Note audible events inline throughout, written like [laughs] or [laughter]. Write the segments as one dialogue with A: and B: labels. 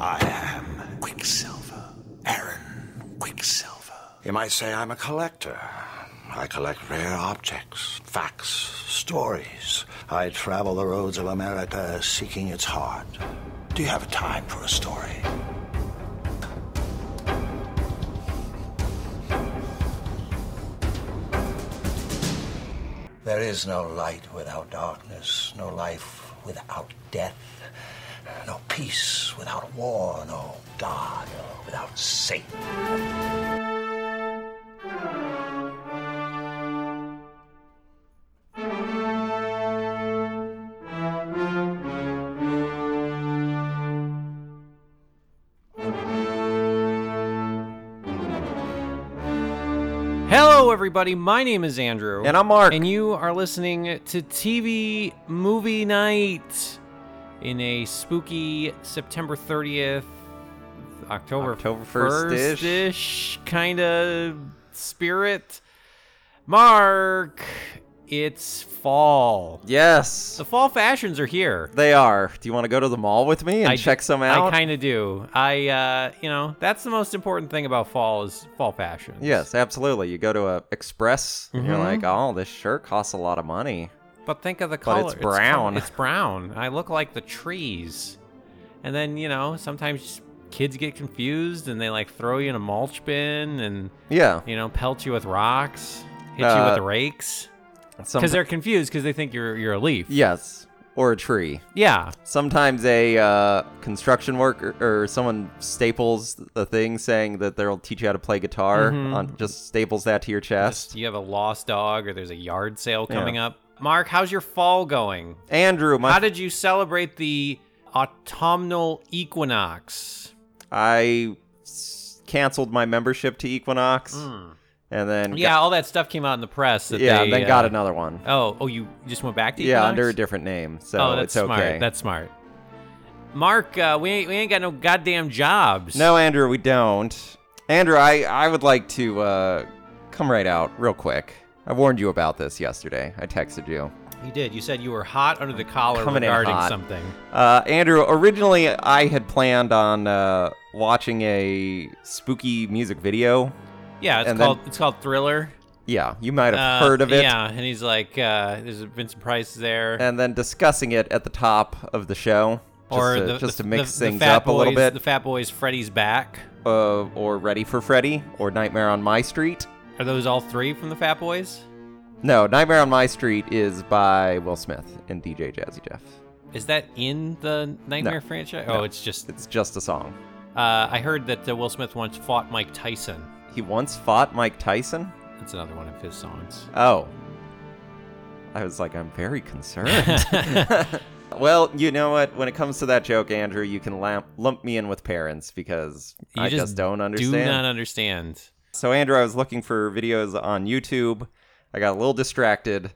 A: I am Quicksilver. Aaron Quicksilver. You might say I'm a collector. I collect rare objects, facts, stories. I travel the roads of America seeking its heart. Do you have time for a story? There is no light without darkness, no life without death, no peace without war, no God without Satan.
B: Hello, everybody. My name is Andrew.
C: And I'm Mark.
B: And you are listening to TV Movie Night in a spooky September 30th, October,
C: October 1st-ish.
B: kind of spirit. Mark, it's fall.
C: yes,
B: The fall fashions are here.
C: they are. Do you want to go to the mall with me and
B: I d-
C: check some out?
B: I kind of do. I, uh, you know, that's the most important thing about fall is fall fashions.
C: yes, absolutely. You go to a Express and you're
B: Mm-hmm.
C: like, oh, this shirt costs a lot of money.
B: But think of the color.
C: But it's
B: col-
C: brown.
B: It's, brown. I look like the trees. And then, you know, sometimes kids get confused and they like throw you in a mulch bin and,
C: Yeah,
B: you know, pelt you with rocks, hit you
C: Uh,
B: with rakes.
C: some-
B: Because they're confused because they think you're, you're a leaf.
C: yes, or a tree.
B: Yeah.
C: Sometimes a uh, construction worker or someone staples the thing saying that they'll teach you how to play guitar.
B: Mm-hmm.
C: On, just staples that to your chest.
B: You have a lost dog or there's a yard sale coming up. Mark, how's your fall going?
C: Andrew, my
B: How did you celebrate the autumnal equinox?
C: I s- canceled my membership to Equinox, and then
B: Mm. Yeah, all that stuff came out in the press. That
C: got, yeah,
B: they,
C: and then got
B: uh,
C: another one.
B: Oh, oh, you just went back to
C: Yeah,
B: Equinox?
C: under a different name, so
B: oh, that's
C: it's okay.
B: smart. That's smart. Mark, uh, we ain't, we ain't got no goddamn jobs.
C: No, Andrew, we don't. Andrew, I, I would like to uh, come right out real quick. I warned you about this yesterday. I texted you.
B: you did. You said you were hot under the collar
C: Coming in
B: regarding
C: hot.
B: something.
C: Uh, Andrew, originally I had planned on uh, watching a spooky music video.
B: Yeah, it's
C: And then-
B: called it's called Thriller.
C: Yeah, you might have
B: Uh,
C: heard of it. Uh,
B: Yeah, and he's like, uh, there's a Vincent Price there,
C: And then discussing it at the top of the show. Just
B: or
C: to,
B: the,
C: just
B: the-
C: to mix
B: the- the
C: things
B: Fat
C: up a little
B: Boys-
C: bit.
B: The Fat Boys, Freddy's Back.
C: uh, or Ready for Freddy, or Nightmare on My Street.
B: Are those all three from the Fat Boys?
C: No, Nightmare on My Street is by Will Smith and DJ Jazzy Jeff.
B: Is that in the Nightmare franchise? Oh,
C: No.
B: it's just.
C: It's just a song.
B: Uh, I heard that uh, Will Smith once fought Mike Tyson.
C: He once fought Mike Tyson.
B: That's another one of his songs.
C: Oh, I was like, I'm
B: [laughs]
C: very concerned. [laughs] well, you know what? When it comes to that joke, Andrew, you can lump, lump me in with parents because
B: You
C: I just don't understand.
B: Do not understand.
C: So, Andrew, I was looking for videos on YouTube. I got a little distracted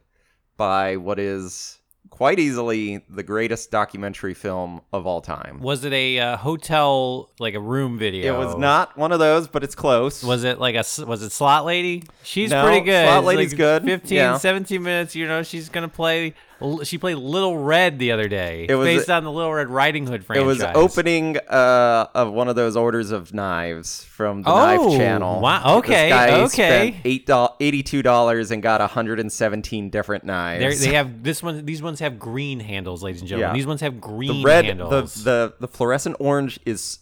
C: by what is quite easily the greatest documentary film of all time.
B: Was it a uh, hotel like a room video?
C: It was not one of those, but it's close.
B: Was it like a s- was it slot lady? She's
C: No,
B: pretty good.
C: Slot
B: It's
C: Lady's
B: like
C: good,
B: 15,
C: yeah.
B: 17 minutes. You know, she's gonna play. l- She played Little Red the other day.
C: It was-
B: based on the Little Red Riding Hood
C: It
B: franchise.
C: was opening uh, of one of those orders of knives from the
B: Oh,
C: Knife Channel.
B: wow, okay,
C: This guy
B: okay.
C: spent eight doll- eighty-two dollars and got hundred and seventeen different
B: They're-
C: knives.
B: they have this one. These ones have green handles, ladies and gentlemen.
C: Yeah.
B: These ones have green
C: the red, the,
B: handles.
C: the the fluorescent orange is,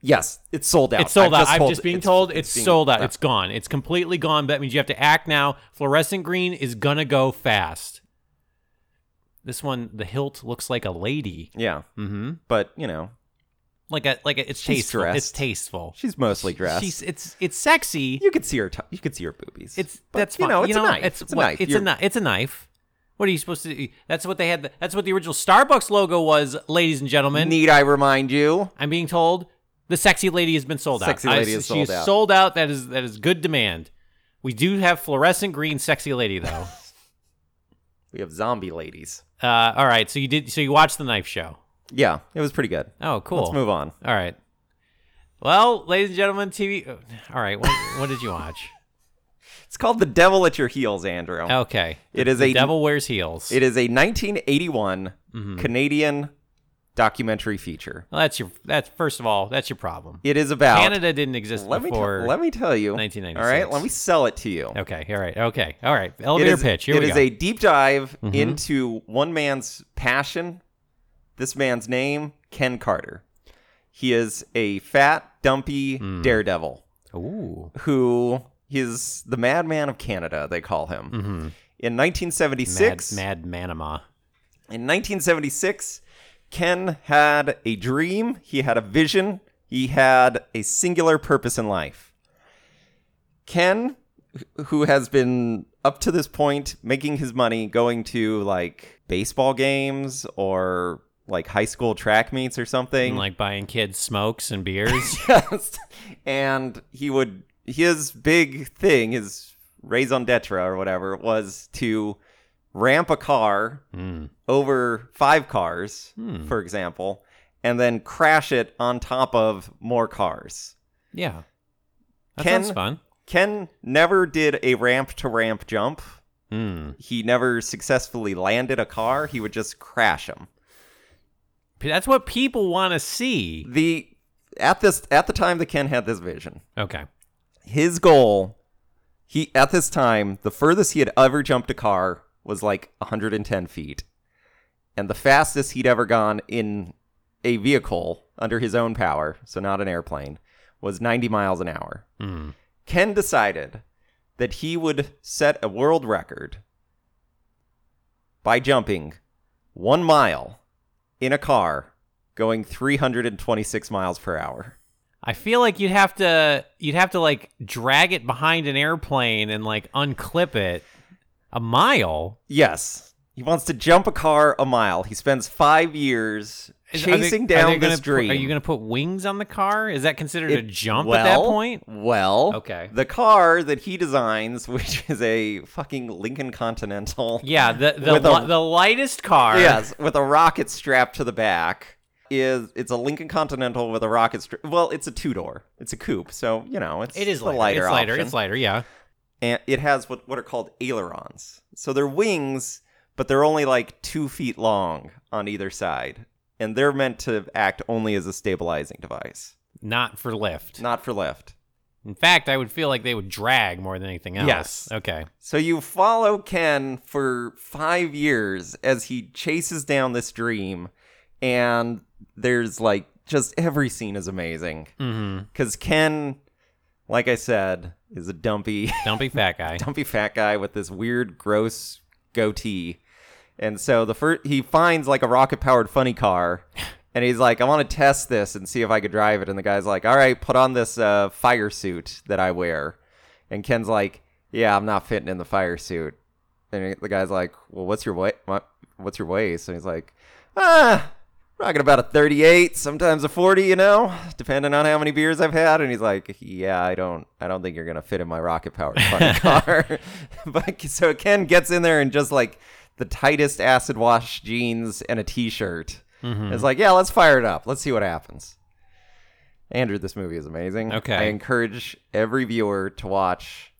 C: yes, it's sold out.
B: it's sold
C: I've
B: out. I'm
C: told-
B: just being
C: it's-
B: told it's,
C: being-
B: sold out.
C: uh,
B: It's gone. It's completely gone. That means you have to act now. Fluorescent green is gonna go fast. This one, the hilt looks like a lady.
C: yeah,
B: Mm-hmm.
C: but you know,
B: Like a like a, it's
C: She's
B: tasteful.
C: dressed.
B: It's tasteful.
C: she's mostly dressed.
B: She's it's it's sexy.
C: you could see her. T- you could see her boobies.
B: It's
C: But,
B: that's
C: you
B: fine.
C: know, it's
B: you know,
C: a knife.
B: It's,
C: a
B: what-
C: knife.
B: It's
C: You're-
B: a knife. It's a knife. What are you supposed to? That's what they had. That's what the original Starbucks logo was, ladies and gentlemen.
C: Need I remind you?
B: I'm being told the sexy lady has been sold out.
C: Sexy
B: I-
C: lady is
B: she
C: sold
B: is
C: out.
B: sold out. That is that is good demand. We do have fluorescent green sexy lady
C: [laughs]
B: though.
C: We have zombie ladies.
B: uh, all right, so you did. So you watched the knife show.
C: Yeah, it was pretty good.
B: Oh, cool.
C: Let's move on.
B: All right. Well, ladies and gentlemen, TV. All right, what, what did you watch?
C: It's called The Devil at Your Heels, Andrew.
B: Okay.
C: [laughs] It is
B: Oh, The
C: a
B: devil wears heels. Mm-hmm.
C: it is a 1981 Canadian documentary feature.
B: Well, that's your that's first of all, that's your problem.
C: It is about
B: Canada didn't exist
C: Let me t-
B: before.
C: let me tell you. All right,
B: 1996.
C: let me sell it to you.
B: okay, all right, okay, all right.
C: It
B: Elevator
C: is,
B: pitch. Here
C: it
B: we
C: is
B: go. Mm-hmm.
C: a deep dive into one man's passion. This man's name, Ken Carter. He is a fat, dumpy
B: Mm.
C: daredevil
B: Ooh,
C: who is the madman of Canada, they call him. In
B: Mm-hmm. mad,
C: 1976,
B: mad Manama.
C: in 1976, Ken had a dream, he had a vision, he had a singular purpose in life. Ken, wh- who has been up to this point making his money going to like baseball games or like high school track meets or something,
B: And like buying kids smokes and beers.
C: Yes. And he would his big thing, his raison d'etre or whatever, was to ramp a car over five cars, for example, and then crash it on top of more cars.
B: [laughs] yeah, that
C: Ken-
B: sounds fun.
C: Ken never did a ramp to ramp jump.
B: Hmm.
C: He never successfully landed a car. He would just crash them.
B: P- That's what people want to see.
C: The at this at the time that Ken had this vision,
B: Okay.
C: his goal he at this time the furthest he had ever jumped a car was like 110 feet and the fastest he'd ever gone in a vehicle under his own power so not an airplane was 90 miles an hour
B: Hmm.
C: ken decided that he would set a world record by jumping one mile in a car going 326 miles per hour
B: I feel like you'd have to you'd have to like drag it behind an airplane and like unclip it a mile.
C: Yes. He wants to jump a car a mile. He spends five years
B: Is- are they-
C: chasing
B: are
C: down
B: they gonna
C: this
B: put-
C: dream.
B: Are you going to put wings on the car? Is that considered a
C: It-
B: jump
C: well,
B: at that point?
C: Well,
B: Okay.
C: The car that he designs, [laughs] which is a fucking Lincoln Continental.
B: Yeah, the the,
C: With a-
B: li- the lightest car.
C: Yes, with a rocket strapped to the back. Is it's a Lincoln Continental with a rocket strap? Well, it's a two door. It's a coupe, so you know it's
B: It is
C: the
B: lighter.
C: lighter.
B: it's lighter.
C: option.
B: It's lighter. Yeah.
C: and it has what, what are called ailerons. So they're wings, but they're only like two feet long on either side. And they're meant to act only as a stabilizing device,
B: Not for lift.
C: not for lift.
B: In fact, I would feel like they would drag more than anything else.
C: Yes.
B: Okay.
C: So you follow Ken for five years as he chases down this dream. And there's like just every scene is amazing.
B: hmm
C: Because Ken, like I said, is a dumpy.
B: Dumpy fat guy.
C: dumpy fat guy with this weird, gross goatee. And so the first he finds like a rocket powered funny car, and he's like, "I want to test this and see if I could drive it." And the guy's like, "All right, put on this uh, fire suit that I wear." And Ken's like, "Yeah, I'm not fitting in the fire suit." And the guy's like, "Well, what's your weight? What, what's your waist?" And he's like, "Ah, rocking about a 38, sometimes a 40, you know, depending on how many beers I've had." And he's like, "Yeah, I don't, I don't think you're gonna fit in my rocket-powered
B: [laughs]
C: funny car." [laughs] but so Ken gets in there and just like the tightest acid wash jeans and a t-shirt.
B: Mm-hmm.
C: It's like, "Yeah, let's fire it up. Let's see what happens." Andrew, this movie is amazing.
B: Okay.
C: I encourage every viewer to watch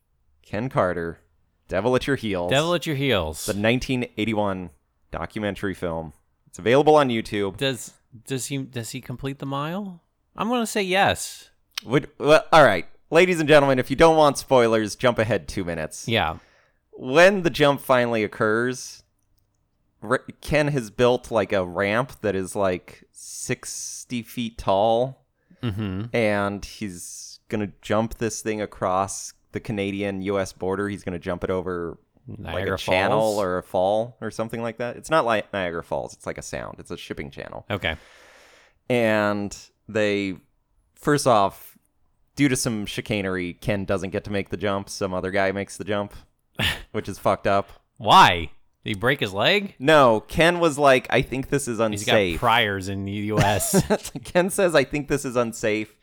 C: Ken Carter, Devil at Your Heels,
B: Devil at your heels.
C: the 1981 documentary film. It's available on YouTube.
B: Does does he does he complete the mile? I'm going to say yes.
C: Would, well, all right, ladies and gentlemen, if you don't want spoilers, jump ahead two minutes.
B: Yeah.
C: When the jump finally occurs, R- Ken has built like a ramp that is like 60 feet tall.
B: Mhm.
C: and he's gonna jump this thing across the Canadian U.S. border. He's gonna jump it over like
B: Niagara
C: a channel
B: Falls?
C: or a fall or something like that. It's not like Niagara Falls. It's like a sound. It's a shipping channel.
B: Okay.
C: And they, first off, due to some chicanery, Ken doesn't get to make the jump. Some other guy makes the jump,
B: [laughs]
C: which is fucked up.
B: Why? Did he break his leg?
C: No, Ken was like, I think this is
B: He's
C: unsafe.
B: got priors in the
C: [laughs]
B: U.S.
C: Ken says, I think this is unsafe.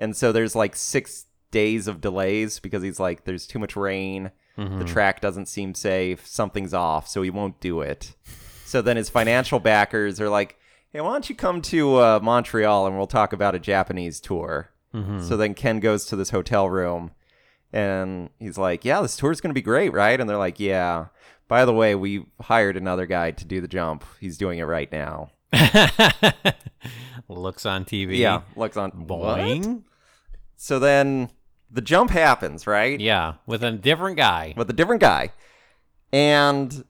C: And so there's like six days of delays because he's like, there's too much rain. The track doesn't seem safe. Something's off. So he won't do it. So then his financial backers are like, hey, why don't you come to uh, Montreal and we'll talk about a Japanese tour? So then Ken goes to this hotel room and he's like, yeah, this tour's going to be great, right? And they're like, yeah. By the way, we hired another guy to do the jump. He's doing it right now.
B: Looks on TV.
C: Yeah, looks on. What?
B: Boing.
C: So then the jump happens, right?
B: Yeah, with a different guy.
C: With a different guy. And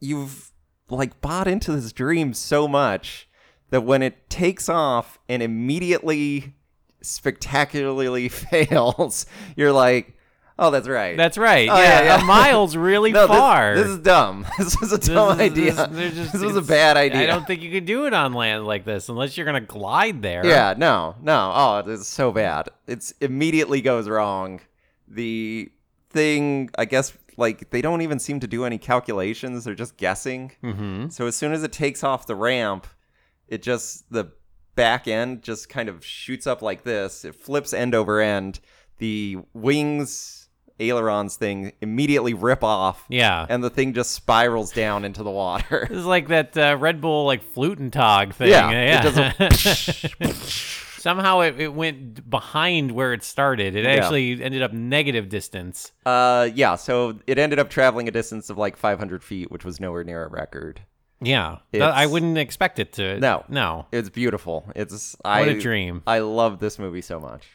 C: you've like bought into this dream so much that when it takes off and immediately spectacularly [laughs] fails, you're like, oh, that's right.
B: That's right.
C: Oh,
B: yeah,
C: yeah, yeah.
B: a mile's really
C: [laughs] no, this-
B: far.
C: This, is dumb. [laughs] This was a dumb
B: This is-
C: idea.
B: this- they're
C: This,
B: just-
C: was a
B: it's-
C: bad idea.
B: I don't think you could do it on land like this unless you're gonna glide there.
C: Yeah, no, no. Oh, it's so bad. It's immediately goes wrong. The thing, I guess, like they don't even seem to do any calculations. They're just guessing.
B: Mm-hmm.
C: So as soon as it takes off the ramp, it just the back end just kind of shoots up like this. It flips end over end. The wings ailerons thing immediately rip off.
B: Yeah.
C: And the thing just spirals down into the water. [laughs]
B: This is like that uh, Red Bull like flute and tog thing.
C: Yeah,
B: yeah.
C: it
B: [laughs]
C: [laughs]
B: Somehow it, it went behind where it started. It actually ended up negative distance.
C: Uh, yeah. So it ended up traveling a distance of like 500 feet, which was nowhere near a record.
B: Yeah, Th-
C: It's-
B: I wouldn't expect it to.
C: No.
B: no.
C: It's beautiful. It's I,
B: What a dream.
C: I love this movie so much.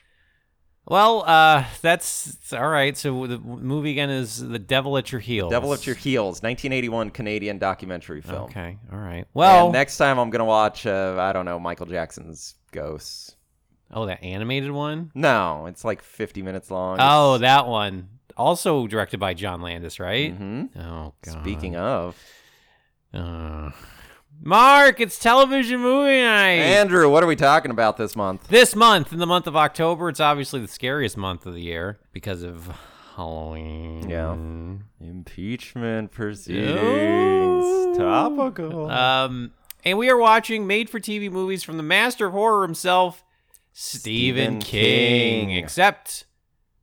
B: Well, uh, that's it's all right. So the movie again is "The Devil at Your Heels."
C: Devil at Your Heels, 1981 Canadian documentary film.
B: Okay, all right.
C: And
B: Well,
C: next time I'm gonna watch, uh, I don't know, Michael Jackson's Ghosts.
B: oh, that animated one.
C: No, it's like 50 minutes long.
B: Oh, that one. Also directed by John Landis, right?
C: hmm
B: Oh God.
C: Speaking of
B: Uh, Mark, it's television movie night.
C: Andrew, what are we talking about this month?
B: this month, in the month of October, it's obviously the scariest month of the year because of Halloween.
C: Yeah. Impeachment
B: Ooh.
C: proceedings. Topical.
B: Um, and we are watching made-for-TV movies from the master of horror himself, Stephen
C: Stephen
B: King.
C: King.
B: Except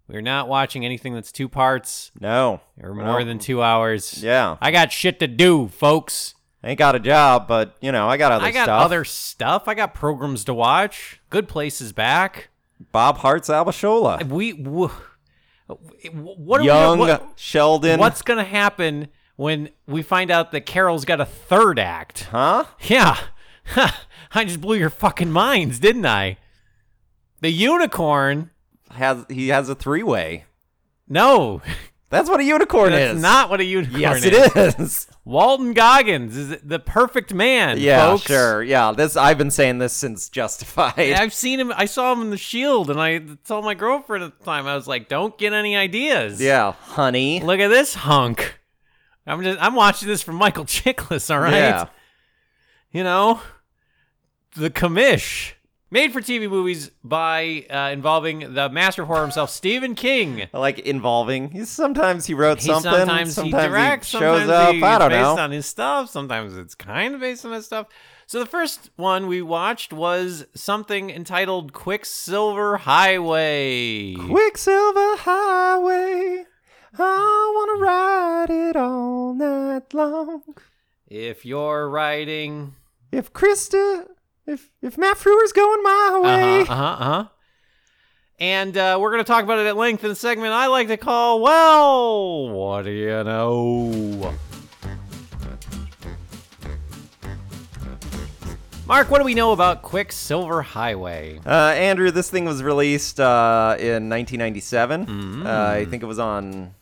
B: we're not watching anything that's two parts
C: no.
B: or
C: Well,
B: more than two hours.
C: Yeah.
B: I got shit to do, folks.
C: ain't got a job, but you know, I got other
B: I got
C: stuff.
B: other stuff. I got programs to watch. Good Place is back.
C: Bob Hart's Abashola.
B: We w- what are
C: Young
B: we, what-
C: Sheldon.
B: what's going to happen when we find out that Carol's got a third act?
C: huh?
B: Yeah. [laughs] I just blew your fucking minds, didn't I? The unicorn?
C: Has he has a three way?
B: No.
C: That's what a unicorn
B: That's
C: is.
B: not what a unicorn is.
C: Yes, it is. [laughs]
B: Walton Goggins is the perfect man,
C: yeah,
B: folks.
C: sure. Yeah, this I've been saying this since Justified.
B: I've seen him. I saw him in The Shield, and I told my girlfriend at the time, I was like, don't get any ideas.
C: [laughs] yeah, honey.
B: Look at this hunk. I'm just I'm watching this from Michael Chiklis, all right?
C: Yeah.
B: You know, the commish. Made for TV movies by uh, involving the master of horror himself, Stephen King.
C: Like involving. He's, sometimes he wrote
B: He
C: something.
B: sometimes, he directs,
C: shows
B: sometimes
C: up.
B: he-
C: I
B: it's
C: don't
B: based
C: know.
B: on his stuff. Sometimes it's kind of based on his stuff. So the first one we watched was something entitled Quicksilver Highway.
C: Quicksilver Highway. I wanna ride it all night long.
B: if you're writing
C: If Krista, if if Matt Frewer's going my way,
B: Uh huh. Uh huh. And uh, we're going to talk about it at length in a segment I like to call, well, what do you know? Mark, what do we know about Quicksilver Highway?
C: Uh, Andrew, this thing was released uh, in 1997.
B: Mm.
C: Uh, I think it was on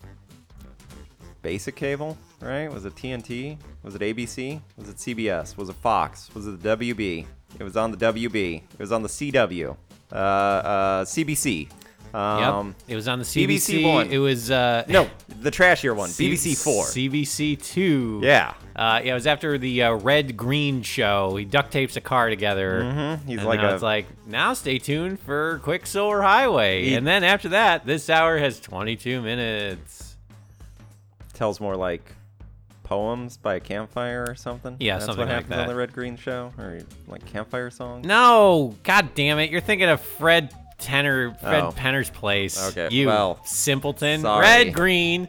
C: basic cable, right? Was it TNT? Was it ABC? Was it CBS? Was it Fox? Was it the WB? It was on the WB. It was on the CW. Uh, uh, CBC. Um,
B: yep. It was on the CBC.
C: BBC one.
B: It was. Uh,
C: [laughs] No, the trashier one,
B: C-
C: BBC Four.
B: CBC 2.
C: yeah.
B: Uh, yeah, it was after the uh, Red Green show. He duct tapes a car together.
C: Mhm. He's
B: and
C: like
B: now
C: a
B: it's like now stay tuned for Quicksilver Highway,
C: He-
B: and then after that, this hour has 22 minutes.
C: tells more like poems by a campfire or something.
B: Yeah,
C: That's
B: something
C: what
B: like
C: happens
B: that.
C: on the Red Green Show, or like campfire songs.
B: No, god damn it, you're thinking of Fred Tenner, Fred
C: Oh.
B: Penner's place.
C: Okay,
B: you
C: well,
B: simpleton.
C: sorry.
B: Red Green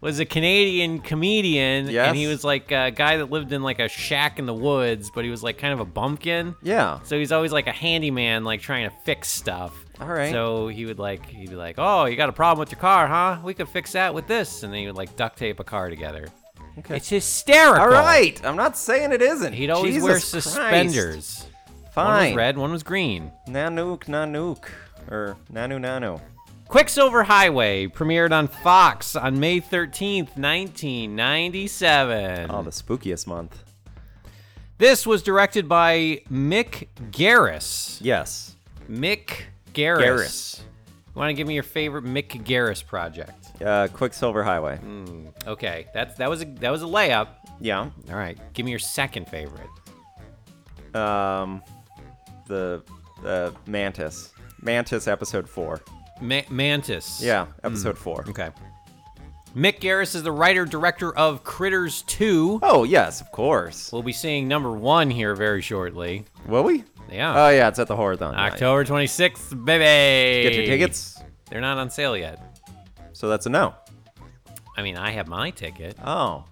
B: was a Canadian comedian,
C: Yes.
B: and he was like a guy that lived in like a shack in the woods, but he was like kind of a bumpkin.
C: Yeah.
B: So he's always like a handyman, like trying to fix stuff.
C: All right.
B: So he would like he'd be like, "Oh, you got a problem with your car, huh? We could fix that with this," and then he would like duct tape a car together. It's hysterical.
C: All right, I'm not saying it isn't.
B: He'd always
C: Jesus
B: wear
C: Christ.
B: suspenders. One was
C: Fine.
B: red, one was green.
C: Nanook, Nanook, or Nanu Nano.
B: Hmm. Quicksilver Highway premiered on Fox on May 13th, 1997.
C: Oh, the spookiest month.
B: This was directed by Mick Garris.
C: Yes.
B: Mick Garris.
C: Garris.
B: Want to give me your favorite Mick Garris project?
C: Uh, Quicksilver Highway.
B: Hmm. Okay, that's that was a that was a layup.
C: Yeah.
B: All right, give me your second favorite.
C: Um, the uh, Mantis. Mantis episode four.
B: Ma- Mantis.
C: Yeah, episode four.
B: Hmm. Okay. Mick Garris is the writer director of Critters 2.
C: Oh yes, of course.
B: We'll be seeing number one here very shortly.
C: Will we?
B: Yeah.
C: Oh yeah, it's at the Horathon. night.
B: October 26th, baby.
C: Get your tickets.
B: They're not on sale yet.
C: So that's a no.
B: I mean, I have my ticket.
C: Oh.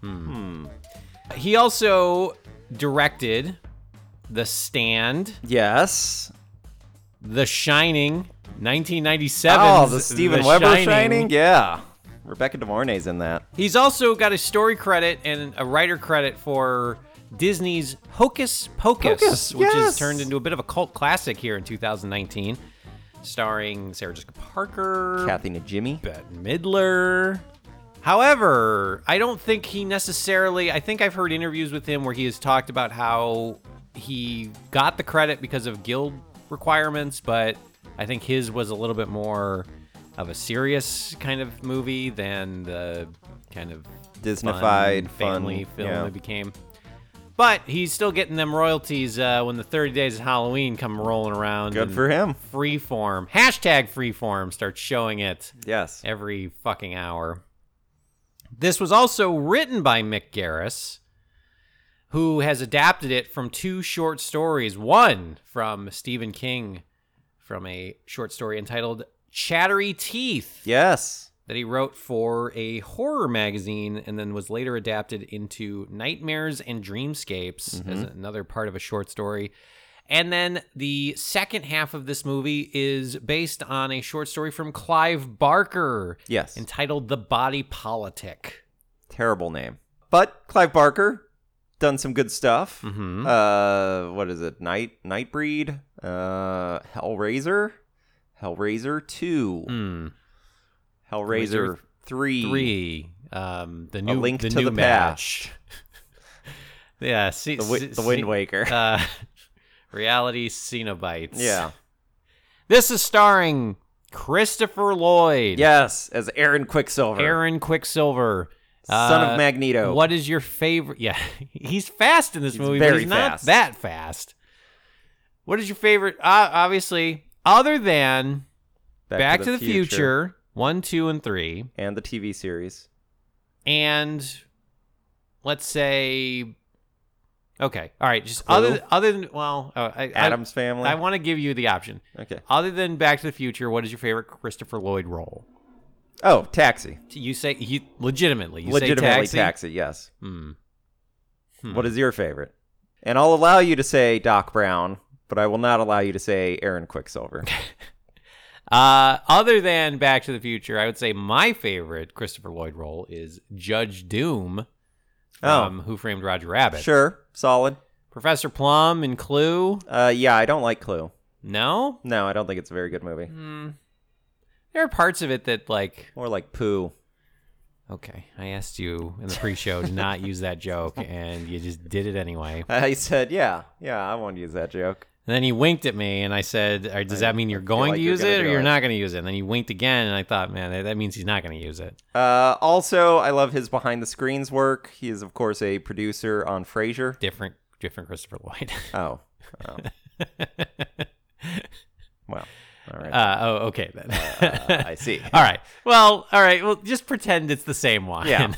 B: He also directed The Stand,
C: Yes.
B: The Shining, 1997.
C: Oh, the Steven Weber shining. Yeah. Rebecca De Mornay's in that.
B: He's also got a story credit and a writer credit for Disney's Hocus Pocus,
C: Pocus,
B: which is
C: yes.
B: turned into a bit of a cult classic here in 2019, starring Sarah Jessica Parker,
C: Kathy and Jimmy.
B: Bette Midler. However, I don't think he necessarily. I think I've heard interviews with him where he has talked about how he got the credit because of guild requirements, but I think his was a little bit more of a serious kind of movie than the kind of
C: Disneyfied fun,
B: family film
C: yeah.
B: it became. But he's still getting them royalties uh, when the 30 days of Halloween come rolling around.
C: Good
B: and
C: for him.
B: Freeform hashtag Freeform starts showing it
C: Yes.
B: every fucking hour. This was also written by Mick Garris, who has adapted it from two short stories. One from Stephen King, from a short story entitled Chattery Teeth,
C: Yes.
B: that he wrote for a horror magazine and then was later adapted into Nightmares and Dreamscapes as another part of a short story. And then the second half of this movie is based on a short story from Clive Barker
C: Yes.
B: entitled The Body Politic.
C: Terrible name. But Clive Barker done some good stuff.
B: Mm-hmm.
C: Uh, what is it? Night Nightbreed. Uh, Hellraiser. Hellraiser two. Hellraiser
B: Hellraiser
C: Hmm. three.
B: Three. Um, the new
C: Link
B: the
C: to
B: new
C: the
B: match. [laughs] yeah, see,
C: The, wi-
B: see-
C: the Wind Waker.
B: Uh, [laughs] reality Cenobites.
C: [laughs] yeah.
B: This is starring Christopher Lloyd.
C: Yes, as Aaron Quicksilver,
B: Aaron Quicksilver.
C: son
B: Uh,
C: of Magneto.
B: What is your favorite? Yeah, [laughs] he's fast in this
C: He's
B: movie, but
C: very
B: he's
C: fast.
B: not that fast. What is your favorite? Uh, obviously, other than Back, to, the, future. one, two, and three,
C: and the TV series.
B: and let's say, okay, all right, just other
C: Clue?
B: th- other than well, uh, I,
C: Adam's family.
B: I, I want to give you the option.
C: okay.
B: Other than Back to the Future, what is your favorite Christopher Lloyd role?
C: Oh, Taxi.
B: You say you legitimately, you
C: Legitimately
B: say taxi.
C: taxi. Yes.
B: Hmm.
C: What is your favorite? And I'll allow you to say Doc Brown, but I will not allow you to say Aaron Quicksilver.
B: Uh, other than Back to the Future, I would say my favorite Christopher Lloyd role is Judge Doom from Who Framed Roger Rabbit.
C: Oh, sure, solid.
B: Professor Plum and Clue.
C: Uh, yeah, I don't like Clue.
B: No,
C: No, I don't think it's a very good movie.
B: Hmm. there are parts of it that like.
C: More like Pooh. [laughs]
B: Okay, I asked you in the pre-show to not use that joke,
C: [laughs]
B: and you just did it anyway.
C: I said, yeah, yeah, I won't use that joke.
B: And then he winked at me, and I said, "All right, "Does that mean you're going
C: like
B: to
C: you're
B: use
C: gonna
B: it, or
C: do
B: you're
C: it.
B: not going to use it?" And then he winked again, and I thought, "Man, that, that means he's not going to use it."
C: Uh, also, I love his behind the screens work. He is, of course, a producer on Frasier.
B: Different, different Christopher Lloyd. [laughs]
C: Oh, oh. well, all right.
B: Uh, oh, okay then.
C: Uh,
B: [laughs]
C: I see.
B: all right. Well, all right. Well, just pretend it's the same one.
C: Yeah.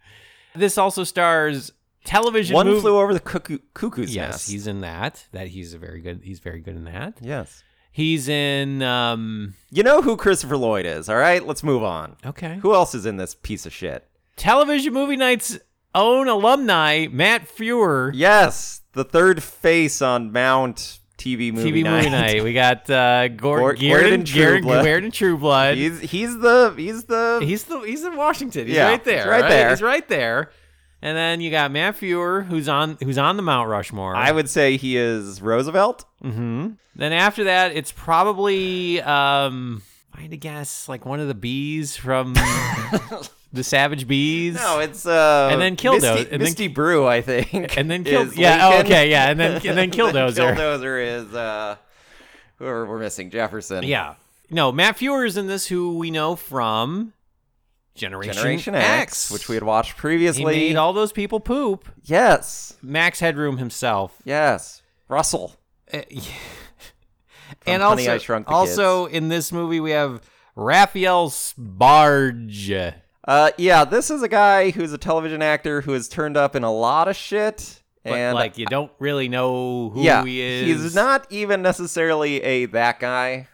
B: [laughs] this also stars television.
C: One
B: mov-
C: flew over the cuckoo- cuckoo's
B: Yes,
C: nest.
B: he's in that. That he's a very good. He's very good in that.
C: yes.
B: He's in. um
C: You know who Christopher Lloyd is, all right? Let's move on.
B: Okay.
C: Who else is in this piece of shit?
B: Television movie night's own alumni Matt Feuer.
C: Yes, the third face on Mount TV movie
B: TV
C: night.
B: movie night. We got uh, Gor-
C: Gor-
B: Gordon,
C: Gordon
B: Gordon,
C: Trueblood.
B: Gordon Trueblood.
C: [laughs] He's he's the he's the
B: He's the he's in Washington. He's
C: Yeah,
B: right there.
C: he's right there.
B: He's right there. And then you got Matt Fuhrer, who's on who's on the Mount Rushmore. Mm-hmm.
C: I would say he
B: [laughs]
C: is Roosevelt.
B: then after that, it's probably um find a guess like one of the bees
C: [laughs]
B: from the Savage Bees.
C: No, it's uh,
B: And then Kildo-
C: Misty,
B: and then-
C: Misty Brew, I think,
B: and then Kill-
C: is
B: yeah, oh,
C: Lincoln. [laughs]
B: okay, yeah, and then- and then Killdozer.
C: Killdozer is uh, whoever we're missing, Jefferson.
B: yeah. No, Matt Fuhrer is in this, who we know from Generation,
C: Generation X, which we had watched
B: he
C: previously.
B: made all those people poop.
C: yes,
B: Max Headroom himself.
C: yes, Russell.
B: Uh, yeah. and
C: Honey,
B: also,
C: I Shrunk the
B: also in this movie we have Raphael Sparge.
C: Uh, yeah, this is a guy who's a television actor who has turned up in a lot of shit,
B: But
C: and
B: like you don't really know who
C: yeah,
B: he is.
C: he's not even necessarily a that guy.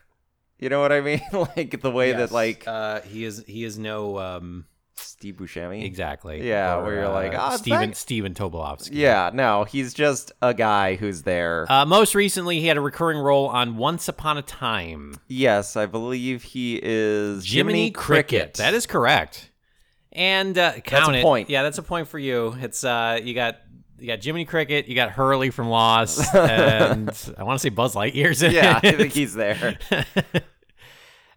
C: You know what I mean? [laughs] like the way
B: Yes.
C: that like
B: uh, he is. He is no um,
C: Steve Buscemi.
B: exactly. uh,
C: Yeah, where you're like, "Ah,
B: Steven
C: thanks."
B: Steven Tobolowsky.
C: Yeah, no, he's just a guy who's there.
B: Uh, most recently, he had a recurring role on Once Upon a Time.
C: yes, I believe he is
B: Jiminy Cricket. That is correct. And uh, count
C: a
B: it.
C: point.
B: Yeah, that's a point for you. It's uh, you got you got Jiminy Cricket, you got Hurley from Lost,
C: [laughs]
B: and I want to say Buzz Lightyear's in
C: Yeah, I
B: it. [laughs]
C: think he's there.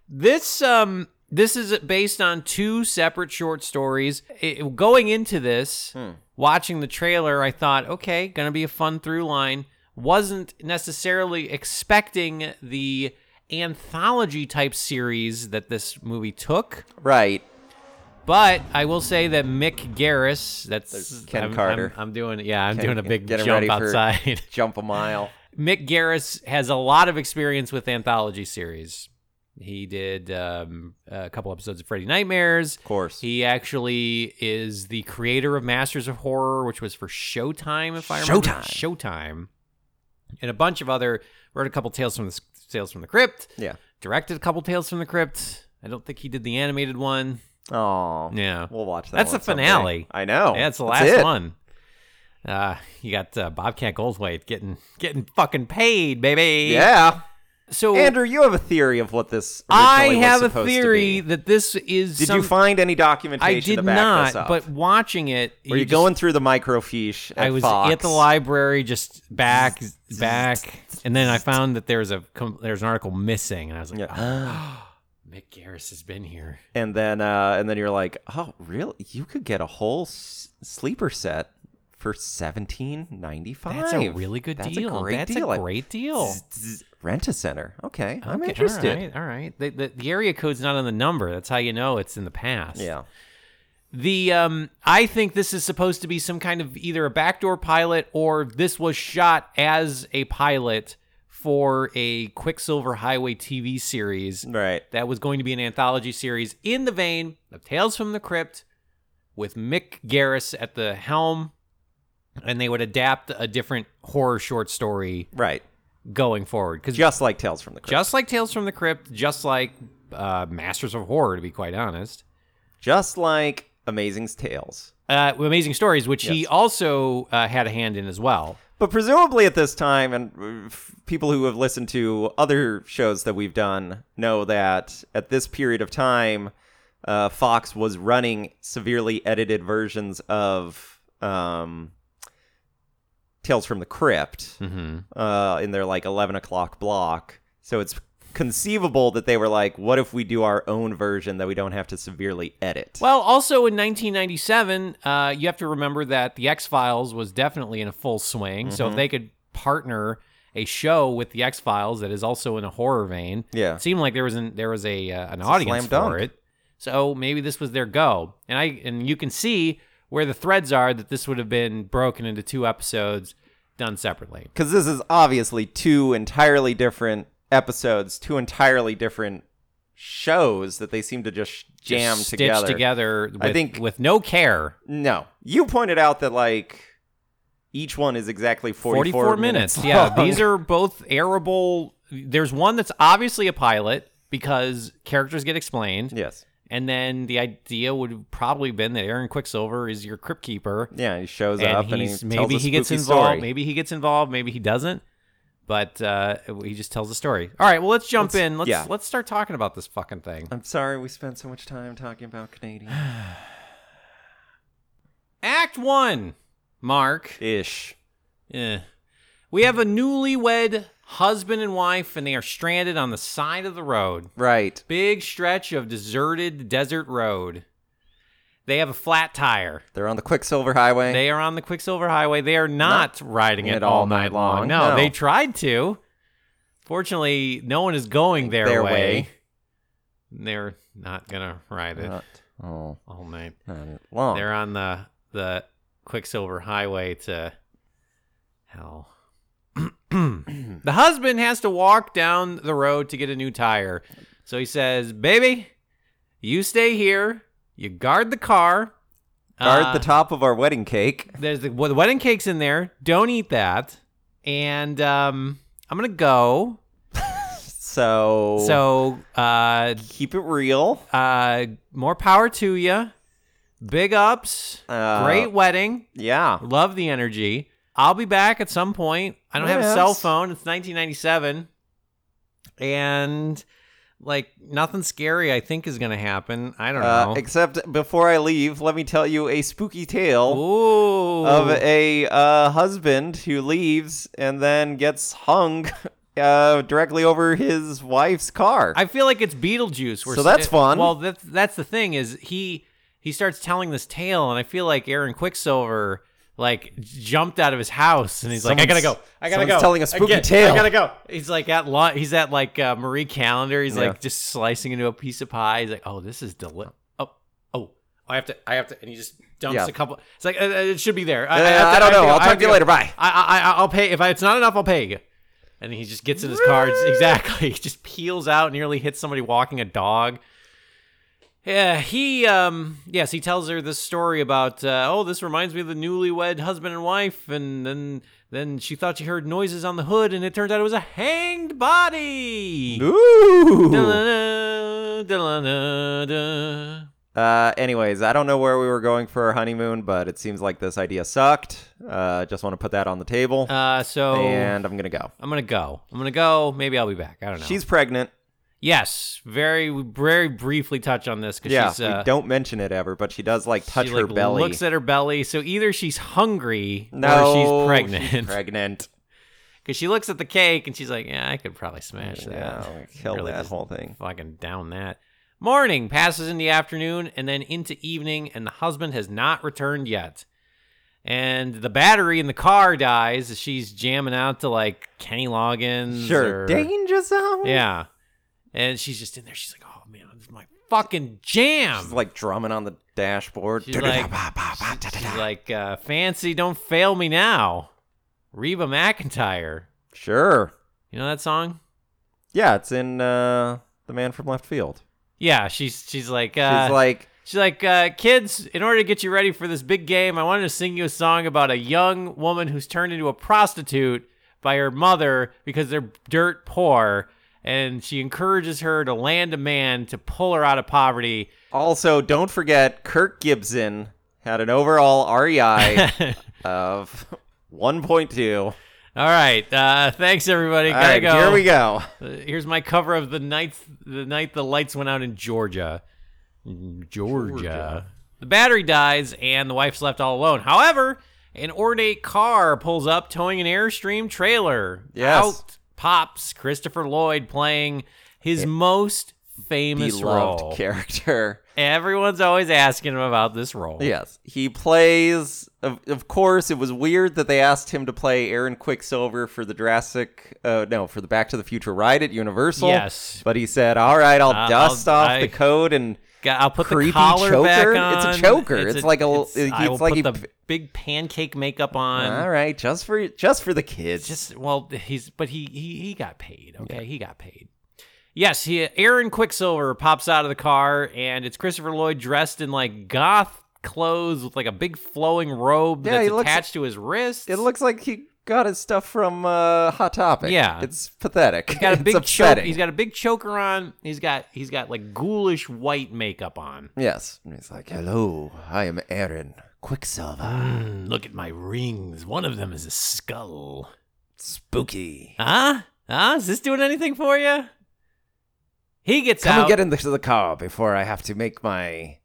B: This um this is based on two separate short stories. It- going into this,
C: Hmm.
B: watching the trailer, I thought, okay, gonna be a fun through line. Wasn't necessarily expecting the anthology type series that this movie took.
C: right.
B: But I will say that Mick Garris, that's
C: Ken
B: I'm,
C: Carter.
B: I'm, I'm doing yeah, I'm doing a big
C: Get him ready
B: jump
C: for-
B: outside. [laughs]
C: Jump a mile.
B: Mick Garris has a lot of experience with anthology series. He did um, a couple episodes of Freddy Nightmares. Of
C: course.
B: he actually is the creator of Masters of Horror, which was for Showtime, if I remember.
C: Showtime.
B: Showtime, and a bunch of other. Wrote a couple tales from the tales from the crypt.
C: Yeah.
B: Directed a couple tales from the crypt. I don't think he did the animated one.
C: Oh.
B: Yeah.
C: We'll watch that.
B: That's
C: one
B: the
C: someday.
B: finale.
C: I know.
B: Yeah, it's the
C: Oh, That's
B: last
C: it.
B: one. Uh, you got uh, Bobcat Goldthwait getting getting fucking paid, baby.
C: Yeah.
B: So
C: Andrew, you have a theory of what this.
B: I
C: originally was
B: have a
C: supposed to
B: theory
C: be.
B: that this is.
C: Did
B: some-
C: you find any documentation?
B: I
C: to
B: did
C: back
B: not,
C: This up?
B: but watching it,
C: were you,
B: just-
C: going through the microfiche? At
B: I was
C: Fox?
B: at the library, just
C: [laughs]
B: back, back, and then I found that there's a com- there's an article missing, and I was like, "Oh,
C: Yeah.
B: Mick Garris has been here.
C: and then, uh, and then you're like, oh, really? You could get a whole s- sleeper set for seventeen ninty five.
B: That's a really good
C: That's
B: deal.
C: A great
B: That's
C: deal.
B: a great deal.
C: Rent a center. Okay, I'm
B: Okay,
C: interested.
B: All right, all right. The, the, the area code's not on the number. That's how you know it's in the past.
C: Yeah.
B: The um, I think this is supposed to be some kind of either a backdoor pilot or this was shot as a pilot for a Quicksilver Highway TV series
C: Right.
B: that was going to be an anthology series in the vein of Tales from the Crypt with Mick Garris at the helm. And they would adapt a different horror short story
C: Right.
B: going forward. Because
C: Just like Tales from the Crypt.
B: just like Tales from the Crypt, just like uh, Masters of Horror, to be quite honest.
C: Just like Amazing's Tales.
B: Uh, Amazing Stories, which he also uh, had a hand in as well.
C: But presumably at this time, and uh, f- people who have listened to other shows that we've done know that at this period of time, uh, Fox was running severely edited versions of um, Tales from the Crypt uh, in their like 11 o'clock block. So it's conceivable that they were like, what if we do our own version that we don't have to severely edit?
B: Well, also in 1997, uh, you have to remember that The X Files was definitely in a full swing. So
C: Mm-hmm.
B: if they could partner a show with The X Files that is also in a horror vein,
C: Yeah.
B: it seemed like there was an there was a uh, an audience
C: slam
B: for
C: dunk.
B: it. So maybe this was their go, and I and you can see where the threads are that this would have been broken into two episodes done separately.
C: because this is obviously two entirely different episodes, two entirely different shows that they seem to just jam
B: Just stitched
C: together.
B: together. With,
C: I think-
B: with no care.
C: No, you pointed out that like each one is exactly forty-four,
B: 44, minutes.
C: minutes
B: Yeah,
C: long.
B: these are both airable. There's one that's obviously a pilot because characters get explained.
C: [laughs] yes,
B: And then the idea would have probably been that Aaron Quicksilver is your crypt keeper.
C: yeah. He shows up
B: And
C: and
B: he's,
C: he tells
B: maybe
C: a
B: he gets
C: spooky
B: involved.
C: story.
B: Maybe he gets involved. Maybe he doesn't. But uh, he just tells the story. All right. Well, let's jump in. Let's
C: yeah.
B: let's start talking about this fucking thing. [sighs]
C: I'm sorry we spent so much time talking about Canadian.
B: Act one, Mark.
C: Ish.
B: Eh. We have a newlywed husband and wife, and they are stranded on the side of the road.
C: Right.
B: Big stretch of deserted desert road. They have a flat tire.
C: They're on the Quicksilver Highway.
B: They are on the Quicksilver Highway. They are Eh. not, riding it all night long. No,
C: No.
B: they tried to. Fortunately, no one is going their,
C: Their
B: way. Uh.
C: way.
B: They're not gonna ride it
C: Not, oh,
B: all night.
C: not long.
B: They're on the the Quicksilver Highway to hell.
C: [clears throat]
B: the husband has to walk down the road to get a new tire. So he says, "Baby, you stay here. You guard the car.
C: Guard
B: Uh,
C: the top of our wedding cake.
B: there's the, well, the wedding cake's in there. Don't eat that. And um, I'm gonna go.
C: So,
B: So uh,
C: keep it real.
B: uh, more power to you. Big ups.
C: Uh,
B: Great wedding.
C: Yeah.
B: Love the energy. I'll be back at some point. I don't have a
C: Yes.
B: cell phone. It's 1997, and like nothing scary. I think is gonna happen. I don't
C: Uh,
B: know.
C: except before I leave, let me tell you a spooky tale
B: Ooh.
C: of a uh, husband who leaves and then gets hung [laughs] uh, directly over his wife's car.
B: I feel like it's Beetlejuice. Where
C: So that's fun.
B: Well, that's that's the thing is he he starts telling this tale, and I feel like Aaron Quicksilver like jumped out of his house, and he's like, I
C: Someone's-
B: gotta go. I gotta
C: someone's
B: go.
C: telling a spooky
B: Again,
C: tale."
B: I gotta go. He's like at lunch. He's at like uh, Marie Calendar. He's
C: Yeah.
B: like just slicing into a piece of pie. He's like, oh, this is delicious. Oh, oh. I have to. I have to, and he just dumps
C: Yeah.
B: a couple. It's like uh, uh, it should be there. I,
C: Uh,
B: have to-
C: I
B: have
C: don't know.
B: go.
C: I'll
B: I
C: talk
B: have
C: to you
B: go.
C: later. Bye.
B: I, I, I- I'll pay if I, it's not enough. I'll pay you. And he just gets in his car. It's- Exactly, [laughs] he just peels out, nearly hits somebody walking a dog. Yeah, he um yes, he tells her this story about uh, oh, this reminds me of the newlywed husband and wife, and then then she thought she heard noises on the hood, and it turned out it was a hanged body.
C: Ooh.
B: Da-la-da, da-la-da-da.
C: Uh, anyways, I don't know where we were going for our honeymoon, but it seems like this idea sucked. Uh, just want to put that on the table,
B: Uh, so
C: and I'm gonna go.
B: I'm gonna go. I'm gonna go. Maybe I'll be back. I don't know.
C: She's pregnant.
B: Yes, very very briefly touch on this because
C: Yeah,
B: she's uh,
C: we don't mention it ever, but she does like touch
B: she
C: her
B: like,
C: belly.
B: looks at her belly. So either she's hungry
C: no,
B: or she's pregnant. [laughs]
C: [laughs] pregnant.
B: Because she looks at the cake and she's like, "Yeah, I could probably smash that.
C: Yeah, kill
B: Really
C: that
B: just
C: whole thing.
B: Fucking down that." Morning passes into afternoon and then into evening, and the husband has not returned yet. And the battery in the car dies. as She's jamming out to like Kenny Loggins.
C: Sure.
B: or-
C: Danger zone.
B: Yeah. And she's just in there. She's like, "Oh man, this is my fucking jam."
C: She's like drumming on the dashboard.
B: She's like, she's like uh, fancy, don't fail me now. Reba McIntyre.
C: [laughs] sure.
B: You know that song?
C: Yeah, it's in uh, The Man from Left Field.
B: Yeah, she's she's like
C: She's
B: uh, she's like,
C: like,
B: uh, kids. In order to get you ready for this big game, I wanted to sing you a song about a young woman who's turned into a prostitute by her mother because they're dirt poor, and she encourages her to land a man to pull her out of poverty.
C: also, don't forget, Kirk Gibson had an overall REI
B: [laughs] All
C: of 1.2.
B: right, uh, thanks everybody.
C: All
B: Gotta
C: right,
B: go.
C: here we go.
B: Uh, here's my cover of the night the night the lights went out in Georgia. Georgia. The battery dies and the wife's left all alone. However, an ornate car pulls up towing an Airstream trailer.
C: Yes.
B: Out pops Christopher Lloyd playing his most famous
C: Beloved
B: role.
C: character.
B: Everyone's always asking him about this role.
C: Yes, he plays. Of, of course, it was weird that they asked him to play Aaron Quicksilver for the Jurassic. Uh, no, for the Back to the Future ride at Universal.
B: Yes.
C: but he said, "All right, I'll
B: Uh,
C: dust
B: I'll-
C: off
B: I-
C: the code and
B: Got- I'll put the
C: Creepy
B: collar
C: choker?
B: back
C: It's a
B: on.
C: choker. It's like a- it's
B: I will
C: like
B: put
C: he
B: the
C: p-
B: big pancake makeup on.
C: all right, just for just for the kids."
B: just well he's but he he, he got paid okay he got paid yes he aaron quicksilver pops out of the car and it's christopher lloyd dressed in like goth clothes with like a big flowing robe
C: Yeah,
B: that's
C: he looks-
B: attached to his wrist
C: it looks like he got his stuff from uh, Hot Topic.
B: Yeah.
C: it's pathetic.
B: He's got a [laughs]
C: [laughs] it's
B: big choke.
C: upsetting.
B: He's got a big choker on. He's got he's got like ghoulish white makeup on.
C: yes, and he's like, "Hello, I am Aaron Quicksilver."
B: Mm, look at my rings. One of them is a skull.
C: Spooky.
B: Huh? Huh? Is this doing anything for you? He gets
C: Come
B: out.
C: and get into the car before I have to make my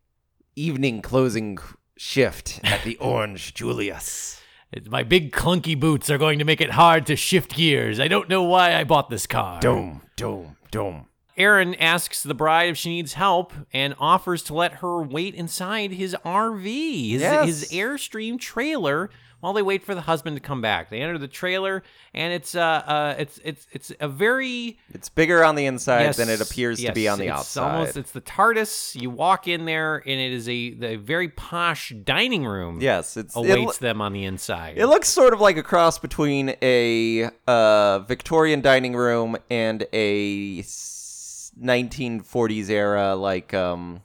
C: evening closing shift at [laughs] the Orange Julius.
B: It's- My big clunky boots are going to make it hard to shift gears. I don't know why I bought this car.
C: Dome, dome, dome.
B: Aaron asks the bride if she needs help and offers to let her wait inside his RV, his,
C: Yes.
B: his Airstream trailer, while they wait for the husband to come back. They enter the trailer, and it's uh, uh it's it's it's a very
C: It's bigger on the inside
B: yes,
C: than it appears to be
B: yes,
C: on the
B: it's
C: outside.
B: Almost, it's the TARDIS. You walk in there, and it is a the very posh dining room.
C: yes, it's it,
B: awaits
C: lo-
B: them on the inside.
C: it looks sort of like a cross between a uh, Victorian dining room and a s- 1940s era like um,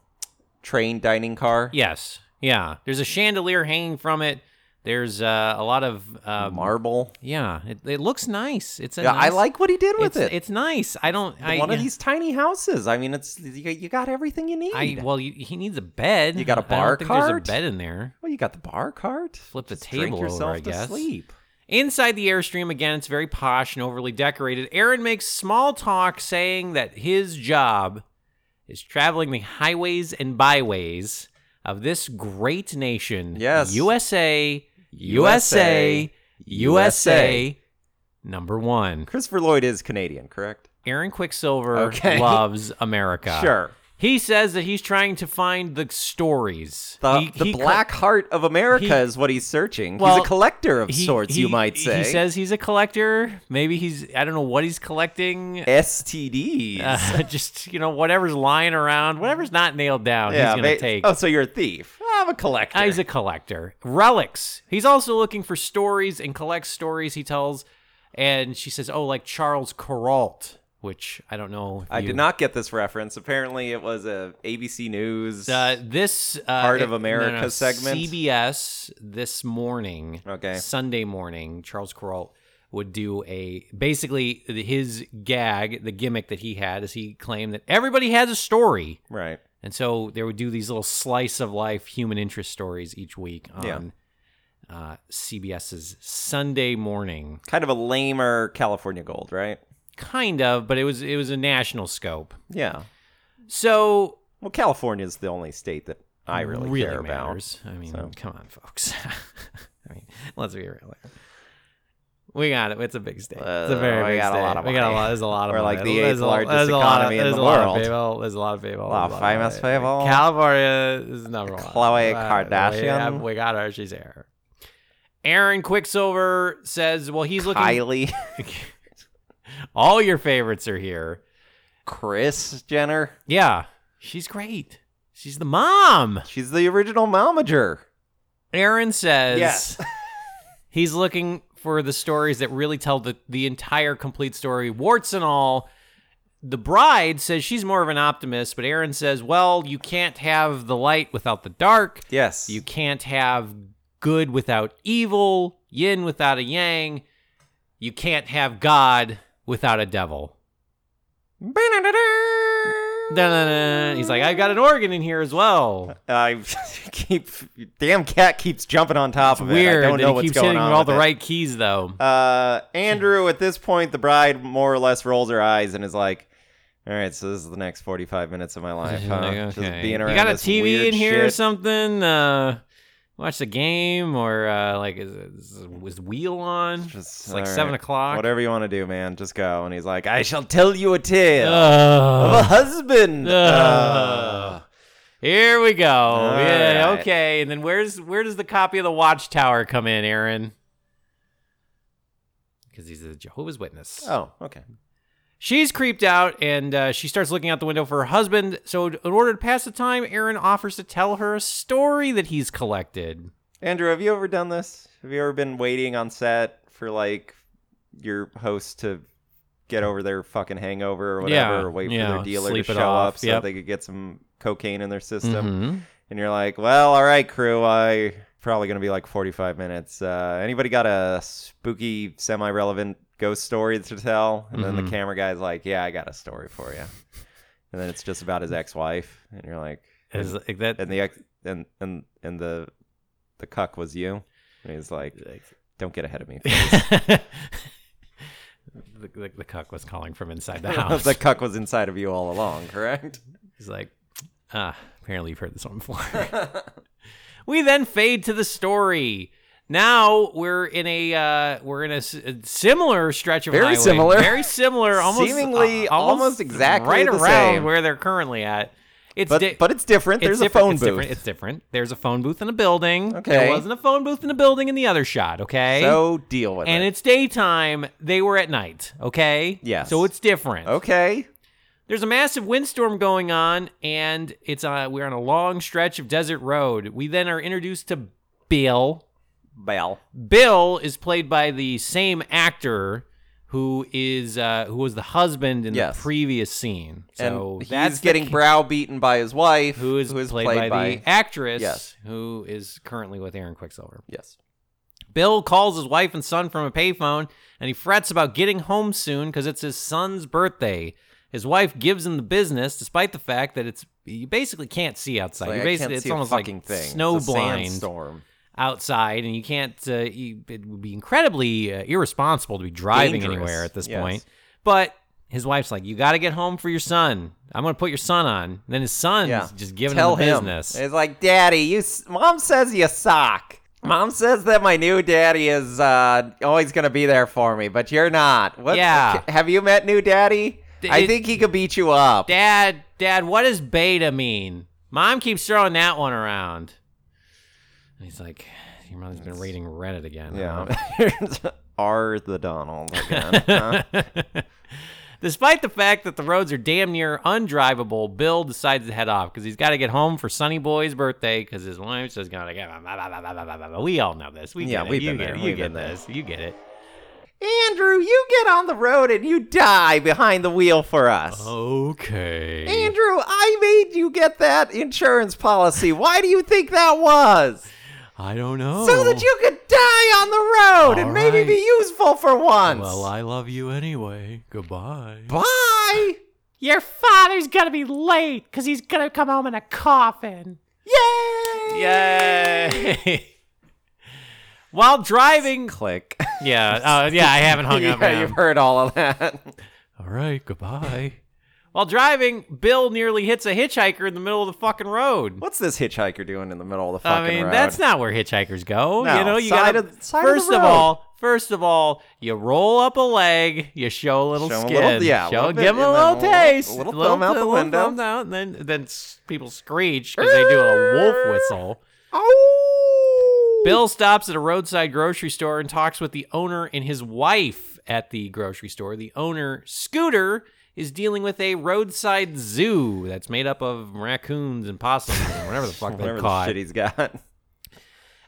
C: train dining car.
B: yes, yeah. There's a chandelier hanging from it. There's uh, a lot of um,
C: Marble.
B: Yeah, it, it looks nice. It's a
C: Yeah, I
B: nice-
C: like what he did with
B: it's,
C: it.
B: It's nice. I don't. I,
C: One of these tiny houses. I mean, it's you, you got everything you need.
B: I well, you, he needs a bed.
C: You got
B: I
C: a
B: don't
C: bar
B: think
C: cart?
B: There's a bed in there.
C: Well, you got the bar cart.
B: Flip the
C: Just
B: table
C: drink
B: over,
C: yourself
B: I guess.
C: To sleep.
B: Inside the airstream again, it's very posh and overly decorated. Aaron makes small talk, saying that his job is traveling the highways and byways of this great nation.
C: Yes.
B: USA, USA, USA. Number one.
C: Christopher Lloyd is Canadian, correct?
B: Aaron Quicksilver
C: Okay.
B: loves America.
C: Sure.
B: He says that he's trying to find the stories.
C: The,
B: He-
C: the
B: he co-
C: black heart of America
B: he-
C: is what he's searching. he's
B: Well,
C: a collector of
B: he-
C: sorts,
B: he-
C: you might say.
B: He says he's a collector. Maybe he's, I don't know what he's collecting.
C: STDs.
B: Uh, [laughs] just, you know, whatever's lying around, whatever's not nailed down, he's going
C: ba-
B: to take.
C: Oh, so you're a thief. I'm a collector.
B: Uh, he's a collector. Relics. He's also looking for stories and collects stories he tells. And she says, oh, like Charles Corralt, which I don't know. if
C: I
B: you-
C: did not get this reference. Apparently, it was a ABC News.
B: Uh, this uh,
C: Heart of
B: it- no,
C: America
B: no, no,
C: segment?
B: CBS this morning,
C: Okay.
B: Sunday morning, Charles Corral would do a basically his gag, the gimmick that he had is he claimed that everybody has a story,
C: right.
B: and so they would do these little slice of life human interest stories each week
C: Yeah.
B: on uh, CBS's Sunday morning,
C: Kind of a lamer California Gold, right?
B: kind of, but it was it was a national scope,
C: Yeah.
B: so.
C: Well, California is the only state that I really, care
B: matters. I mean, come on, folks. [laughs] I mean, let's be real. here. We got it. It's a big state. it's a
C: Uh,
B: very
C: we
B: big
C: got a
B: state.
C: lot of
B: we got a
C: money.
B: lot. There's a lot of
C: We're
B: money.
C: like the
B: There's
C: eighth
B: a lot-
C: largest
B: there's a lot-
C: economy in
B: there's a
C: the
B: lot of
C: world.
B: people. There's a lot of people.
C: lot
B: There's
C: of famous
B: money.
C: people.
B: California is number one.
C: Khloe
B: Uh, We, have-
C: Kardashian.
B: we got her. She's here. Aaron Quicksilver says, "Well, he's
C: about.
B: looking.
C: Kylie, [laughs]
B: All your favorites are here.
C: Chris Jenner.
B: Yeah, she's great. She's the mom."
C: She's the original momager.
B: Aaron says
C: Yes.
B: [laughs] he's looking for the stories that really tell the, the entire complete story, warts and all. The bride says she's more of an optimist, but Aaron says, well, you can't have the light without the dark.
C: Yes.
B: You can't have good without evil, yin without a yang. You can't have God without a devil. Dun-dun-dun. He's like, I've got an organ in here as well.
C: I [laughs] keep damn cat keeps jumping on top
B: It's
C: of
B: weird.
C: it. I don't
B: that
C: know
B: he
C: what's
B: keeps
C: going
B: hitting
C: on.
B: all
C: with
B: the
C: it.
B: right keys, though.
C: Uh, Andrew, at this point, the bride more or less rolls her eyes and is like, "All right, so this is the next forty-five minutes of my life, huh?
B: Like,
C: Just
B: okay.
C: being around
B: you got a
C: this
B: TV
C: weird
B: in here or
C: shit.
B: something? Uh, watch the game or uh, like is, is, is wheel on?
C: Just,
B: it's like
C: all
B: seven
C: right.
B: o'clock.
C: Whatever you want to do, man, just go." And he's like, "I shall tell you a tale of a
B: Ugh.
C: husband." [laughs]
B: Ugh. here we go. yeah,
C: right.
B: okay. And then where's where does the copy of the Watchtower come in, Aaron? Because he's a Jehovah's Witness.
C: oh, okay.
B: She's creeped out and uh, she starts looking out the window for her husband. So, in order to pass the time, Aaron offers to tell her a story that he's collected.
C: Andrew, have you ever done this? Have you ever been waiting on set for like your host to get over their fucking hangover or whatever,
B: Yeah,
C: or wait for
B: yeah,
C: their dealer
B: sleep
C: to
B: it
C: show
B: off,
C: up so
B: yep. Mm-hmm.
C: they could get some cocaine in their system? And you're like, well, all right, crew, I probably gonna be like 45 minutes. Uh, anybody got a spooky, semi-relevant ghost story to tell? And then
B: Mm-hmm.
C: the camera guy's like, yeah, I got a story for you. And then it's just about his ex-wife, and you're like,
B: Is like that
C: and the ex- and and and the the cuck was you. And he's like, "Don't get ahead of me."
B: the, [laughs] the, the cuck was calling from
C: [laughs]
B: inside the house.
C: the cuck was inside of you all along, correct? [laughs]
B: He's like, ah, apparently you've heard this one before. [laughs] We then fade to the story. Now we're in a uh, we're in a, s- a similar stretch of
C: Very
B: highway.
C: similar.
B: very
C: [laughs]
B: similar, almost
C: Seemingly
B: uh, almost,
C: almost exactly
B: right
C: the
B: around
C: same.
B: where they're currently at. It's
C: But
B: di-
C: but it's different.
B: it's
C: There's
B: different.
C: a phone
B: it's
C: booth.
B: Different. It's different. There's a phone booth in a building. there
C: Okay.
B: wasn't a phone booth in a building in the other shot. Okay,
C: so deal with
B: and
C: it.
B: it's daytime. They were at night. Okay,
C: Yes.
B: so it's different.
C: okay.
B: There's a massive windstorm going on, and it's uh, we're on a long stretch of desert road. We then are introduced to Bill.
C: Well.
B: Bill is played by the same actor who is uh, who was the husband in
C: Yes.
B: the previous scene.
C: And
B: So
C: he's
B: that's the
C: getting
B: ca-
C: browbeaten by his wife,
B: who is, played, by, the actress
C: Yes.
B: who is currently with Aaron Quicksilver.
C: yes.
B: Bill calls his wife and son from a payphone and he frets about getting home soon because it's his son's birthday. His wife gives him the business despite the fact that it's you basically can't see outside.
C: Like,
B: you
C: I
B: basically
C: can't
B: it's
C: see a
B: almost
C: fucking
B: like
C: thing.
B: snow
C: it's a
B: blind
C: Sandstorm.
B: outside and you can't uh, you, it would be incredibly uh, irresponsible to be driving
C: Dangerous,
B: anywhere at this
C: yes.
B: point. But his wife's like, "You got to get home for your son. I'm going to put your son on." And then his son's
C: Yeah.
B: just giving
C: Tell
B: him the
C: him.
B: business.
C: It's like, Daddy, you. s- Mom says you suck. Mom says that my new daddy is uh, always gonna be there for me, but you're not. What?
B: Yeah.
C: Have you met new daddy?
B: D-
C: I
B: it-
C: think he could beat you up.
B: Dad, Dad, what does beta mean? Mom keeps throwing that one around. And he's like, Your mother's been reading Reddit again. [laughs] huh?"
C: yeah. [laughs] Are the Donald again? huh?
B: [laughs] Despite the fact that the roads are damn near undrivable, Bill decides to head off because he's got to get home for Sonny Boy's birthday because his wife's just going to get blah, blah, blah, blah, blah, blah, blah. We all know this. We
C: Yeah,
B: get it.
C: we've
B: you
C: been
B: get
C: there.
B: it. You
C: We've
B: get
C: been there.
B: this. You get it.
C: [laughs] Andrew, you get on the road and you die behind the wheel for us.
B: Oh, Okay.
C: Andrew, I made you get that insurance policy. Why do you think that was?
B: I don't know.
C: So that you could die on the road and
B: All
C: maybe
B: right.
C: be useful for once.
B: Well, I love you anyway. Goodbye.
C: [laughs] Bye.
D: Your father's gonna be late because he's gonna come home in a coffin.
C: Yay.
B: Yay! [laughs] While driving,
C: Click. [laughs]
B: yeah, uh, yeah, I haven't hung up.
C: yeah,
B: now.
C: you've heard all of that. [laughs]
B: All right, goodbye. While driving, Bill nearly hits a hitchhiker in the middle of the fucking road.
C: What's this hitchhiker doing in the middle of the fucking
B: I mean,
C: road?
B: that's not where hitchhikers go.
C: No,
B: you know, you
C: side
B: got
C: of- side of the
B: first
C: road.
B: all, first of all, you roll up a leg, you show a little
C: Show 'em a
B: skin,
C: little- yeah, a
B: show,
C: little bit,
B: give 'em a
C: and
B: little
C: then a little-
B: taste,
C: a little thumb out the
B: little
C: window.
B: thumb out, and then then s- people screech because they do a wolf whistle.
C: Oh.
B: Bill stops at a roadside grocery store and talks with the owner and his wife at the grocery store. The owner, Scooter, is dealing with a roadside zoo that's made up of raccoons and possums and whatever the
C: [laughs]
B: fuck they
C: Whatever the
B: caught.
C: shit he's got. [laughs]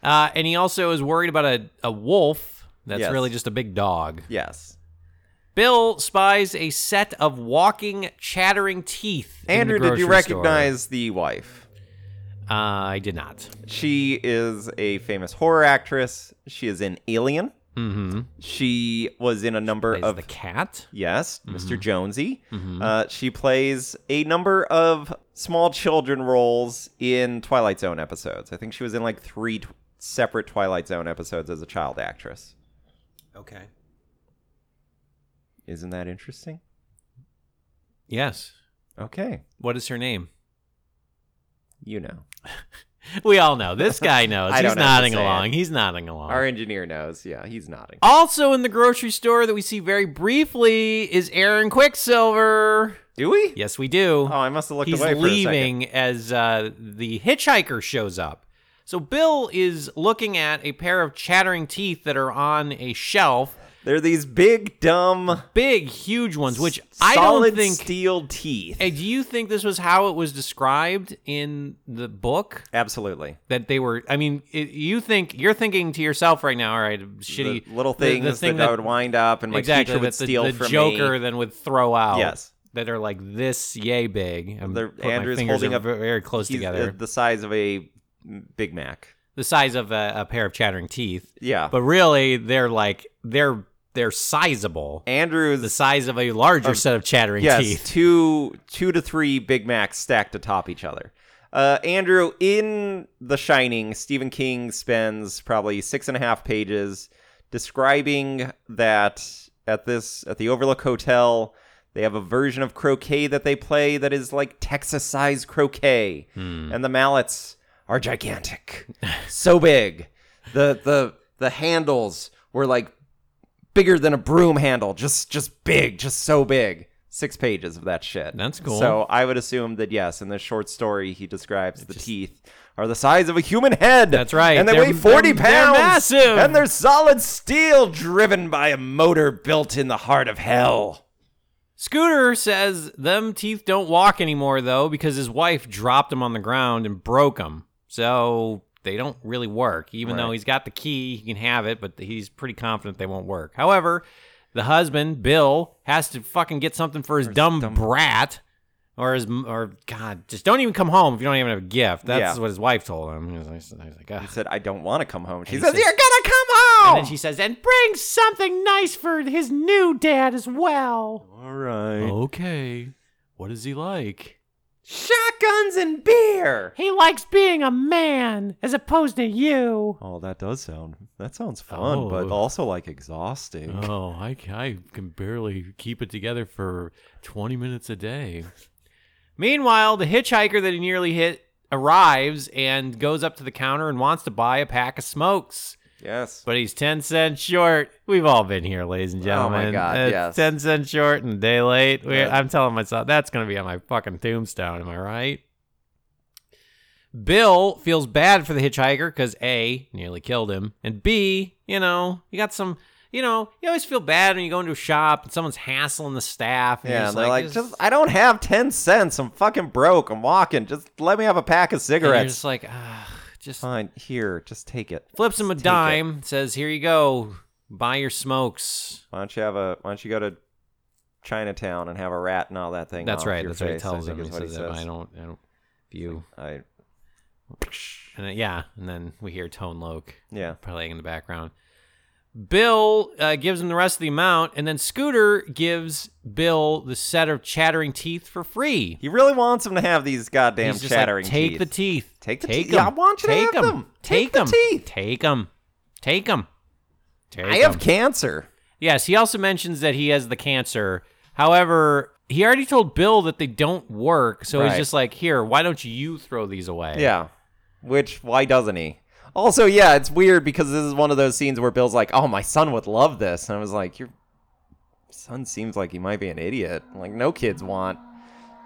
B: Uh, and he also is worried about a, a wolf that's
C: Yes.
B: really just a big dog.
C: Yes.
B: Bill spies a set of walking, chattering teeth. in the
C: Andrew, did you
B: grocery store.
C: recognize the wife?
B: Uh, I did not.
C: She is a famous horror actress. She is in Alien.
B: Mm-hmm.
C: She was in a number
B: Is
C: of
B: the cat?
C: Yes, Mr.
B: Mm-hmm.
C: Jonesy. Uh, she plays a number of small children roles in Twilight Zone episodes. I think she was in like three tw- separate Twilight Zone episodes as a child actress.
B: Okay.
C: Isn't that interesting?
B: Yes.
C: Okay,
B: What is her name?
C: you know.
B: We all know.
C: [laughs]
B: This guy knows.
C: I
B: He's
C: don't have to
B: nodding
C: say
B: along.
C: it.
B: He's nodding along.
C: Our engineer knows. Yeah, he's nodding.
B: Also in the grocery store that we see very briefly is Aaron Quicksilver.
C: Do we?
B: Yes, we do.
C: Oh, I must have looked
B: He's
C: away for a second.
B: leaving as uh, the hitchhiker shows up. So Bill is looking at a pair of chattering teeth that are on a shelf,
C: They're these big, dumb,
B: big, huge ones, which I
C: solid
B: don't think.
C: steel teeth.
B: Hey, do you think this was how it was described in the book?
C: Absolutely.
B: that they were. I mean, it, you think you're thinking to yourself right now, all right, shitty
C: The little
B: the- the
C: things
B: thing
C: that, I would wind up, and my
B: exactly
C: teacher would
B: that the,
C: steal
B: the
C: from
B: Joker
C: me.
B: then would throw out.
C: Yes.
B: that are like this yay big. And
C: They're-
B: put my
C: Andrew's
B: fingers
C: holding
B: are
C: up-
B: ve- very close
C: He's, uh,
B: together,
C: the size of a Big Mac.
B: the size of a, a pair of chattering teeth.
C: Yeah.
B: But really, they're like they're they're sizable,
C: Andrew's
B: the size of a larger set of chattering
C: Um, yes,
B: teeth.
C: two two to three Big Macs stacked atop each other. Uh, Andrew, in The Shining, Stephen King spends probably six and a half pages describing that at this at the Overlook Hotel, they have a version
B: Hmm.
C: of croquet that they play that is like Texas-sized croquet, and the mallets
B: [laughs]
C: are gigantic, so big. The the the handles were like bigger than a broom handle, just just big, just so big. Six pages of that shit.
B: That's cool.
C: So I would assume that yes, in this short story, he describes the teeth are the size of a human head.
B: That's right.
C: and they
B: They're-
C: weigh forty
B: they're- they're
C: pounds.
B: massive.
C: and they're solid steel, driven by a motor built in the heart of hell.
B: Scooter says them teeth don't walk anymore though because his wife dropped them on the ground and broke them. So they don't really work. Even though he's got the key, he can have it, but he's pretty confident they won't work. However, the husband, Bill, has to fucking get something for his dumb, brat or his or god, just don't even come home if you don't even have a gift. That's
C: Yeah.
B: what his wife told him. He was like- he's like, "Ugh."
C: Said I don't want to come home. She
B: he
C: says
B: says-
C: you're gonna come
B: And
C: home.
B: then she says, "And
D: Bring something nice for his new dad as well.
C: All right.
B: okay, what is he like?"
C: Shotguns and beer.
D: He likes being a man as opposed to you.
C: Oh, that does sound. That sounds fun, but
B: Oh.
C: also like exhausting.
B: Oh, I, I can barely keep it together for 20 minutes a day. Meanwhile, the hitchhiker that he nearly hit arrives and goes up to the counter and wants to buy a pack of smokes,
C: Yes.
B: but he's 10 cents short. We've all been here, ladies and
C: Oh my
B: gentlemen.
C: God,
B: It's
C: yes.
B: 10 cents short and a day late. We- I'm telling myself that's going to be on my fucking tombstone. Am I right? Bill feels bad for the hitchhiker because A, nearly killed him, and B, you know, you got some, you know, you always feel bad when you go into a shop and someone's hassling the staff. And you're
C: Yeah,
B: just
C: they're like,
B: this-
C: just I don't have ten cents. I'm fucking broke. I'm walking. Just let me have a pack of
B: and you're
C: cigarettes.
B: just like, ah, just
C: Fine, here, just take it.
B: flips him a
C: take it.
B: dime, says, here you go, buy your smokes.
C: Why don't you have a? Why don't you go to Chinatown and have a rat and all that thing?
B: That's
C: off
B: right.
C: your
B: That's what he
C: face, I
B: tells
C: think
B: him. He
C: is what
B: says, that, I don't, I don't, if you,
C: I
B: and then- yeah, and then we hear Tone Loke.
C: yeah.
B: playing in the background. Bill uh, gives him the rest of the amount, and then Scooter gives Bill the set of chattering teeth for free.
C: He really wants him to have these goddamn
B: He's just
C: chattering
B: like, take
C: teeth.
B: the teeth.
C: Take the
B: take
C: teeth. Yeah,
B: them.
C: I want you to
B: Take
C: have
B: 'em.
C: them.
B: Take
C: Take the
B: them.
C: teeth.
B: Take them. Take them. Take
C: I have
B: 'em.
C: cancer.
B: Yes, he also mentions that he has the cancer. However, he already told Bill that they don't work, so he's
C: Right.
B: just like, "Here, why don't you throw these away?"
C: Yeah. Which why doesn't he? Also, yeah, it's weird because this is one of those scenes where Bill's like, "Oh, my son would love this," and I was like, "Your son seems like he might be an idiot. Like, no kids want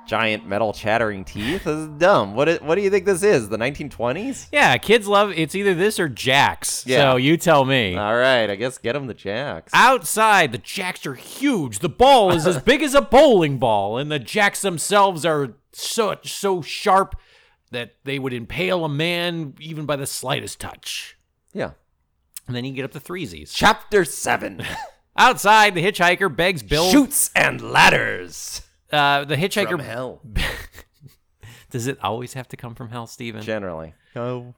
C: giant metal chattering teeth. This is dumb. What? i- What do you think this is? The [laughs] 1920s?
B: yeah. Kids love it's either this or Jax.
C: Yeah.
B: So you tell me.
C: All right, I guess get him the jacks.
B: Outside, the jacks are huge. The ball is [laughs] as big as a bowling ball, and the jacks themselves are such so sharp that they would impale a man even by the slightest touch.
C: Yeah.
B: And then you get up to threesies.
C: Chapter [laughs] seven:
B: Outside, the hitchhiker begs Bill.
C: Shoots and ladders.
B: Uh, the hitchhiker.
C: From hell.
B: Does it always have to come from hell, Steven?
C: Generally. Oh,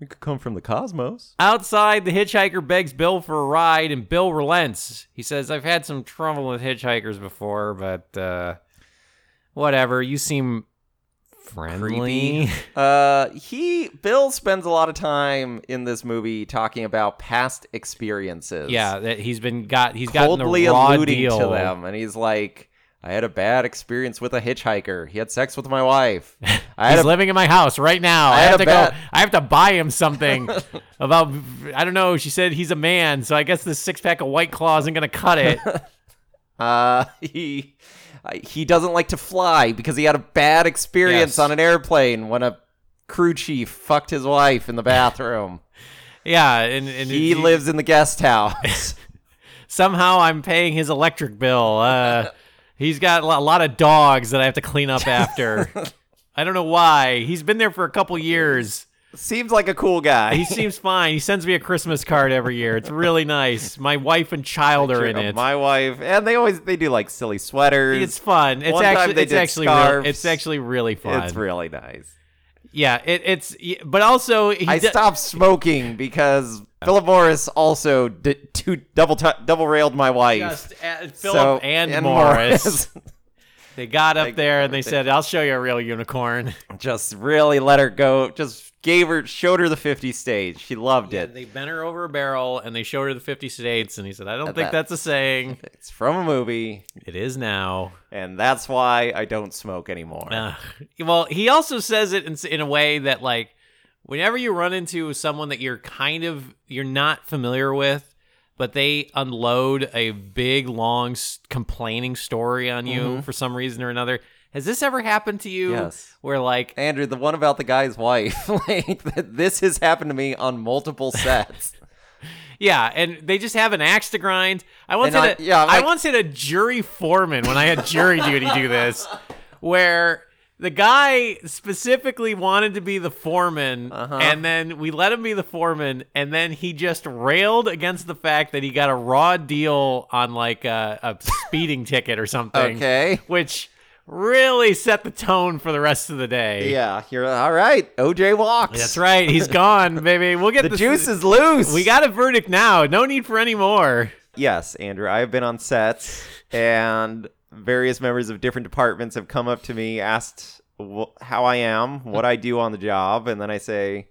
C: it could come from the cosmos.
B: Outside, the hitchhiker begs Bill for a ride, and Bill relents. He says, I've had some trouble with hitchhikers before, but uh, whatever. You seem friendly.
C: [laughs] Uh, he Bill spends a lot of time in this movie talking about past
B: [laughs]
C: experiences.
B: yeah, that he's been got. He's gotten the
C: coldly
B: raw
C: alluding
B: deal.
C: to them, and he's like, "I had a bad experience with a hitchhiker. He had sex with my wife. I
B: [laughs] He's
C: had a
B: living in my house right now. I,
C: had
B: have
C: a
B: to
C: bet.
B: go. I have to buy him
C: [laughs]
B: something about. I don't know. She said he's a man, so I guess this six pack of White Claw isn't gonna cut
C: [laughs]
B: it.
C: uh, [laughs] he uh, he doesn't like to fly because he had a bad experience
B: Yes.
C: on an airplane when a crew chief fucked his wife in
B: [laughs]
C: the bathroom.
B: yeah, and, and
C: he
B: lives.
C: lives in the
B: [laughs]
C: guest house. [laughs]
B: somehow I'm paying his electric bill.
C: [laughs]
B: Uh, he's got a lo- a lot of dogs that I have to clean up
C: [laughs]
B: after. I don't know why. He's been there for a couple years.
C: Seems like a cool guy. [laughs]
B: He seems fine. He sends me a Christmas card every year. It's really nice. My wife and child are in
C: Of
B: it.
C: My wife, and they always they do like silly sweaters.
B: It's fun. It's
C: One time
B: actually
C: they
B: it's
C: did
B: actually real,
C: scarves.
B: it's actually really fun.
C: It's really nice.
B: yeah, it, it's y- but also he
C: I
B: do-
C: stopped smoking because Philip Morris also did two double t- double railed my
B: [laughs]
C: wife.
B: just uh, Philip
C: So-
B: and, Morris. They got up
C: They-
B: there and they, said, "I'll show you a real unicorn."
C: [laughs] just really let her go. Just gave her, showed her the 50 stage. She loved it.
B: They bent her over a barrel and they showed her the 50 states, and he said, "I don't think
C: bet.
B: that's a
C: [laughs]
B: saying."
C: It's from a movie,
B: It is now.
C: and that's why I don't smoke anymore.
B: Ugh. well, he also says it in, in a way that like whenever you run into someone that you're kind of you're not familiar with but they unload a big long s- complaining story on you for some reason or another has this ever happened to you
C: Mm-hmm. Yes.
B: where like
C: Andrew, the one about the guy's wife, [laughs] like that- this has happened to me on multiple sets.
B: yeah and they just have an axe to grind i once
C: And
B: had
C: I-
B: a,
C: yeah, I'm
B: I
C: like-
B: once had a jury foreman when i had
C: [laughs]
B: jury duty do this where the guy specifically wanted to be the foreman
C: Uh-huh.
B: and then we let him be the foreman and then he just railed against the fact that he got a raw deal on like a, a speeding ticket or something
C: Okay.
B: which really set the tone for the rest of the day
C: Yeah, you're all right. OJ walks.
B: that's right he's gone baby we'll get
C: The
B: this-
C: juice is loose.
B: we got a verdict now no need for any more
C: Yes, Andrew. I have been on sets, and various members of different departments have come up to me, asked wh- how I am, what I do on the job, and then I say,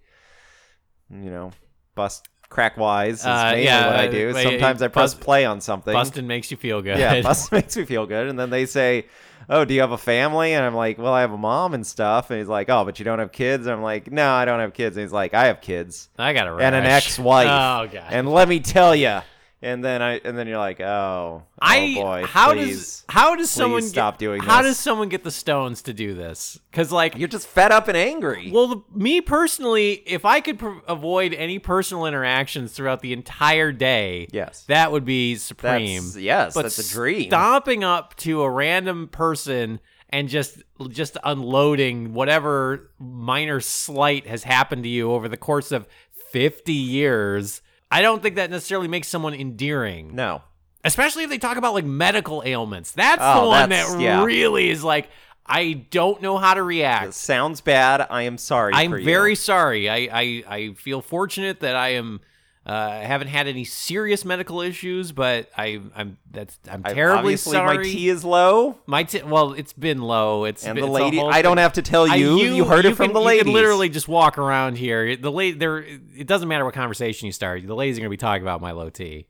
C: you know, bust crack wise is
B: Uh,
C: mainly
B: yeah,
C: what I
B: uh,
C: do.
B: wait,
C: Sometimes I press
B: bust-
C: play on something.
B: Bustin makes you feel good.
C: Yeah, bust [laughs] makes me feel good. And then they say, "Oh, do you have a family?" And I'm like, "Well, I have a mom and stuff." And he's like, "Oh, but you don't have kids?" And I'm like, "No, I don't have kids." And he's like, "I have kids
B: [laughs] I got a rash.
C: and an ex-wife."
B: Oh god.
C: And let me tell you. And then I and then you're like, "Oh,
B: I
C: oh boy,
B: how
C: please.
B: does how does someone
C: stop
B: get,
C: doing
B: How
C: this.
B: does someone get the stones to do this? Cuz like
C: you're just fed up and angry?"
B: well the, me personally, if I could pr- avoid any personal interactions throughout the entire day,
C: Yes.
B: that would be supreme.
C: That's- yes,
B: but
C: that's a dream.
B: Stomping up to a random person and just just unloading whatever minor slight has happened to you over the course of 50 years. I don't think that necessarily makes someone endearing.
C: no.
B: Especially if they talk about like medical ailments. That's
C: Oh,
B: the one
C: that's-
B: that
C: yeah.
B: really is like I don't know how to
C: It
B: react.
C: sounds bad. I am sorry
B: I'm
C: for you.
B: very sorry. I, I I feel fortunate that I am uh, haven't had any serious medical issues, but I I'm that's I'm
C: I-
B: terribly
C: obviously
B: sorry.
C: my tea is low
B: My t- well, it's been low. It's
C: and
B: been,
C: the
B: it's a
C: lady
B: whole
C: I don't
B: thing.
C: have to tell
B: I-
C: you. you, heard it from
B: can-
C: the
B: You
C: lady.
B: can literally [laughs] just walk around here. The lady there. It doesn't matter what conversation you start. The ladies are gonna be talking about my low tea.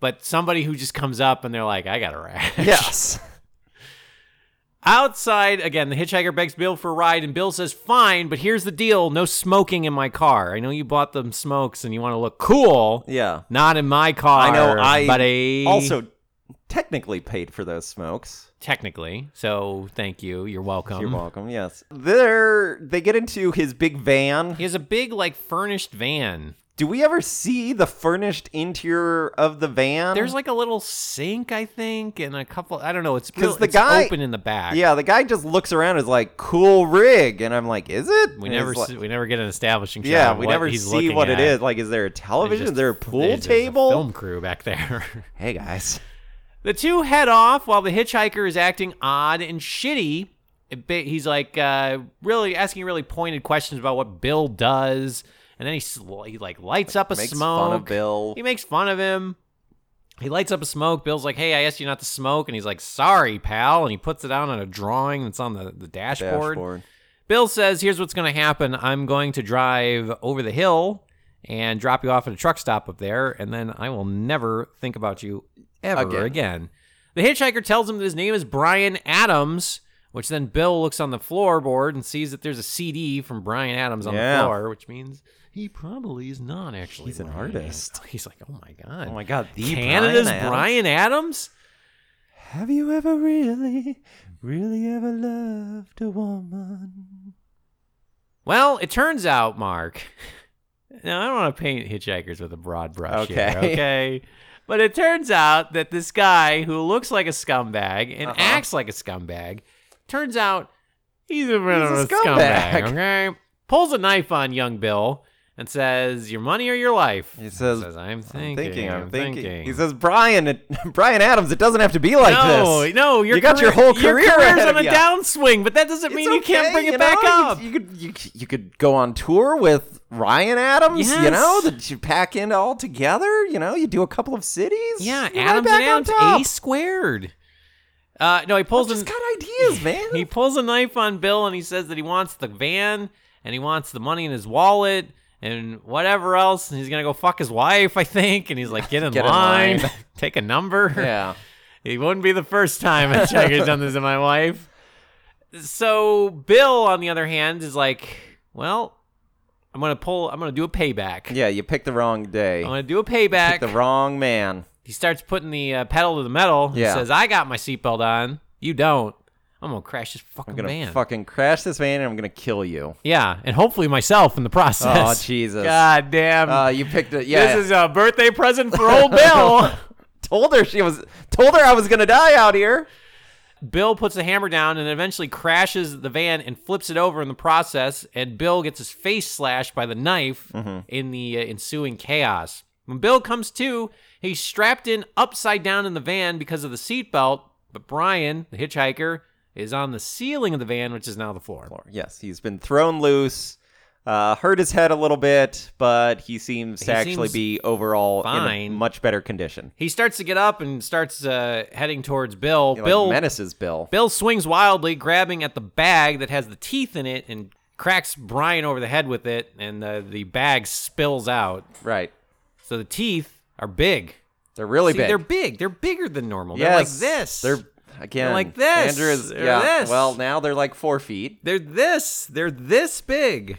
B: But somebody who just comes up and they're like, "I got a rash."
C: [laughs] Yes.
B: [laughs] Outside again, the hitchhiker begs Bill for a ride, and Bill says, "Fine, but here's the deal: no smoking in my car. I know you bought them smokes, and you want to look cool.
C: Yeah.
B: Not in my car.
C: I know I
B: buddy.
C: also technically paid for those smokes.
B: technically. So thank you. You're welcome.
C: You're welcome. Yes. They're they get into his big van.
B: He has a big like furnished van.
C: Do we ever see the furnished interior of the van?
B: There's like a little sink, I think, and a couple. I don't know. It's
C: 'Cause
B: built,
C: the
B: it's
C: guy-
B: open in the back.
C: Yeah, the guy just looks around and is like, "Cool rig." And I'm like, "Is it?"
B: we
C: And
B: never
C: it's like-
B: see, we never get an establishing shot.
C: Yeah,
B: of
C: we
B: what
C: never
B: he's
C: see
B: looking
C: what
B: at.
C: it is. Like, is there a
B: There's
C: television?
B: just-
C: is there a
B: there's-
C: pool
B: there's a
C: table?
B: film crew back there. [laughs]
C: Hey guys.
B: The two head off while the hitchhiker is acting odd and shitty. A bit- He's like uh, really asking really pointed questions about what Bill does, and then he sl- he like lights up a
C: Makes
B: smoke.
C: fun of Bill.
B: He makes fun of him. He lights up a smoke. Bill's like, "Hey, I asked you not to smoke," and he's like, "Sorry, pal." And he puts it down on a drawing that's on the, the dashboard.
C: Dashboard.
B: Bill says, "Here's what's going to happen. I'm going to drive over the hill and drop you off at a truck stop up there, and then I will never think about you ever
C: Again.
B: again." The hitchhiker tells him that his name is Brian Adams, which then Bill looks on the floorboard and sees that there's a CD from Brian Adams on
C: Yeah.
B: the floor, which means he probably is not actually.
C: He's an
B: Brian
C: artist.
B: Adams. [laughs] He's like, "Oh my god,
C: Oh my god, the
B: Canada's
C: Brian Adams?
B: Brian Adams?
C: Have you ever really, really ever loved a woman?
B: Well, it turns out, Mark. [laughs] Now, I don't want to paint hitchhikers with a broad brush
C: Okay. [laughs]
B: here, okay? But it turns out that this guy who looks like a scumbag and
C: Uh-huh.
B: acts like a scumbag, turns out he's a, bit
C: He's
B: of
C: a
B: a
C: scumbag.
B: scumbag. okay? Pulls a knife on young Bill and says, "Your money or your life."
C: He says,
B: Says, "I'm
C: I'm
B: thinking,
C: thinking, I'm thinking.
B: thinking."
C: He says, Brian, [laughs] it, Brian Adams, it doesn't have to be like
B: no,
C: this.
B: no, your
C: You got your whole career
B: career's
C: ahead
B: on a
C: of ya.
B: downswing, but that doesn't
C: It's
B: mean you can't
C: okay,
B: bring it
C: you
B: back
C: know, you-
B: up.
C: You, could, you, could- you could go on tour with Ryan Adams, you
B: Yes.
C: know, that you pack in all together, you know, you do a couple of cities.
B: Yeah,
C: you're right
B: Adams
C: back
B: and
C: on
B: Adams,
C: top.
B: A squared. Uh, no, he pulls
C: Just
B: a,
C: got
B: [laughs]
C: ideas, man.
B: he pulls a knife on Bill and he says that he wants the van and he wants the money in his wallet and whatever else and he's gonna go fuck his wife, I think. And he's [laughs] like, get in,
C: Get in
B: line,
C: line.
B: [laughs] take a number.
C: yeah.
B: It wouldn't be the first time a tiger's done this to my wife. So Bill, on the other hand, is like, well, I'm gonna pull. I'm gonna do a payback.
C: Yeah, you picked the wrong day.
B: I'm gonna do a
C: Picked
B: payback.
C: the wrong man.
B: he starts putting the uh, pedal to the metal. He
C: Yeah.
B: says, "I got my seatbelt on. You don't. I'm gonna crash this fucking
C: I'm gonna
B: van.
C: fucking crash this van and I'm gonna
B: [laughs]
C: kill you.
B: Yeah, and hopefully myself in the process.
C: Oh,
B: [laughs]
C: Jesus.
B: God damn.
C: Uh, you picked it. Yeah.
B: This is a birthday present for old
C: [laughs]
B: Bill.
C: told her she was told her I was gonna die out here.
B: Bill puts the hammer down and eventually crashes the van and flips it over in the process. And Bill gets his face slashed by the knife
C: Mm-hmm.
B: in the uh, ensuing chaos. When Bill comes to, he's strapped in upside down in the van because of the seatbelt. But Brian, the hitchhiker, is on the ceiling of the van, which is now the floor.
C: Yes, he's been thrown loose. Uh, hurt his head a little bit, but he seems to
B: He
C: actually
B: seems
C: be overall in
B: fine.
C: a much better condition.
B: He starts to get up and starts uh, heading towards Bill.
C: He, like,
B: Bill
C: menaces Bill.
B: Bill swings wildly, grabbing at the bag that has the teeth in it and cracks Brian over the head with it, and uh, the bag spills out.
C: Right.
B: So the teeth are big.
C: They're really
B: See,
C: big.
B: They're big. They're bigger than normal.
C: yes,
B: They're like this.
C: They're again
B: They're like this.
C: Andrew is
B: They're
C: yeah.
B: this.
C: Well, now they're like four feet,
B: they're this. They're this big.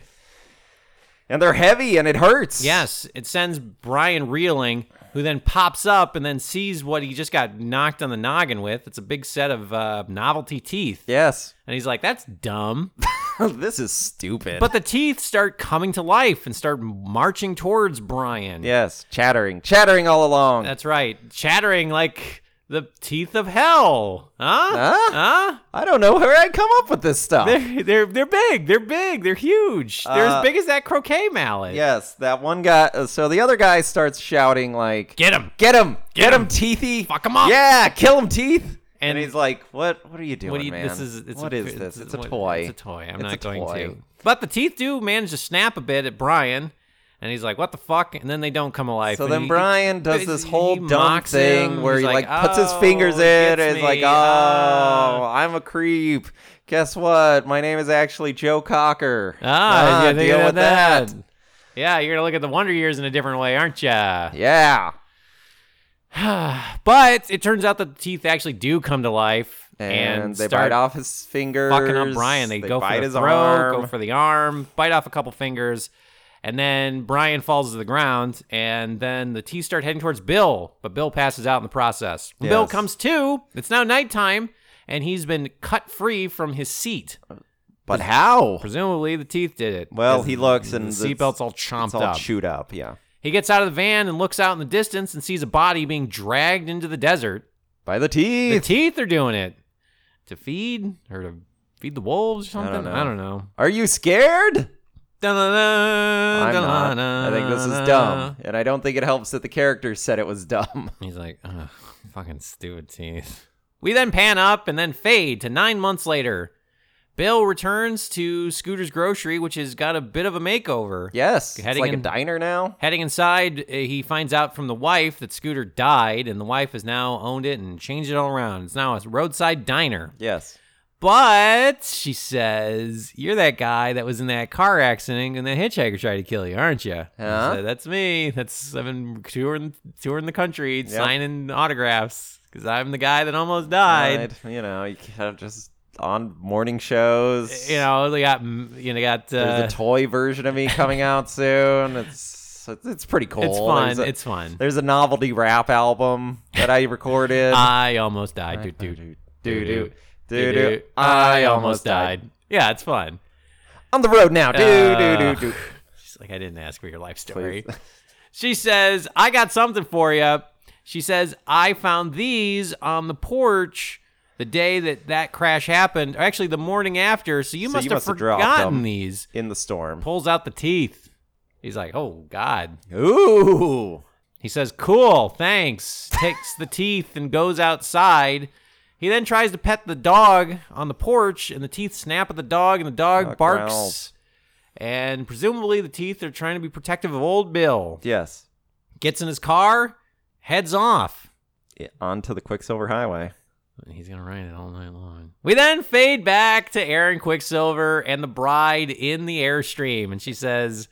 C: and they're heavy, and it hurts.
B: Yes, it sends Brian reeling, who then pops up and then sees what he just got knocked on the noggin with. It's a big set of uh, novelty teeth,
C: Yes. [laughs]
B: and he's like, "That's dumb."
C: this is stupid.
B: But the teeth start coming to life and start marching towards Brian.
C: yes, chattering, chattering all along.
B: That's right. Chattering like the teeth of hell. Huh?
C: Huh?
B: Huh?
C: I don't know where I come up with this stuff.
B: They're, they're, they're big. They're big. They're huge. They're
C: Uh,
B: as big as that croquet mallet.
C: Yes, that one guy. uh, So the other guy starts shouting like,
B: Get him.
C: get him, get,
B: Get
C: him,
B: 'em.
C: Teethy,
B: Fuck 'em up."
C: yeah, kill him, Teeth." And,
B: And-
C: he's like, "What? What are you doing,
B: What do you,
C: man?
B: this is, it's
C: What
B: a,
C: is this? It's, a
B: what-
C: toy.
B: It's a toy. I'm
C: It's a
B: not going
C: toy.
B: to. But the teeth do manage to snap a bit at Brian. And he's like, what the fuck? And then they don't come alive.
C: So
B: And
C: then
B: he-
C: Brian does
B: he
C: this whole dumb
B: mocks
C: thing
B: him.
C: where
B: He's
C: he like, puts his
B: "Oh,
C: fingers
B: he
C: in and
B: gets
C: is like,
B: me.
C: "Oh,
B: Ah."
C: I'm a creep. Guess what? My name is actually Joe Cocker.
B: Ah, yeah,
C: deal with that.
B: Yeah, you're gonna look at the Wonder Years in a different way, aren't ya?
C: Yeah."
B: But it turns out that the teeth actually do come to life
C: And,
B: and,
C: they
B: start
C: bite off his fingers.
B: fucking up Brian. They, go for
C: bite
B: the
C: his
B: throat,
C: arm.
B: go for the arm, bite off a couple fingers, and then Brian falls to the ground. And then the teeth start heading towards Bill, but Bill passes out in the process. When Bill
C: Yes.
B: comes to. It's now nighttime, and he's been cut free from his seat.
C: but how?
B: Presumably, the teeth did it.
C: Well, he looks and
B: the seatbelt's all chomped
C: it's all
B: up.
C: chewed up. Yeah,
B: He gets out of the van and looks out in the distance and sees a body being dragged into the desert.
C: by the
B: The
C: teeth.
B: teeth are doing it to feed or to feed the wolves or something.
C: don't know.
B: I don't know.
C: Are you scared?
B: Dun-dun-dun,
C: I'm not. I think this is dumb,
B: dun-dun-dun.
C: and I don't think it helps that the character said it was dumb. [laughs]
B: He's like, Ugh, fucking stupid teeth. We then pan up and then fade to nine months later. Bill returns to Scooter's grocery, which has got a bit of a makeover.
C: Yes, it's
B: Heading
C: like a
B: in-
C: diner now.
B: Heading inside, uh, he finds out from the wife that Scooter died, and the wife has now owned it and changed it all around. It's now a roadside diner.
C: Yes,
B: But she says, You're that guy that was in that car accident and that hitchhiker tried to kill you, aren't you?
C: Huh?
B: I said, That's me. That's I've been touring, touring the country,
C: Yep.
B: signing autographs because I'm the guy that almost died.
C: Right, you know, you can't just on morning shows.
B: You know, they got, you know, they got,
C: there's
B: uh,
C: a toy version of me [laughs] coming out soon. It's it's pretty cool.
B: it's fun.
C: There's a,
B: it's fun.
C: there's a novelty rap album that I recorded. [laughs]
B: I almost died. Dude, dude,
C: do do
B: dude,
C: do
B: dude,
C: do do. I almost died.
B: Yeah, it's fun.
C: On the road now. Do
B: Uh,
C: do do do.
B: She's like, I didn't ask for your life story. [laughs] she says, I got something for you. She says, I found these on the porch the day that that crash happened, or actually the morning after. So you
C: So
B: must
C: you
B: have
C: must have dropped
B: forgotten
C: them."
B: these.
C: In the storm.
B: Pulls out the teeth. He's like, Oh God.
C: Ooh.
B: He says, Cool, thanks. Takes the teeth and goes outside. He then tries to pet the dog on the porch, and the teeth snap at the dog, and the dog
C: Dog
B: barks.
C: growls.
B: And presumably, the teeth are trying to be protective of old Bill.
C: Yes.
B: Gets in his car, heads off.
C: Yeah, onto the Quicksilver Highway.
B: And he's going to ride it all night long. We then fade back to Aaron Quicksilver and the bride in the Airstream, and she says,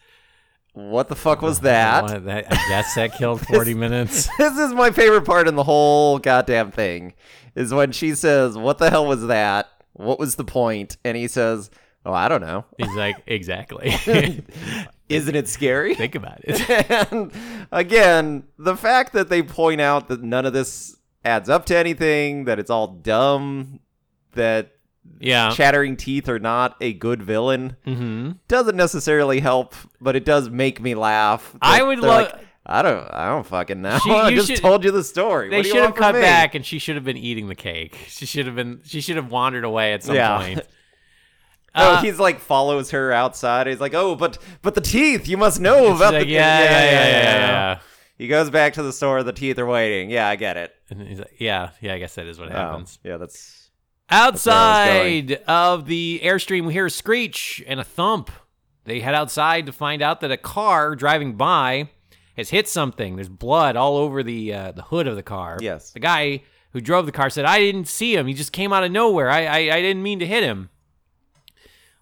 C: What the fuck was
B: I
C: that?
B: wanted that- I guess that killed 40 minutes.
C: [laughs] This is my favorite part in the whole goddamn thing. Is when she says, What the hell was that? What was the point? And he says, Oh, I don't know.
B: He's like, exactly.
C: Isn't it
B: [laughs]
C: scary?
B: Think about it. [laughs]
C: [laughs] and again, the fact that they point out that none of this adds up to anything, that it's all dumb, that
B: Yeah.
C: chattering teeth are not a good villain, doesn't necessarily help, but it does make me laugh. that
B: I would
C: they're
B: love-
C: like, I don't. I don't fucking know.
B: She-
C: [laughs] I
B: you
C: just
B: should-
C: told you the story.
B: They
C: What do you
B: should have
C: want from
B: cut
C: me?
B: back, and she should have been eating the cake. [laughs] She should have been. She should have wandered away at some
C: Yeah. [laughs]
B: point.
C: Oh,
B: Uh,
C: he's like follows her outside. He's like, "Oh, but but the teeth. You must know
B: She's
C: about
B: like,
C: the
B: yeah, yeah, yeah, yeah, yeah.
C: He goes back to the store. The teeth are waiting. Yeah, I get it.
B: And he's like, yeah, yeah. I guess that is what
C: Oh,
B: happens.
C: yeah, that's where I was
B: Outside of the airstream, we hear a screech and a thump. They head outside to find out that a car driving by has hit something. There's blood all over the uh, the hood of the car.
C: Yes.
B: The guy who drove the car said, "I didn't see him. He just came out of nowhere. I I, I didn't mean to hit him."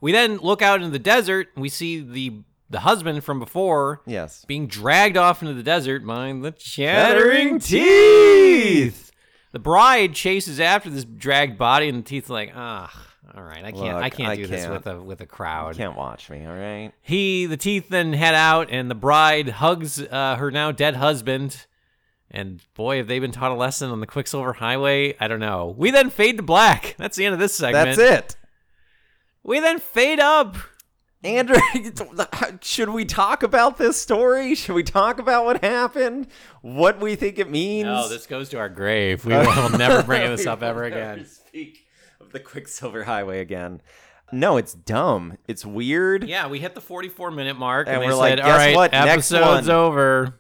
B: We then look out into the desert. And we see the the husband from before
C: yes.
B: being dragged off into the desert by the chattering
C: Chattering
B: teeth. The bride chases after this dragged body, and the teeth are like, ah, all right, I can't, I
C: Look,
B: can't
C: I
B: do this
C: can't.
B: with a with a crowd.
C: Can't watch me. All right.
B: He, the teeth, then head out, and the bride hugs uh, her now dead husband. And boy, have they been taught a lesson on the Quicksilver Highway? I don't know. We then fade to black. That's the end of this segment.
C: That's it.
B: We then fade up.
C: Andrew, [laughs] should we talk about this story? Should we talk about what happened? What we think it means?
B: No, Oh, this goes to our grave.
C: [laughs]
B: We will never bring this up ever again.
C: Speak of [laughs] the Quicksilver Highway again. No, it's dumb. It's weird.
B: Yeah, we hit the 44 minute mark, and,
C: And
B: they
C: we're like,
B: said,
C: "Guess
B: "All right,
C: what? Next
B: episode's
C: one."
B: over."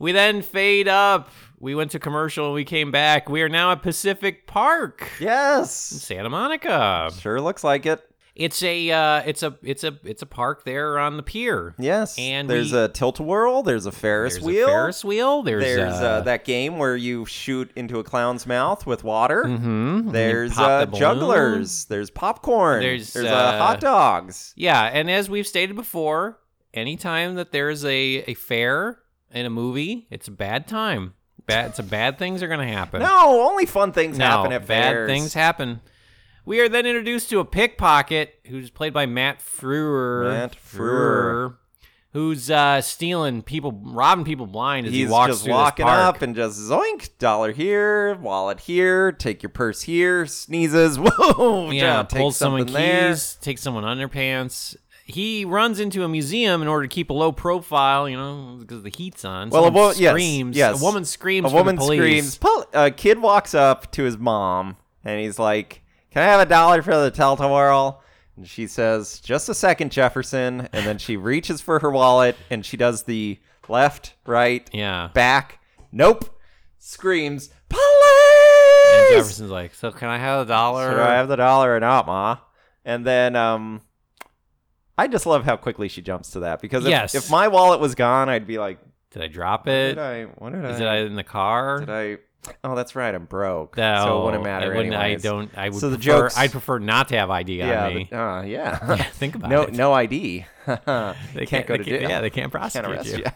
B: We then fade up. We went to commercial, and we came back. We are now at Pacific Park,
C: Yes.
B: Santa Monica.
C: Sure looks like it.
B: It's a, uh, it's a, it's a, it's a park there on the pier.
C: Yes.
B: And
C: there's
B: we-
C: a tilt a whirl. There's a Ferris
B: There's a
C: wheel.
B: Ferris wheel. There's,
C: there's
B: a,
C: uh, that game where you shoot into a clown's mouth with water.
B: Mhm.
C: There's
B: pop
C: uh,
B: the balloon.
C: jugglers. There's popcorn.
B: There's,
C: uh,
B: uh,
C: hot dogs.
B: yeah. And as we've stated before, anytime that there is a a fair in a movie, it's a bad time. Bad, it's a bad things are gonna happen.
C: No, only fun things happen at
B: bad
C: fairs.
B: things happen. We are then introduced to a pickpocket who's played by Matt Frewer.
C: Matt Frewer.
B: who's uh, stealing people, robbing people blind as
C: He's
B: he walks
C: just
B: through
C: walking
B: this park.
C: up and just zoink, dollar here, wallet here, take your purse here, sneezes, [laughs] whoa,
B: yeah,
C: John, take
B: pulls someone
C: something there.
B: keys, takes someone underpants. He runs into a museum in order to keep a low profile, you know, because the heat's on.
C: Well, a
B: Someone
C: wo- yes,
B: screams.
C: yes.
B: A woman screams.
C: A
B: for the
C: woman
B: police.
C: screams. Pol- a kid walks up to his mom and he's like, "Can I have a dollar for the Teltawhirl?" And she says, "Just a second, Jefferson." And then she reaches for her wallet and she does the left, right,
B: Yeah.
C: back. Nope. Screams, "Police!"
B: And Jefferson's like, "So can I have a dollar?"
C: So do I have the dollar or not, Ma? And then um I just love how quickly she jumps to that because if,
B: Yes.
C: if my wallet was gone, I'd be like,
B: Did I drop
C: did
B: it?
C: I, what did I,
B: Is it in the car?
C: did I? Oh, that's right. I'm broke,
B: No,
C: so it wouldn't matter.
B: it wouldn't- I
C: anyways.
B: don't. I would.
C: So the
B: prefer,
C: jokes-
B: I'd prefer not to have ID
C: Yeah,
B: on me.
C: the- [laughs] uh, yeah.
B: [laughs] Yeah, think about
C: no,
B: it.
C: no [laughs] ID. they can't, go to
B: they
C: jail.
B: Yeah, they can't prosecute
C: can't arrest
B: you.
C: [laughs] you.
B: [laughs]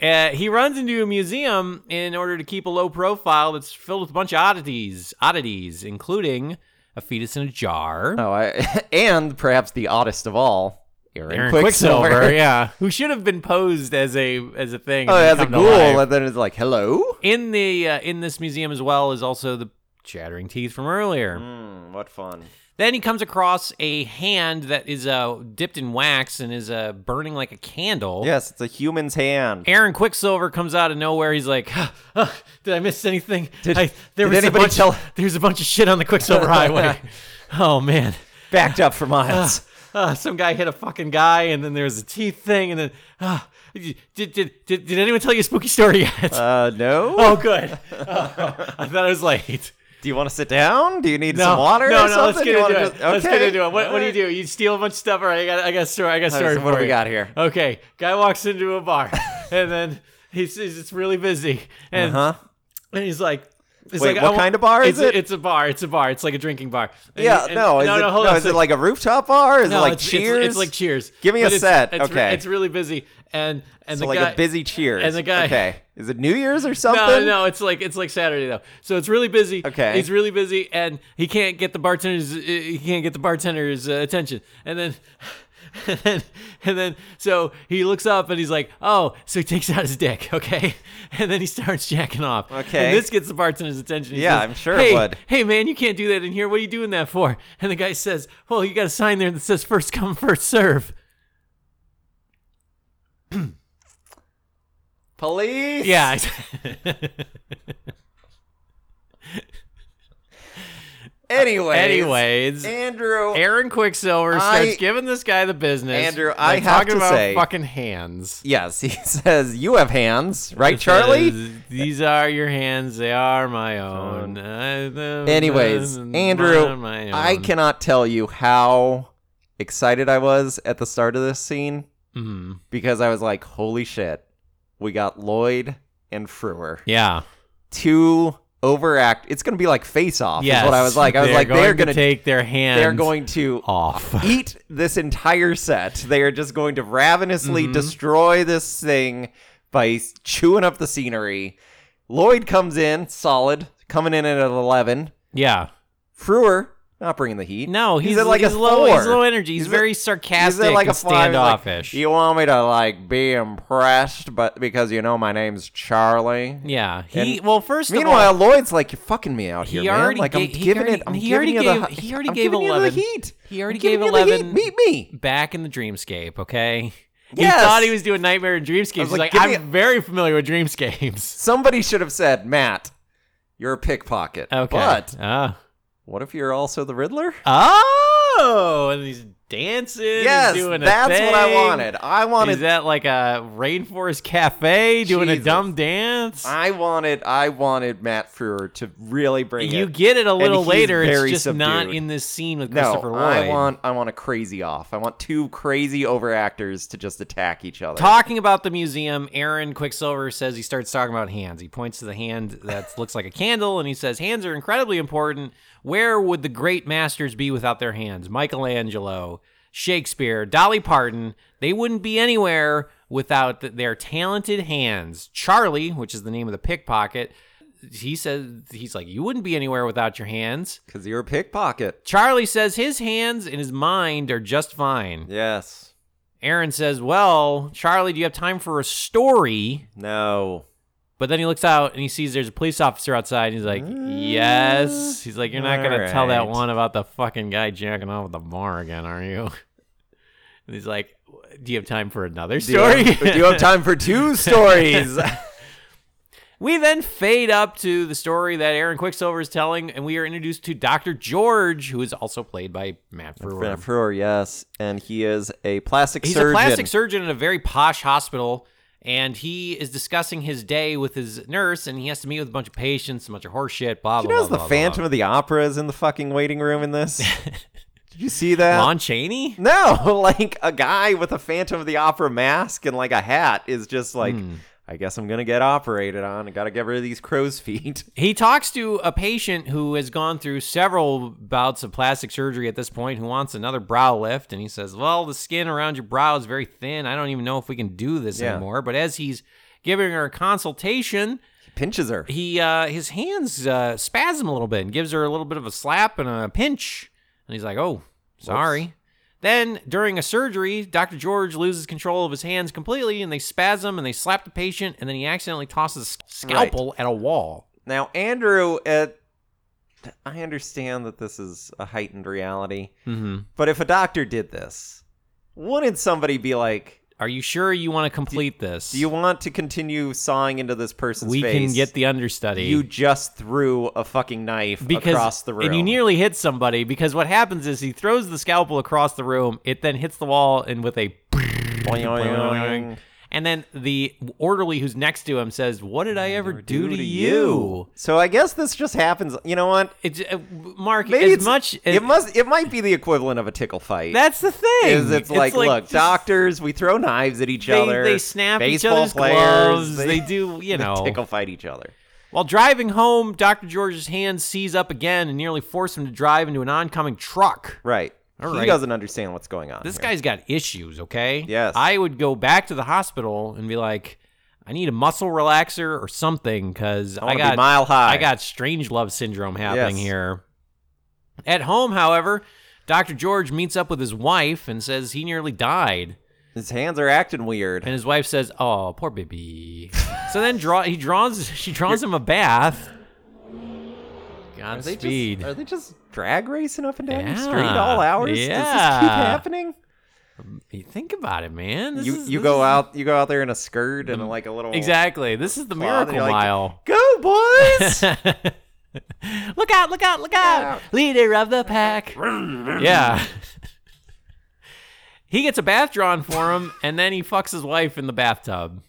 B: Uh, he runs into a museum in order to keep a low profile that's filled with a bunch of oddities, oddities, including a fetus in a jar.
C: Oh, I, [laughs] and perhaps the oddest of all, Aaron,
B: Aaron Quicksilver,
C: [laughs]
B: yeah, who should have been posed as a as a thing.
C: Oh,
B: and
C: as a
B: come to
C: ghoul,
B: life.
C: and then it's like, hello.
B: In the uh, in this museum as well is also the chattering teeth from earlier.
C: Hmm, what fun!
B: Then he comes across a hand that is uh, dipped in wax and is uh, burning like a candle.
C: Yes, it's a human's hand.
B: Aaron Quicksilver comes out of nowhere. He's like, "Huh, huh, "Did I miss anything? Did, I, there
C: did
B: was
C: anybody
B: a bunch,
C: tell-
B: [laughs] There's a bunch of shit on the
C: [laughs]
B: Quicksilver Highway. Oh man,
C: Backed up for miles.
B: uh, some guy hit a fucking guy, and then there was a teeth thing, and then uh, did, did did did anyone tell you a spooky story yet?
C: Uh, no.
B: [laughs] oh, good. [laughs] Oh, I thought I was late.
C: Do you want to sit down? Do you need
B: No,
C: some water?
B: No,
C: or
B: no.
C: something?
B: Let's get
C: You
B: into
C: wanna
B: it.
C: just-
B: Let's get
C: okay.
B: into it. What, what do you
C: Alright.
B: do? You steal a bunch of stuff. All right, I got I got a story. I got a
C: Alright,
B: story.
C: so what do
B: for
C: we
B: you.
C: got here?
B: Okay, guy walks into a bar, [laughs] and then he says it's really busy, and
C: Huh?
B: and he's like. It's
C: Uh-huh. Wait,
B: like,
C: what
B: I wa-
C: kind of bar is
B: it's a-
C: it?
B: It's a bar. It's a bar. It's like a drinking bar. And
C: Yeah,
B: he- and-
C: no. Is
B: no,
C: it,
B: no. Hold
C: no,
B: on.
C: is
B: So-
C: it like a rooftop bar? Is
B: no,
C: it like
B: it's, it's-
C: Cheers?
B: It's, like Cheers.
C: Give me
B: But
C: a
B: it's-
C: set.
B: It's, re-
C: Okay.
B: it's really busy, and and
C: So
B: the
C: like
B: guy,
C: a busy Cheers.
B: and the guy-
C: Okay. Is it New Year's or something?
B: No, no, it's like it's like Saturday though. So it's really busy.
C: Okay.
B: he's really busy, and he can't get the bartender's uh, he can't get the bartender's uh, attention. And then [laughs] And then, and then, so he looks up and he's like, "Oh!" So he takes out his dick, [laughs] okay, and then he starts jacking off.
C: Okay.
B: and this gets the bartender's attention. He
C: Yeah,
B: says,
C: I'm sure it
B: hey,
C: would."
B: Hey, man, you can't do that in here. What are you doing that for? And the guy says, "Well, you got a sign there that says first come, first serve."
C: Police.
B: Yeah. [laughs]
C: Anyways.
B: Anyways,
C: Andrew.
B: Aaron Quicksilver
C: I-
B: starts giving this guy the business.
C: Andrew,
B: by
C: I have
B: talking
C: to
B: about
C: say-
B: fucking hands.
C: yes, he [laughs] says you have hands, right, Charlie?
B: Says, These are your hands. They are my own. I-
C: Anyways,
B: mine are
C: Andrew,
B: my
C: I
B: own.
C: cannot tell you how excited I was at the start of this scene
B: Mhm.
C: because I was like, holy shit, we got Lloyd and Frewer.
B: Yeah.
C: Two overact. It's going to be like face off,
B: Yes.
C: is what I was like. I was
B: They're
C: like,
B: going
C: they're
B: to
C: going to
B: take their hands.
C: They're going to
B: off.
C: eat this entire set. They are just going to ravenously
B: Mm-hmm.
C: destroy this thing by s- chewing up the scenery. Lloyd comes in solid, coming in at an 11.
B: Yeah.
C: Frewer, not bringing the heat.
B: No, he's,
C: at like
B: he's
C: a
B: low.
C: four.
B: He's low energy. He's,
C: at-
B: very
C: he's
B: sarcastic
C: at like
B: and
C: a five. He's like,
B: standoffish.
C: you want me to like be impressed, but because you know my name's Charlie.
B: yeah. He
C: And
B: well, first
C: Meanwhile,
B: of
C: Lloyd's like, "You're fucking me out here,
B: He
C: man.
B: already
C: Like I'm
B: ga- he
C: giving
B: already-
C: it. I'm
B: he
C: giving
B: already
C: you the. [laughs]
B: gave- he already
C: I'm
B: gave
C: giving you the
B: 11.
C: heat.
B: He already
C: I'm giving
B: gave
C: you the heat.
B: 11.
C: Meet me.
B: all, back in the dreamscape, okay. [laughs]
C: Yes.
B: He thought he was doing Nightmare and Dreamscape. He's
C: like,
B: like,
C: give
B: I'm
C: me a-
B: very familiar with Dreamscapes.
C: Somebody should have said, Matt, you're a pickpocket.
B: Okay.
C: [laughs] But
B: Ah.
C: what if you're also the Riddler?
B: Oh, and he's dancing. and
C: yes,
B: doing a
C: that's what I
B: thing.
C: wanted. I wanted.
B: He's at like a rainforest cafe doing a
C: Jesus.
B: dumb dance.
C: I wanted. I wanted Matt Frewer to really bring
B: you
C: it.
B: get it a little
C: he's
B: later. It's
C: very
B: just not
C: subdued.
B: in this scene with
C: no,
B: Christopher Lloyd.
C: I want. I want a crazy off. I want two crazy overactors to just attack each other.
B: Talking about the museum, Aaron Quicksilver says he starts talking about hands. He points to the hand that looks like a candle and he says, Hands are incredibly important. Where would the great masters be without their hands? Michelangelo, Shakespeare, Dolly Parton, they wouldn't be anywhere without th- their talented hands. Charlie, which is the name of the pickpocket, he says, He's like, You wouldn't be anywhere without your hands.
C: because you're a pickpocket.
B: Charlie says his hands and his mind are just fine.
C: Yes.
B: Aaron says, Well, Charlie, do you have time for a story?
C: No.
B: But then he looks out and he sees there's a police officer outside. And he's like, Yes. He's like, You're not going to tell that
C: alright.
B: one about the fucking guy jacking off at the bar again, are you? [laughs] And he's like, Do you have time for another
C: Do you have-
B: story?
C: do you have time for two stories?
B: [laughs] We then fade up to the story that Aaron Quicksilver is telling, and we are introduced to Dr. George, who is also played by Matt Frewer.
C: Matt Frewer, yes, and he is a plastic
B: He's
C: surgeon.
B: a plastic surgeon in a very posh hospital, and he is discussing his day with his nurse, and he has to meet with a bunch of patients, a bunch of horseshit, blah,
C: You
B: blah,
C: know,
B: blah,
C: the
B: blah,
C: Phantom
B: blah.
C: of the Opera is in the fucking waiting room
B: [laughs]
C: in this. Did you see that?
B: Lon Chaney?
C: no, [laughs] like a guy with a Phantom of the Opera mask and like a hat is just like,
B: Hmm.
C: I guess I'm gonna get operated on. I gotta get rid of these crow's feet. [laughs]
B: He talks to a patient who has gone through several bouts of plastic surgery at this point who wants another brow lift. And he says, Well, the skin around your brow is very thin. I don't even know if we can do this
C: Yeah.
B: anymore. But as he's giving her a consultation,
C: He pinches her.
B: he uh, his hands uh, spasm a little bit and gives her a little bit of a slap and a pinch, and he's like, "Oh, sorry." Then during a surgery, Dr. George loses control of his hands completely, and they spasm and they slap the patient, and then he accidentally tosses a sc- scalpel at a wall.
C: Now, Andrew, at I understand that this is a heightened reality,
B: Mm-hmm.
C: but if a doctor did this, wouldn't somebody be like,
B: Are you sure you want to complete this?
C: "Do you want to continue sawing into this person's
B: we
C: face?"
B: can get the understudy.
C: You just threw a fucking knife
B: because
C: across the room.
B: and you nearly hit somebody because what happens is he throws the scalpel across the room. It then hits the wall, and with a
C: Boing, boing, boing.
B: And then the orderly who's next to him says, "What did I ever do, to you?"
C: So I guess this just happens. You know what?
B: It's uh, Mark
C: Maybe
B: as
C: it's,
B: much. As,
C: it must. It might be the equivalent of a tickle fight.
B: that's the thing.
C: is it's, like, look,
B: just-
C: doctors, we throw knives at each
B: They,
C: other.
B: they snap each
C: baseball
B: other's
C: players,
B: gloves. They,
C: They, [laughs]
B: do, you
C: they
B: know.
C: tickle fight each other.
B: While driving home, Doctor George's hand sees up again and nearly forced him to drive into an oncoming truck.
C: Right.
B: All
C: he
B: right.
C: doesn't understand what's going on.
B: This
C: here.
B: guy's got issues, okay?
C: Yes.
B: I would go back to the hospital and be like, I need a muscle relaxer or something because I,
C: I want to
B: got
C: be mile high.
B: I got strange love syndrome happening
C: Yes.
B: here. At home, however, Dr. George meets up with his wife and says he nearly died.
C: His hands are acting weird.
B: And his wife says, "Oh, poor
C: [laughs]
B: baby." so then draw he draws she draws him a bath. Godspeed.
C: Are they just drag racing up and down
B: Yeah.
C: the street all hours? Does this keep
B: Yeah.
C: happening?
B: You Think about it, man. This
C: You
B: is-
C: you
B: this
C: go
B: is-
C: out you go out there in a skirt and like a little
B: exactly. This is the
C: cloth, and
B: miracle
C: you're like,
B: mile.
C: Go
B: [laughs]
C: [laughs] boys!
B: look out! Look out! Look out! Leader of the pack.
C: [laughs]
B: yeah. he gets a bath drawn for him, and then he fucks his wife in the bathtub.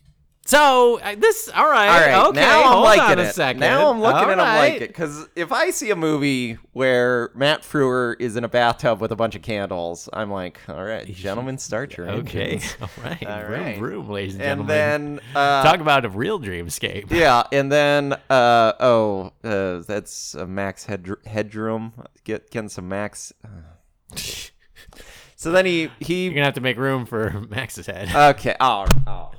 B: So I- this, all right,
C: All right,
B: okay.
C: now
B: hold
C: I'm liking
B: on
C: it.
B: a second.
C: Now I'm looking
B: All
C: and I'm liking it
B: right.
C: because if I see a movie where Matt Frewer is in a bathtub with a bunch of candles, I'm like, all right, gentlemen, start your [laughs]
B: Okay,
C: engines.
B: all right,
C: All
B: room,
C: right.
B: room, ladies and,
C: And
B: gentlemen.
C: then, uh,
B: Talk about a real dreamscape. [laughs]
C: yeah, and then, uh, oh, uh, that's uh, Max Hed- Headroom. Get getting some Max. Uh. so then he
B: You're
C: he.
B: gonna have to make room for [laughs] Max's head.
C: Okay, oh, oh.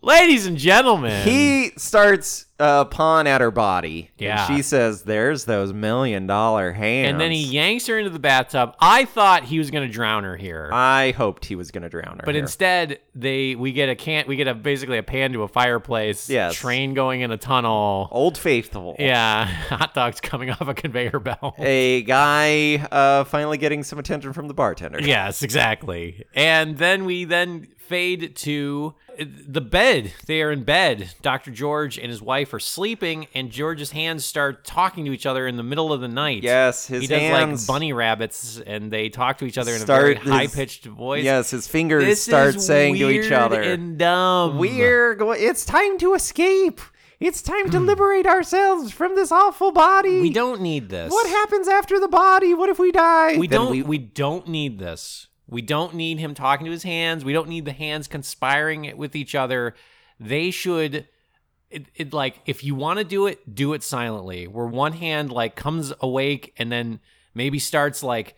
B: ladies and gentlemen,
C: He starts uh, pawn at her body. and
B: Yeah.
C: she says, "There's those million dollar hands."
B: and then he yanks her into the bathtub. I thought he was gonna drown her here.
C: I hoped he was going to drown her.
B: But
C: here.
B: instead, they we get a can we get a basically a pan to a fireplace,
C: Yes. Oh.
B: train going in a tunnel,
C: Old Faithful.
B: yeah, [laughs] hot dogs coming off a conveyor belt. [laughs]
C: A guy uh, finally getting some attention from the bartender.
B: Yes, exactly. And then we then fade to the bed. They are in bed. Dr. George and his wife are sleeping, and George's hands start talking to each other in the middle of the night.
C: Yes, his
B: he does
C: hands-
B: like bunny rabbits, and they talk to each other in
C: Start
B: a
C: his-
B: very high pitched voice.
C: Yes, his fingers
B: This
C: start
B: is
C: saying to each
B: weird
C: other,
B: and dumb.
C: "We're going. It's time to escape. It's time to liberate ourselves from this awful body.
B: Hmm. We don't need this.
C: What happens after the body? What if we die?
B: We
C: Then
B: don't. We, don't need this. We don't need him talking to his hands. We don't need the hands conspiring with each other. They should. It, it like if you want to do it, do it silently. Where one hand like comes awake and then maybe starts like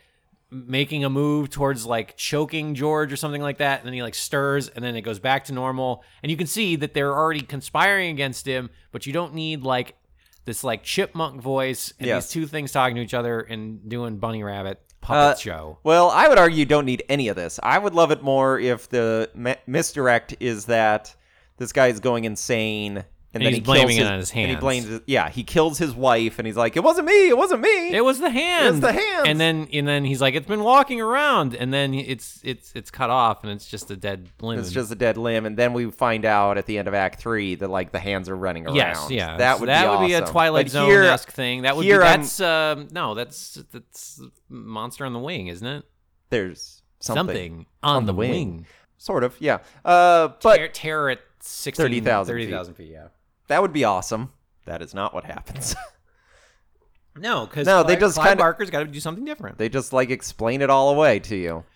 B: making a move towards like choking George or something like that, and then he like stirs, and then it goes back to normal. And you can see that they're already conspiring against him, but you don't need like this like chipmunk voice and
C: Yes.
B: these two things talking to each other and doing bunny rabbit
C: Uh,
B: puppet show.
C: Well, I would argue you don't need any of this. I would love it more if the ma- misdirect is that this guy is going insane and, then
B: he's
C: he kills
B: blaming it
C: his-
B: on his
C: and he
B: hands.
C: blames his- yeah, he kills his wife and he's like, "It wasn't me. It wasn't me."
B: It was the hand.
C: It was the hands.
B: And then and then he's like, it's been walking around, and then it's it's it's cut off, and it's just a dead limb.
C: it's just a dead limb, and then we find out at the end of Act Three that like the hands are running around.
B: Yes, yeah.
C: that
B: So
C: would
B: that
C: be
B: would be a
C: awesome.
B: Twilight
C: But
B: Zone
C: here-
B: esque thing. That would be
C: here I'm-
B: that's um, no, that's that's Monster on the Wing, isn't it?
C: There's something,
B: Something, on,
C: the
B: the
C: wing.
B: wing.
C: sort of, yeah. Uh, but
B: Terror, terror at 16,
C: 30,000 feet.
B: 30,000 feet. Yeah.
C: that would be awesome. That is not what happens. [laughs]
B: No, because
C: No, they just kinda-
B: Barker's got to do something different.
C: they just like explain it all away to you. [laughs]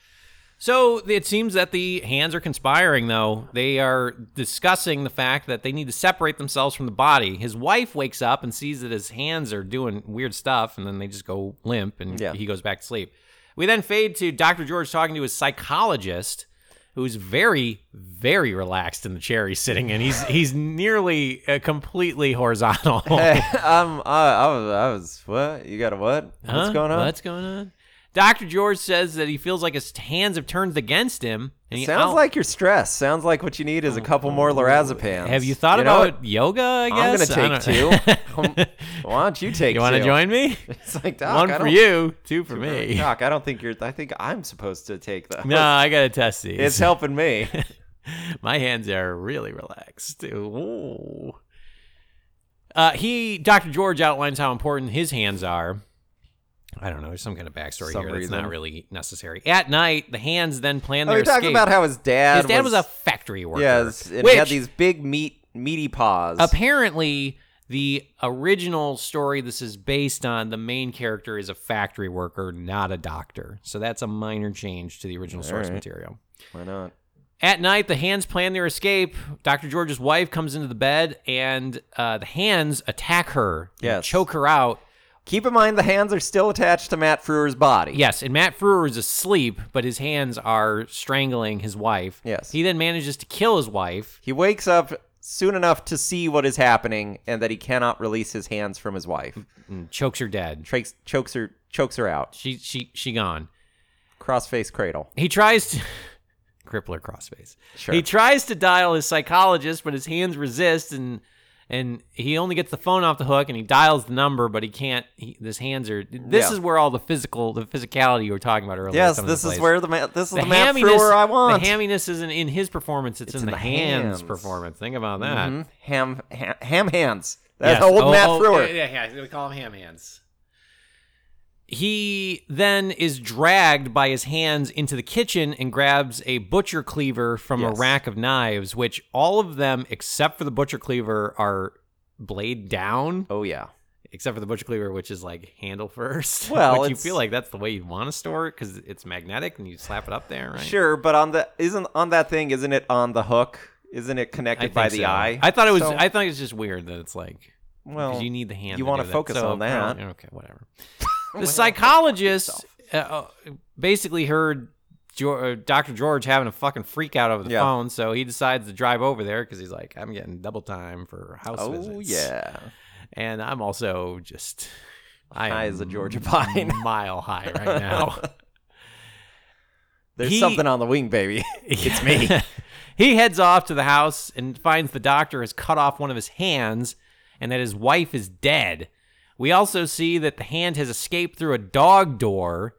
B: So it seems that the hands are conspiring, though. They are discussing the fact that they need to separate themselves from the body. His wife wakes up and sees that his hands are doing weird stuff, and then they just go limp, and
C: Yeah.
B: he goes back to sleep. We then fade to Dr. George talking to his psychologist, who's very, very relaxed in the chair he's sitting in. He's he's nearly uh, completely horizontal.
C: [laughs] Hey, I'm, I, I was, I was, what? You got a what? What's
B: [laughs] Huh?
C: going on?
B: What's going on? Dr. George says that he feels like his hands have turned against him. And he
C: Sounds
B: out-
C: like you're stressed. Sounds like what you need is a couple more lorazepams.
B: Have you thought
C: know
B: about yoga? I
C: what? I'm
B: guess [laughs]
C: gonna
B: I
C: take two.
B: don't-
C: Um, Why don't you take?
B: you
C: want
B: want to join me?
C: [laughs] It's like Doc,
B: One
C: I
B: for
C: don't- [laughs]
B: you, two for me.
C: Doc, I don't think you're. I think I'm supposed to take those.
B: No, I gotta test these.
C: [laughs] it's helping me.
B: [laughs] My hands are really relaxed. Ooh. Uh, he, Dr. George, outlines how important his hands are. I don't know. There's some kind of backstory
C: Some
B: here that's
C: reason.
B: not really necessary. At night, the hands then plan
C: Oh,
B: their
C: you're talking
B: escape.
C: about how his dad.
B: his dad was, a factory worker.
C: yes, and he
B: which
C: had these big meat meaty paws.
B: apparently the original story this is based on the main character is a factory worker not a doctor so that's a minor change to the original source material
C: Why not?
B: at night the hands plan their escape dr george's wife comes into the bed and uh, the hands attack her and
C: Yes.
B: choke her out
C: Keep in mind the hands are still attached to Matt Frewer's body.
B: Yes, and Matt Frewer is asleep, but his hands are strangling his wife.
C: Yes.
B: He then manages to kill his wife.
C: He wakes up soon enough to see what is happening and that he cannot release his hands from his wife.
B: Chokes her dead.
C: Trakes, chokes her chokes her out.
B: She she she gone.
C: Crossface cradle.
B: He tries to [laughs] crippler crossface.
C: Sure.
B: He tries to dial his psychologist, but his hands resist, and and he only gets the phone off the hook, and he dials the number, but he can't. He, his hands are. This
C: Yeah.
B: is where all the physical, the physicality you were talking about earlier.
C: Yes,
B: comes into
C: this is
B: place.
C: where the ma- this is the,
B: the,
C: Matt
B: hamminess.
C: Frewer I want.
B: The hamminess isn't in his performance; it's, in, the, hands.
C: hands.
B: performance. Think about that.
C: Mhm. ham, ham ham hands. That's
B: Yes.
C: old
B: Oh,
C: Matt
B: oh,
C: Frewer.
B: Yeah, yeah, yeah, we call him Ham Hands. He then is dragged by his hands into the kitchen and grabs a butcher cleaver from
C: Yes.
B: a rack of knives, which all of them, except for the butcher cleaver, are blade down,
C: Oh yeah.
B: except for the butcher cleaver, which is like handle first. [laughs]
C: Well,
B: which you
C: it's-
B: feel like that's the way you want to store it because it's magnetic and you slap it up there, right?
C: Sure, but on the isn't on that thing, isn't it on the hook? Isn't it
B: I
C: connected
B: think
C: by the
B: so.
C: eye?
B: I thought it was.
C: So-
B: I thought it was just weird that it's like
C: well,
B: because you need the hand.
C: you
B: want to do that.
C: focus
B: So,
C: on that.
B: apparently- Okay,
C: [laughs]
B: whatever. The psychologist uh, uh, basically heard jo- uh, Dr. George having a fucking freak out over the
C: Yeah.
B: phone, so he decides to drive over there because he's like, I'm getting double time for house
C: Oh
B: visits.
C: yeah.
B: And I'm also just. I
C: High
B: am
C: as a Georgia pine. [laughs]
B: mile high right now.
C: There's
B: He-
C: something on the
B: [laughs]
C: wing, baby.
B: it's
C: [laughs]
B: me. he heads off to the house and finds the doctor has cut off one of his hands and that his wife is dead. We also see that the hand has escaped through a dog door.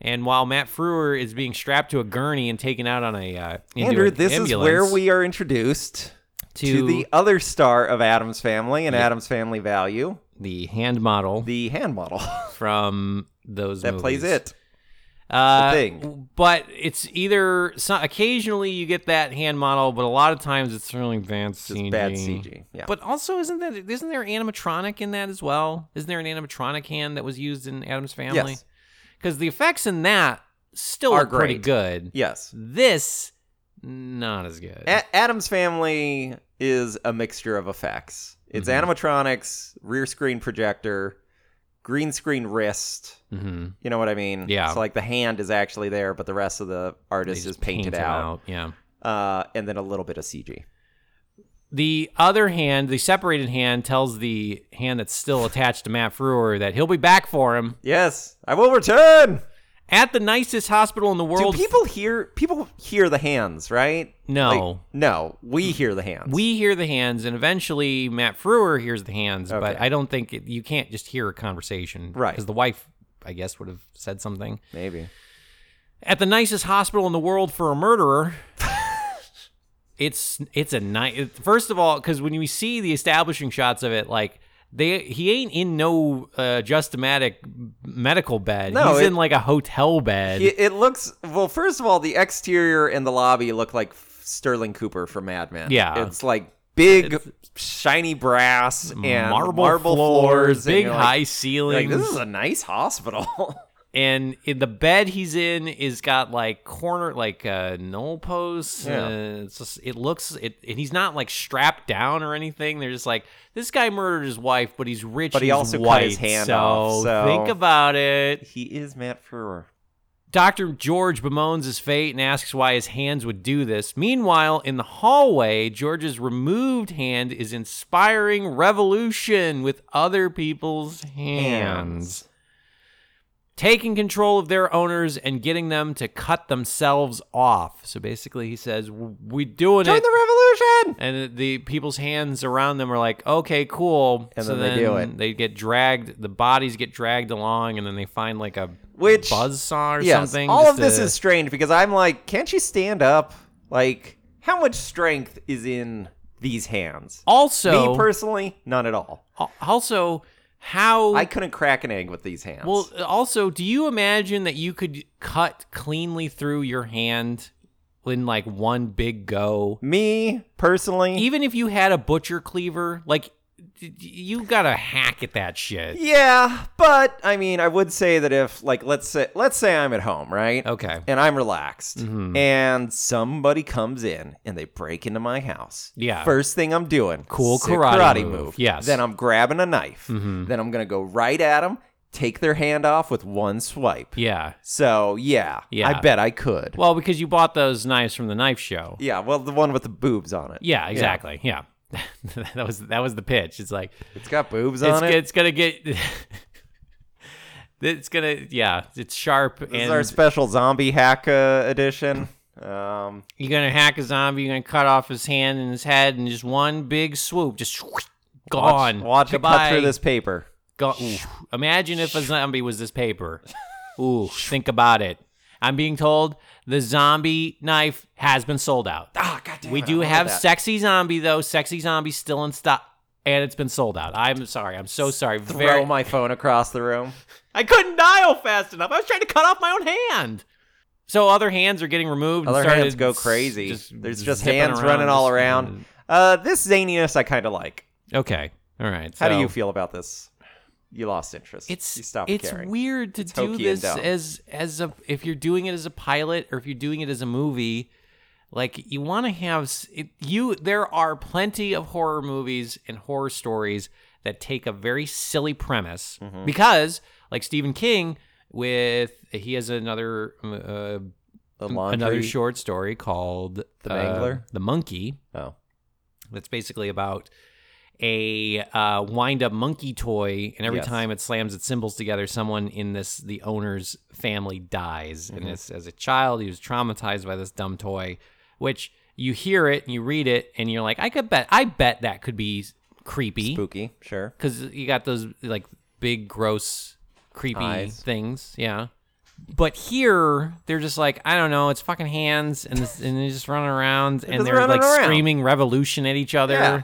B: And while Matt Frewer is being strapped to a gurney and taken out on a uh, into
C: [laughs] Andrew,
B: an
C: this is where
B: ambulance
C: we are introduced
B: to,
C: to the
B: the
C: other star of Adam's Family and Adam's Family Value,
B: the hand model
C: the hand model [laughs] that
B: from those movies.
C: plays it.
B: Uh,
C: thing.
B: w- But it's either so, occasionally you get that hand model, but a lot of times it's really advanced
C: Just bad CG. Yeah.
B: But also, isn't that isn't there animatronic in that as well? Isn't there an animatronic hand that was used in Adam's Family?
C: Yes.
B: Because the effects in that still
C: Are
B: are, pretty
C: great.
B: good.
C: Yes.
B: This not as good.
C: A- Adam's Family is a mixture of effects. It's
B: Mm-hmm.
C: animatronics, rear screen projector, green screen wrist.
B: mm-hmm.
C: You know what I mean?
B: Yeah.
C: So like the hand is actually there, but the rest of the artist is painted out,
B: Yeah.
C: Uh, and then a little bit of CG.
B: The other hand, the separated hand, tells the hand that's still attached to Matt Frewer that he'll be back for him
C: Yes, I will return.
B: at the nicest hospital in the world.
C: Do people hear people hear the hands, right?
B: No.
C: Like, no, we hear the hands.
B: we hear the hands, and eventually Matt Frewer hears the hands, but
C: Okay.
B: I don't think it, you can't just hear a conversation,
C: Right.
B: Because the wife, I guess, would have said something
C: maybe.
B: at the nicest hospital in the world for a
C: [laughs]
B: murderer. it's it's a nice. First of all, because when we see the establishing shots of it, like. They, he ain't in no uh, justomatic medical bed.
C: No,
B: He's
C: it-
B: in like a hotel bed.
C: It, it looks well. First of all, the exterior and the lobby look like Sterling Cooper from Mad Men.
B: Yeah.
C: it's like big, shiny brass and marble, floors, and
B: big
C: you're like-
B: high
C: you're Like,
B: ceilings.
C: this is a nice hospital. [laughs]
B: and in the bed he's in is got like corner like uh null posts
C: Yeah.
B: uh, it's just, it looks it and he's not like strapped down or anything they're just like this guy murdered his wife but he's rich
C: But he
B: he's
C: also cut
B: white,
C: his hand
B: so,
C: off, so-
B: think about it
C: he is Matt Frewer.
B: dr george bemoans his fate and asks why his hands would do this meanwhile in the hallway george's removed hand is inspiring revolution with other people's hands taking control of their owners and getting them to cut themselves off. So basically, he says, "We doing
C: Join
B: it,"
C: the revolution.
B: and the people's hands around them are like, "Okay, cool."
C: And
B: so
C: then they do it.
B: They get dragged. The bodies get dragged along, and then they find like a
C: Which-
B: buzz saw or
C: Yes,
B: something.
C: all
B: just
C: of this
B: to-
C: is strange because I'm like, can't you stand up? Like, how much strength is in these hands?
B: also
C: Me personally, none at all.
B: also how
C: I couldn't crack an egg with these hands.
B: well also do you imagine that you could cut cleanly through your hand in like one big go?
C: me personally,
B: even if you had a butcher cleaver, like d- d- you gotta hack at that shit.
C: yeah. But I mean, I would say that if, like, let's say, let's say I'm at home, right?
B: Okay.
C: And I'm relaxed,
B: Mm-hmm.
C: and somebody comes in and they break into my house.
B: Yeah.
C: First thing I'm doing,
B: Cool
C: sick
B: karate
C: karate
B: move.
C: move.
B: Yes. Mm-hmm.
C: Then I'm grabbing a knife. Then I'm gonna go right at them, take their hand off with one swipe.
B: Yeah.
C: So yeah,
B: Yeah.
C: I bet I could.
B: Well, because you bought those knives from the knife show.
C: yeah, well, the one with the boobs on it.
B: Yeah, [laughs] exactly. Yeah. that was that was the pitch. It's like
C: It's got boobs
B: it's,
C: on it.
B: it's gonna get. [laughs] it's gonna yeah. It's sharp
C: This
B: and
C: is our special zombie hack uh, edition. Um,
B: you're gonna hack a zombie. You're gonna cut off his hand and his head and just one big swoop, just [laughs] whoosh, gone.
C: watch, watch it
B: Goodbye.
C: cut through this paper.
B: Go- ooh. Imagine if a zombie was this
C: [laughs]
B: paper. Ooh, think about it. I'm being told the zombie knife has been sold out.
C: Ah, goddamn.
B: we
C: it,
B: do
C: I wanted
B: have
C: that.
B: sexy zombie though. Sexy zombie still in stock, and it's been sold out. I'm sorry. I'm so sorry.
C: Throw
B: Very.
C: my phone across the room.
B: I couldn't dial fast enough. I was trying to cut off my own hand. So other hands are getting removed. and
C: Other
B: started
C: hands go
B: s-
C: crazy. There's just
B: zipping
C: hands running all
B: just-
C: around. Uh, this zaniness I kind of like.
B: Okay. All right.
C: How do
B: so-
C: you feel about this? You lost interest.
B: It's
C: you stopped
B: it's
C: caring.
B: weird to do
C: hokey and
B: this
C: dumb.
B: as as a if you're doing it as a pilot or if you're doing it as a movie. Like you want to have s- it, you. There are plenty of horror movies and horror stories that take a very silly premise
C: Mm-hmm.
B: because, like Stephen King, with he has another uh,
C: The laundry.
B: another short story called
C: The
B: uh,
C: Mangler?
B: the Monkey,
C: Oh,
B: that's basically about a uh, wind up monkey toy and every
C: Yes.
B: time it slams its cymbals together someone in this the owner's family dies and this as a child he was traumatized by this dumb toy which you hear it and you read it and you're like i could bet i bet that could be creepy
C: spooky. Sure.
B: because you got those like big gross creepy
C: Eyes.
B: things yeah but here they're just like i don't know it's fucking hands and, this, and they're just running around and
C: just
B: they're like
C: running around.
B: screaming revolution at each other
C: Yeah.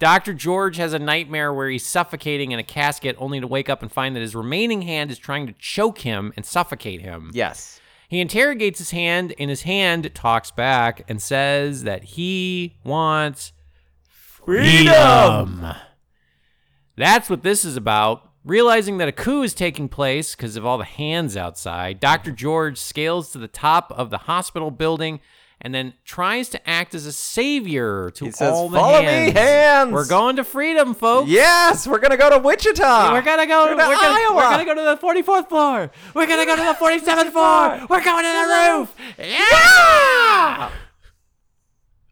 B: Dr. George has a nightmare where he's suffocating in a casket only to wake up and find that his remaining hand is trying to choke him and suffocate him.
C: Yes.
B: He interrogates his hand, and his hand talks back and says that he wants freedom. That's what this is about. Realizing that a coup is taking place because of all the hands outside, Dr. George scales to the top of the hospital building and then tries to act as a savior to
C: He says,
B: all the
C: "Follow me,
B: hands.
C: hands!"
B: We're going to freedom, folks.
C: Yes, we're gonna go to Wichita.
B: We're gonna go.
C: We're
B: We're
C: to
B: gonna,
C: Iowa.
B: we're gonna go to the forty fourth floor. We're gonna go to the forty seventh floor. We're going to the roof. Yeah.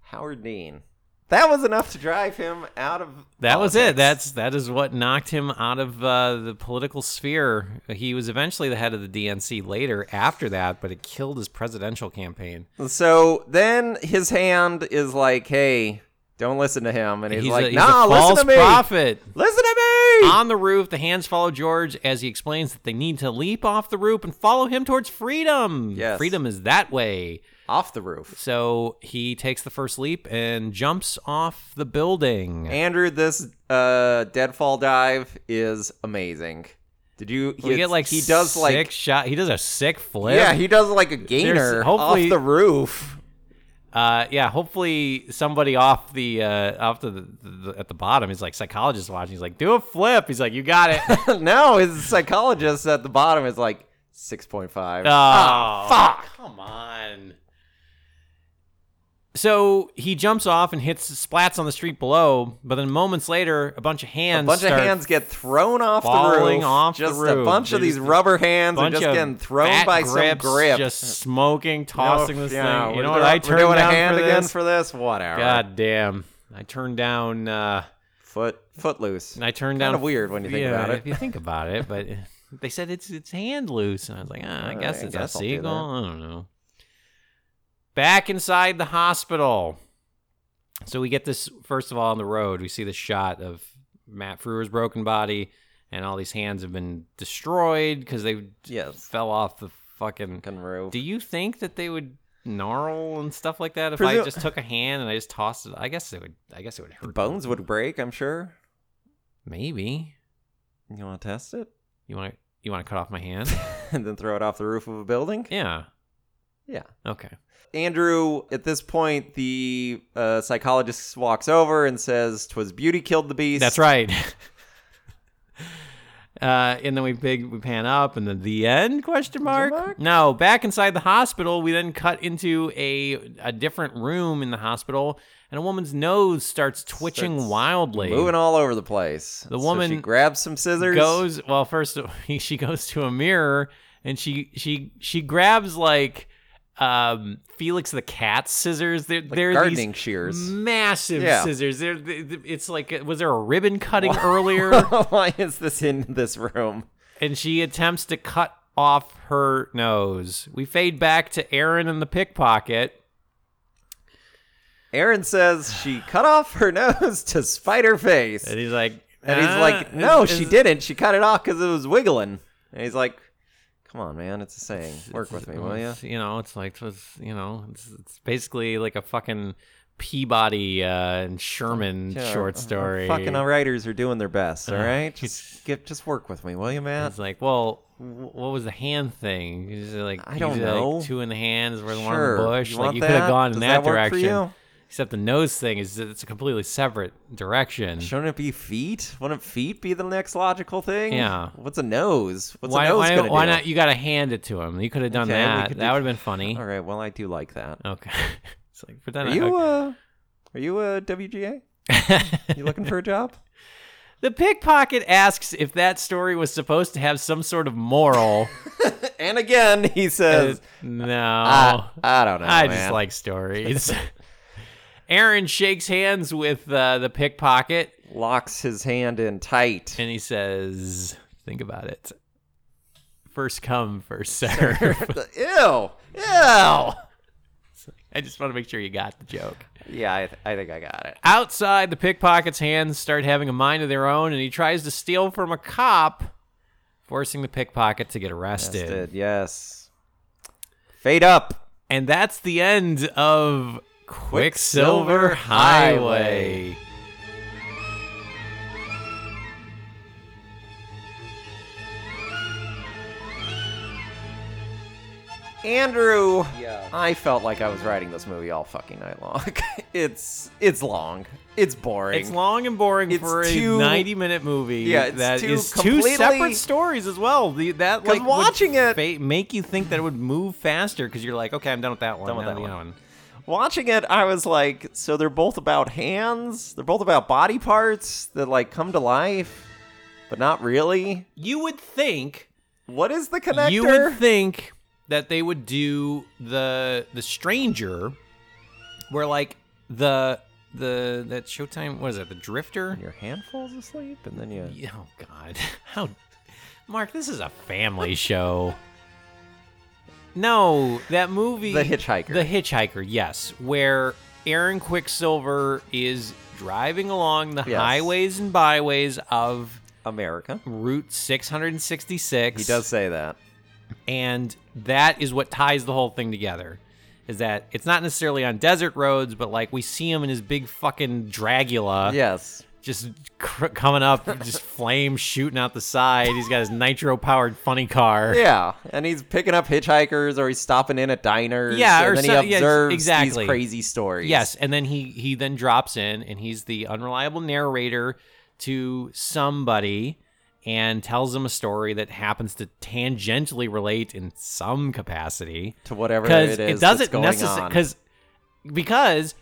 C: Howard Dean. That was enough to drive him out of.
B: That was it.
C: politics.
B: That's that is what knocked him out of uh, the political sphere. He was eventually the head of the DNC later after that, but it killed his presidential campaign.
C: So then his hand is like, "Hey, don't listen to him," and he's,
B: He's,
C: like,
B: a, he's
C: "Nah,
B: a
C: listen
B: false
C: to me.
B: prophet. Ah.
C: Listen to me."
B: On the roof, the hands follow George as he explains that they need to leap off the roof and follow him towards freedom.
C: Yes.
B: Freedom is that way.
C: Off the roof.
B: So he takes the first leap and jumps off the building.
C: Andrew, this uh, deadfall dive is amazing. Did you?
B: we
C: it's-
B: get like
C: he does
B: sick
C: like
B: shot. He does a sick flip.
C: yeah he does like a gainer off
B: hopefully-
C: the roof. [laughs]
B: uh, yeah. Hopefully somebody off the uh, off the, the, the at the bottom is like psychologist watching. He's like, do a flip. He's like, you got
C: [laughs]
B: it. oh,
C: no, his psychologist at the bottom is like six point five. Oh,
B: fuck! Come on. So he jumps off and hits splats on the street below, but then moments later, a bunch of hands
C: a bunch of
B: start-
C: hands get thrown off the
B: falling
C: roof.
B: off the
C: just a
B: roof.
C: bunch of
B: They're
C: these
B: just a
C: rubber hands are
B: bunch
C: just
B: of
C: getting thrown
B: fat
C: by
B: grips,
C: some grip.
B: just smoking, tossing this
C: yeah,
B: thing. You
C: we're
B: know what?
C: doing-
B: I
C: we're
B: turned
C: doing
B: down
C: a hand
B: for
C: again
B: this.
C: for this. Whatever.
B: God damn! I turned down. Uh,
C: Foot foot loose.
B: I turned
C: Kind
B: down.
C: of weird when you think
B: yeah,
C: about
B: if
C: it.
B: you think about it, but eh, they said it's it's hand loose, and I was like, ah, I
C: All
B: guess
C: right, I
B: it's
C: guess
B: a
C: I'll do
B: seagull. I don't know. Back inside the hospital, so we get this first of all on the road. We see the shot of Matt Frewer's broken body, and all these hands have been destroyed because they
C: Yes.
B: fell off the fucking
C: Fucking roof.
B: do you think that they would gnarl and stuff like that if I
C: Presu-
B: just took a hand and I just tossed it? I guess it would. I guess it would hurt.
C: Bones would break. I'm sure.
B: Maybe
C: You want to test it [laughs]
B: you want to you want to cut off my hand?
C: and then throw it off the roof of a building?
B: yeah.
C: Yeah.
B: Okay.
C: Andrew, at this point, the uh, psychologist walks over and says, "Twas beauty killed the beast."
B: That's right. [laughs] Uh, and then we big we pan up and then the end question mark?
C: mark?
B: no back inside the hospital we then cut into a a different room in the hospital and a woman's nose starts twitching
C: Starts
B: wildly
C: moving all over the place.
B: The
C: So
B: woman
C: she grabs some scissors.
B: goes well [laughs] first she goes to a mirror and she she she grabs like um, Felix the Cat scissors. They're, they're
C: gardening
B: these
C: shears. [laughs]
B: massive
C: Yeah.
B: scissors. They're, they- they- it's like, was there a ribbon cutting
C: [laughs]
B: earlier?
C: Why is this in this room?
B: and she attempts to cut off her nose. We fade back to Aaron and the pickpocket.
C: Aaron says she cut off her nose to spite her face.
B: And he's like,
C: And he's
B: "Ah,
C: like, no,
B: is-
C: she
B: is-
C: didn't. She cut it off because it was wiggling. And he's like, come on, man. It's a saying. Work with me, will you?
B: it's, You know, it's like, it was, you know, it's, it's basically like a fucking Peabody uh, and Sherman short story.
C: Fucking writers are doing their best, all
B: Uh-huh. [laughs]
C: right? Just, get, just work with me, will you, man?
B: It's like, well, wh- what was the hand thing? He's like,
C: I don't
B: he's like,
C: know.
B: two in the hands, where one in
C: Sure.
B: the bush.
C: You
B: like
C: want
B: you could have
C: that?
B: gone in
C: Does
B: that,
C: that work for
B: direction.
C: you?
B: Except the nose thing is it's a completely separate direction.
C: Shouldn't it be feet? Wouldn't feet be the next logical thing?
B: Yeah.
C: What's a nose? What's
B: why
C: a nose
B: why,
C: gonna
B: why
C: do?
B: not? You got to hand it to him. You could have done
C: Okay, we
B: that.
C: could
B: That
C: do-
B: would have been funny.
C: All right. Well, I do like that.
B: Okay. [laughs] it's like, but then
C: Are
B: I-
C: you
B: okay.
C: uh, are you uh, a WGA? You looking for a job?
B: [laughs] the pickpocket asks if that story was supposed to have some sort of
C: [laughs]
B: moral.
C: And again, he says,
B: no.
C: I, I don't know.
B: oh, I just
C: Ah. Oh, man.
B: like
C: [laughs]
B: stories. Aaron shakes hands with uh, the pickpocket
C: locks his hand in tight.
B: [laughs] and he says, "Think about it. First come, first serve." [laughs]
C: Ew. Ew.
B: I just want to make sure you got the joke.
C: Yeah, I, th- I think I got it.
B: Outside, the pickpocket's hands start having a mind of their own, and he tries to steal from a cop, forcing the pickpocket to get arrested.
C: Did, yes. Fade up.
B: And that's the end of Quicksilver
C: Quicksilver Highway.
B: Highway.
C: Andrew. I felt like I was writing this movie all fucking night long. [laughs] it's it's long. It's boring.
B: It's long and boring
C: It's
B: for
C: two-
B: a 90 minute movie.
C: Yeah, it's
B: that
C: two
B: is
C: completely-
B: separate stories as well. The, that
C: 'Cause
B: like
C: watching
B: would
C: it-
B: fa- make you think that it would move faster because you're like, okay, I'm done with that one.
C: Done with
B: now
C: that
B: the
C: one.
B: other one.
C: Watching it, I was like, so they're both about hands. They're both about body parts that like come to life, but not really.
B: You would think
C: What is the connector?
B: you would think that they would do the the stranger, where like the the that Showtime was it the Drifter?
C: Your hand falls asleep, and then you.
B: Yeah, Oh God, [laughs] how Mark? This is a
C: [laughs]
B: family show. No, that movie,
C: The Hitchhiker.
B: The Hitchhiker, yes, where Aaron Quicksilver is driving along the
C: Yes.
B: highways and byways of
C: America.
B: Route 666.
C: He does say that.
B: and that is what ties the whole thing together. Is that it's not necessarily on desert roads, but like we see him in his big fucking Dragula
C: Yes.
B: just cr- coming up, [laughs] just flame shooting out the side. He's got his nitro powered funny car.
C: Yeah, and he's picking up hitchhikers, or he's stopping in at diners.
B: Yeah,
C: and
B: or
C: then
B: so-
C: he
B: yes,
C: observes
B: exactly.
C: these crazy stories.
B: Yes, and then he he then drops in and he's the unreliable narrator to somebody and tells them a story that happens to tangentially relate in some capacity
C: to whatever
B: because
C: it is.
B: doesn't
C: necessarily.
B: because because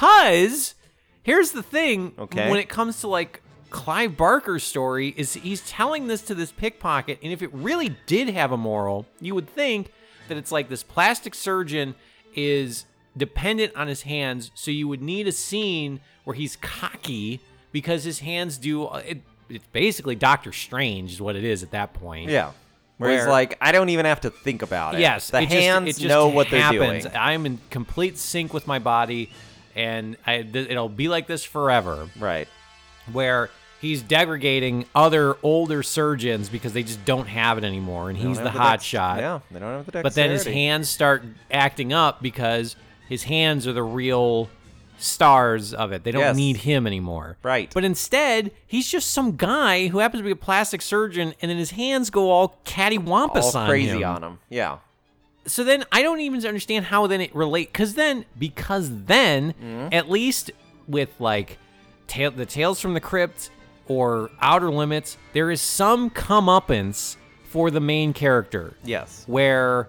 B: because here's the thing
C: Okay.
B: when it comes to like clive barker's story is he's telling this to this pickpocket and if it really did have a moral you would think that it's like this plastic surgeon is dependent on his hands so you would need a scene where he's cocky because his hands do it, it's basically doctor strange is what it is at that point
C: yeah, where, he's
B: where-
C: like, I don't even have to think about it.
B: Yes,
C: the
B: it just-
C: hands
B: it just
C: know what they're
B: happens.
C: doing.
B: I'm in complete sync with my body, and I, th- it'll be like this forever,
C: Right.
B: where he's degrading other older surgeons because they just don't have it anymore, and he's
C: Don't
B: the
C: have
B: hot
C: dex-
B: shot.
C: Yeah, they don't have the dexterity.
B: But then his hands start acting up because his hands are the real stars of it. They don't
C: Yes.
B: need him anymore.
C: Right.
B: But instead, he's just some guy who happens to be a plastic surgeon, and then his hands go all cattywampus
C: all
B: on
C: crazy
B: him
C: on him. Yeah,
B: so then I don't even understand how then it relate because then because then
C: Mm-hmm.
B: at least with like ta- the tales from the crypt or outer limits there is some comeuppance for the main character
C: yes.
B: where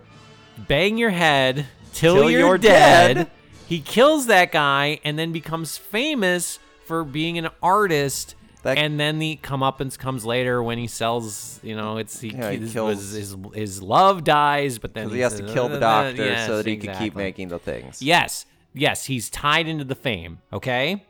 B: bang your head till,
C: Till
B: you're,
C: you're
B: dead.
C: dead.
B: He kills that guy and then becomes famous for being an artist
C: That-
B: and then the comeuppance comes later when he sells. You know, it's he,
C: Yeah, he
B: his,
C: kills-
B: was- his his love dies, but then
C: Because he has to
B: says,
C: kill the
B: "Uh,
C: doctor
B: yes,
C: so that he can keep
B: exactly."
C: making the things.
B: Yes, yes, he's tied into the fame. Okay,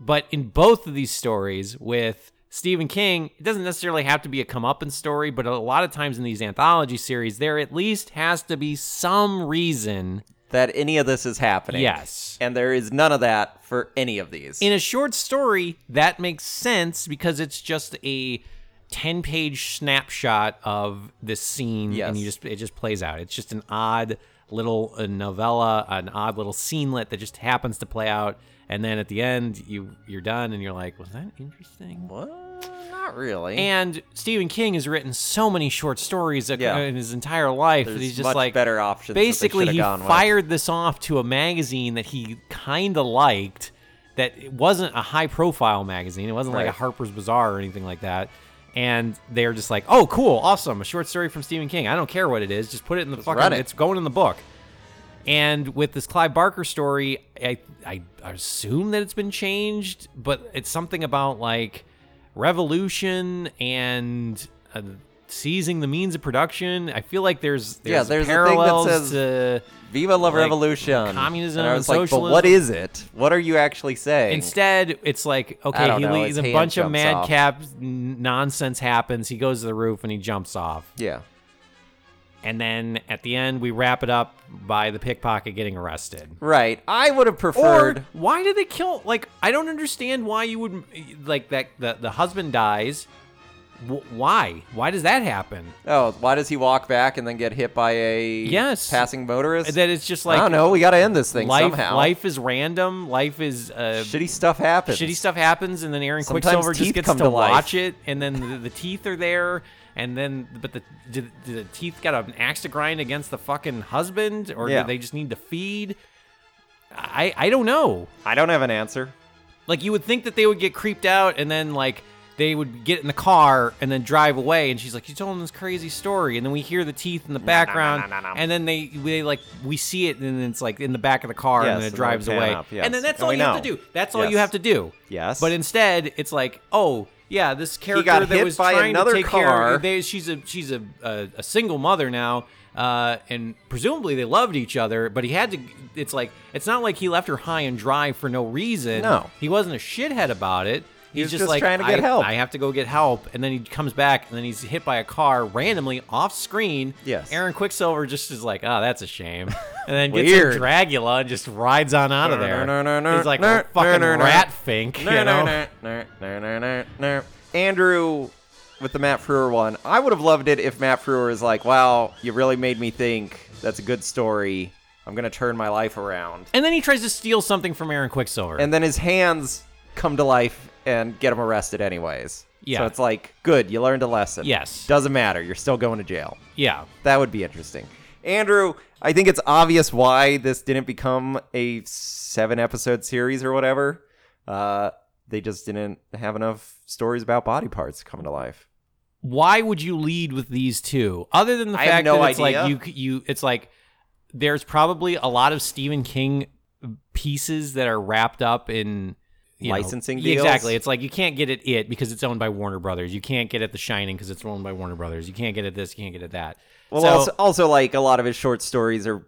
B: but in both of these stories with Stephen King, it doesn't necessarily have to be a comeuppance story, but a lot of times in these anthology series, there at least has to be some reason.
C: That any of this is happening.
B: Yes.
C: And there is none of that for any of these.
B: in a short story that makes sense because it's just a 10 page snapshot of this scene
C: Yes.
B: and you just it just plays out it's just an odd little uh, novella an odd little scenelet that just happens to play out and then at the end you you're done and you're like was that interesting
C: What? Not really.
B: and Stephen King has written so many short stories ac-
C: Yeah.
B: in his entire life that
C: There's
B: he's just
C: much
B: like
C: better options that they
B: Basically,
C: should've
B: he
C: gone with.
B: fired this off to a magazine that he kind of liked. That it wasn't a high-profile magazine. It wasn't like
C: Right.
B: a Harper's Bazaar or anything like that. And they're just like, "Oh, cool, awesome! A short story from Stephen King. I don't care what it is. Just put it in the fucking.
C: run it."
B: It's going in the book." And with this Clive Barker story, I, I I assume that it's been changed, but it's something about like revolution and uh, seizing the means of production. I feel like there's there's,
C: Yeah, there's a thing that
B: parallels
C: says-
B: to
C: Viva la
B: like,
C: revolution.
B: communism
C: And I was
B: and
C: like, but what
B: socialism.
C: is it? What are you actually saying?
B: instead it's like
C: I
B: okay
C: don't
B: he
C: know,
B: leaves
C: his
B: a
C: hand
B: bunch of
C: jumps off.
B: madcap n- nonsense happens. He goes to the roof and he jumps off.
C: yeah.
B: And then at the end we wrap it up by the pickpocket getting arrested.
C: Right. I would have preferred.
B: Or why did they kill? Like, I don't understand why you would like that. The the husband dies. W- why? Why does that happen?
C: oh, why does he walk back and then get hit by a
B: Yes.
C: passing motorist?
B: That it's just
C: I
B: like
C: don't know. We got to end this thing
B: life.
C: somehow.
B: Life is random. Life is uh,
C: Shitty stuff happens.
B: shitty stuff happens, and then Aaron
C: Sometimes
B: Quicksilver
C: teeth
B: just gets
C: come
B: to,
C: to life.
B: watch it, and then the, the teeth are there, and then but the did, did the teeth got an axe to grind against the fucking husband, or
C: Yeah.
B: do they just need to feed? I I don't know.
C: I don't have an answer.
B: Like you would think that they would get creeped out and then like they would get in the car and then drive away and she's like you told them this crazy story and then we hear the teeth in the background and then they they like we see it and then it's like in the back of the car
C: Yes,
B: and then
C: and
B: it drives
C: they pan
B: away
C: up, yes.
B: and then that's
C: And
B: all
C: we
B: you have to
C: know.
B: do that's all you
C: Yes.
B: have to do
C: Yes.
B: but instead it's like oh yeah this character
C: got
B: that
C: hit
B: was
C: by
B: trying
C: another
B: to take care
C: car.
B: of they, she's a she's a, a a single mother now uh, and presumably they loved each other but he had to it's like it's not like he left her high and dry for no reason
C: No.
B: he wasn't a shithead about it he's
C: was
B: just,
C: just
B: like
C: trying to get
B: I,
C: help.
B: I have to go get help and then he comes back and then he's hit by a car randomly off screen
C: Yes.
B: aaron quicksilver just is like oh that's a shame and then gets
C: Weird.
B: in dragula and just rides on out of there he's like a fucking rat fink [laughs] you know
C: Andrew with the Matt Frewer one. I would have loved it if Matt Frewer is like, "Wow, you really made me think. That's a good story. I'm gonna turn my life around."
B: and then he tries to steal something from aaron quicksilver
C: And then his hands come to life and get him arrested, anyways.
B: Yeah.
C: So it's like, good, you learned a lesson.
B: Yes.
C: Doesn't matter. You're still going to jail.
B: yeah
C: That would be interesting. Andrew, I think it's obvious why this didn't become a seven episode series or whatever. Uh, they just didn't have enough stories about body parts coming to life.
B: why would you lead with these two other than the
C: I
B: fact
C: have no
B: that it's
C: idea.
B: like you you it's like there's probably a lot of Stephen King pieces that are wrapped up in you know-
C: Licensing
B: Yeah,
C: deals?
B: Exactly. It's like you can't get it it because it's owned by Warner Brothers. You can't get it The Shining because it's owned by Warner Brothers. You can't get it this, you can't get it that.
C: Well,
B: So-
C: also, also, like a lot of his short stories are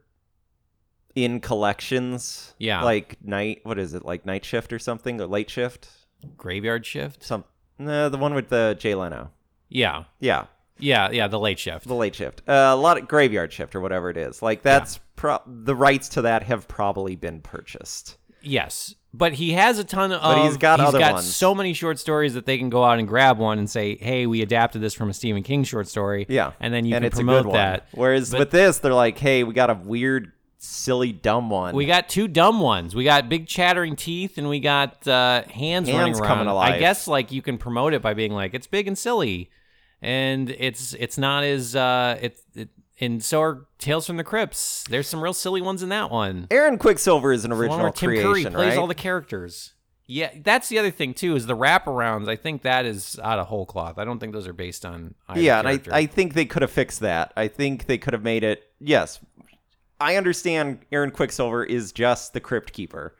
C: in collections.
B: Yeah.
C: Like night, what is it? Like night shift or something, or late shift?
B: Graveyard Shift?
C: Some no, the one with the Jay Leno.
B: Yeah.
C: Yeah,
B: Yeah, yeah, the late shift.
C: the late shift, uh, a lot of graveyard shift or whatever it is. Like that's pro- the rights to that have probably been purchased.
B: Yes, but he has a ton of.
C: he's got other
B: got
C: ones.
B: so many short stories that they can go out and grab one and say, "Hey, we adapted this from a Stephen King short story."
C: Yeah,
B: and then you can
C: it's a
B: promote
C: good one.
B: that.
C: Whereas
B: But-
C: with this, they're like, hey, we got a weird, silly, dumb one.
B: We got two dumb ones. We got big chattering teeth, and we got uh, hands,
C: Hands
B: running around.
C: coming alive.
B: I guess like you can promote it by being like, "It's big and silly," and it's it's not as uh, it, it and so are Tales from the Crypts. There's some real silly ones in that one.
C: Aaron Quicksilver is an
B: The
C: original
B: one where Tim
C: creation,
B: Curry plays
C: right?
B: all the characters. Yeah, that's the other thing too is the wraparounds. I think that is out of whole cloth. I don't think those are based on. Either
C: yeah,
B: character.
C: and I, I think they could have fixed that. I think they could have made it. Yes, I understand. Aaron Quicksilver is just the Crypt Keeper,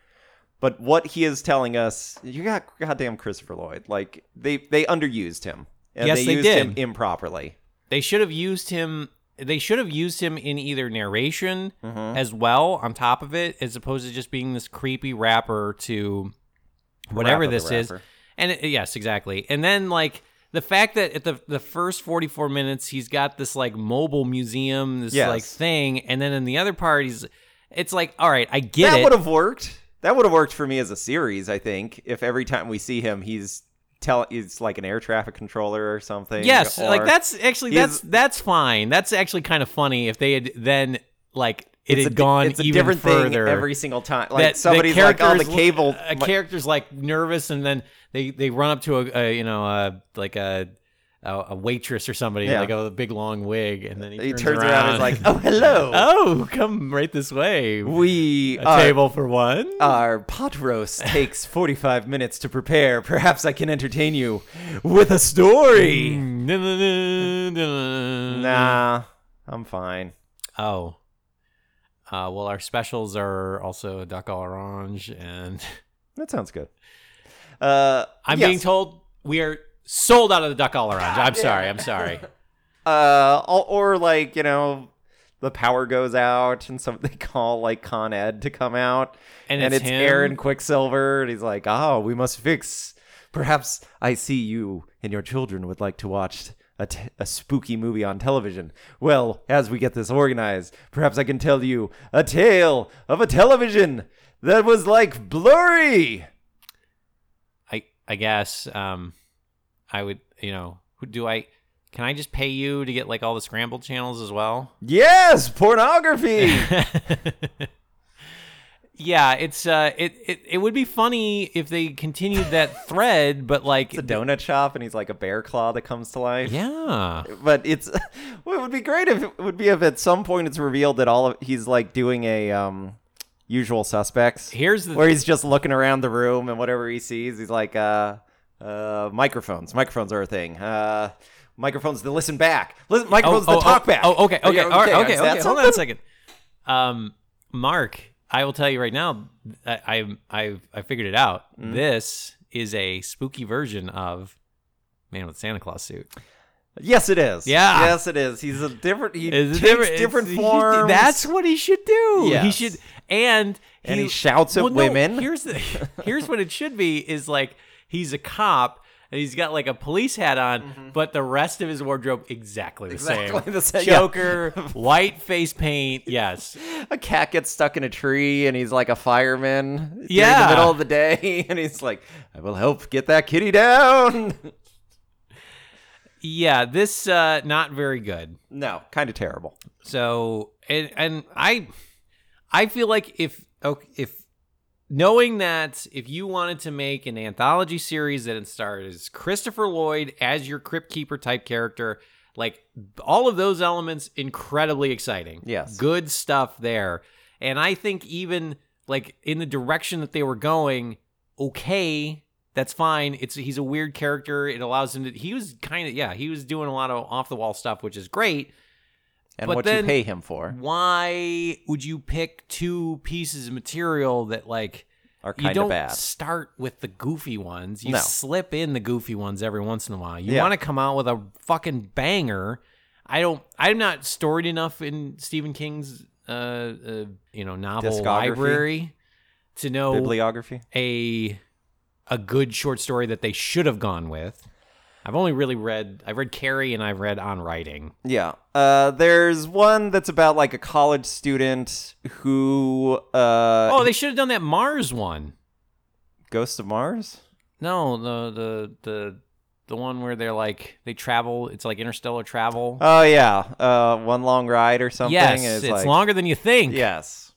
C: But what he is telling us, you got goddamn Christopher Lloyd. Like they they underused him. And
B: Yes, they
C: used
B: did.
C: him improperly.
B: They should have used him. They should have used him in either narration
C: Mm-hmm.
B: as well, on top of it, as opposed to just being this creepy rapper to whatever
C: Rapper the
B: this is.
C: rapper.
B: And it, yes, exactly. And then like the fact that at the the first forty four minutes he's got this like mobile museum, this
C: Yes.
B: like thing, and then in the other part he's, it's like all right, I get
C: That
B: it.
C: would have worked. That would have worked for me as a series, I think. If every time we see him, he's tell he's like an air traffic controller or something.
B: Yes, like
C: or-
B: that's actually
C: he's-
B: that's that's fine. That's actually kind of funny if they had then like it
C: it's
B: had
C: a,
B: gone
C: it's a
B: even
C: different
B: further
C: thing every single time.
B: that
C: Like
B: the
C: somebody's like, "Oh, the
B: character's- uh,
C: cable."
B: A character's like nervous, and then they they run up to a, a you know a like a a, a waitress or somebody
C: Yeah.
B: like oh the big long wig, and then he,
C: he turns around and
B: [laughs]
C: is like, "Oh, hello.
B: oh come right this way,
C: we
B: a
C: are,
B: table for one.
C: Our pot roast takes 45 minutes to prepare. Perhaps I can entertain you with a story.
B: Mm,
C: Nah, I'm fine.
B: Oh. Uh, well, our specials are also duck all orange, and [laughs]
C: That sounds good. Uh,
B: I'm
C: yes.
B: being told we are sold out of the duck all orange. I'm sorry. I'm
C: [laughs]
B: sorry.
C: uh, or, or like you know, the power goes out, and so [laughs] they call like Con Ed to come out,
B: And
C: and
B: it's
C: it's,
B: him?
C: Aaron Quicksilver, and he's like, "Oh, we must fix." Perhaps I see you and your children would like to watch a, t- a spooky movie on television. Well, as we get this organized, perhaps I can tell you a tale of a television that was like blurry.
B: I I guess um, I would you know who do I can I just pay you to get like all the scrambled channels as well? [laughs]
C: Yes, pornography.
B: yeah, it's uh, it it it would be funny if they continued that thread, but like
C: it's a donut shop, and he's like a bear claw that comes to life.
B: yeah,
C: but it's [laughs] what would be great if it would be if at some point it's revealed that all of he's like doing a um usual suspects
B: Here's the-
C: where he's just looking around the room and whatever he sees he's like uh uh microphones microphones are a thing uh microphones to listen back listen microphones to talk back
B: Oh, okay, okay,
C: Yeah,
B: all right, okay,
C: is
B: okay.
C: that
B: Hold on a
C: something?
B: second. Um, Mark, I will tell you right now, I I I, I figured it out.
C: Mm.
B: This is a spooky version of Man with Santa Claus suit.
C: yes it is
B: Yeah.
C: yes it is he's a different he
B: It's
C: takes
B: different,
C: different,
B: it's- he-
C: forms [laughs]
B: that's what he should do. He
C: Yes.
B: should, and
C: And he shouts at
B: well, no,
C: women.
B: here's
C: [laughs]
B: the, here's what it should be: is like he's a cop and he's got like a police hat on, but the rest of his wardrobe exactly the same.
C: Mm-hmm. Exactly the [laughs] same, yeah.
B: Joker, [laughs] white face paint. Yes,
C: a cat gets stuck in a tree and he's like a fireman yeah.
B: Yeah.
C: in the middle of the day [laughs] and he's like i will help get that kitty down [laughs]
B: yeah. This uh, not very good.
C: no kind of terrible
B: So and and I I feel like if ok- if knowing that if you wanted to make an anthology series that stars Christopher Lloyd as your crypt keeper type character, like all of those elements incredibly exciting.
C: Yes.
B: Good stuff there. And I think even like in the direction that they were going, okay, that's fine. It's he's a weird character. It allows him to he was kind of yeah, he was doing a lot of off the wall stuff, which is great
C: and
B: But
C: what
B: then-
C: you pay him for
B: why would you pick two pieces of material that like
C: are
B: you
C: kind
B: don't
C: of bad
B: start with the goofy ones you
C: No.
B: slip in the goofy ones every once in a while you
C: Yeah.
B: want to come out with a fucking banger i don't i'm not storied enough in stephen king's uh, uh you know novel
C: Discography?
B: library to know
C: bibliography
B: a a good short story that they should have gone with i've only really read i've read carrie and i've read on writing
C: Yeah. Uh, there's one that's about like a college student who uh
B: oh they should have done that mars one
C: Ghost of Mars?
B: No, the the the the one where they're like they travel. It's like interstellar travel.
C: Oh yeah. Uh one long ride or something.
B: yes,
C: is
B: it's
C: like,
B: longer than you think.
C: Yes.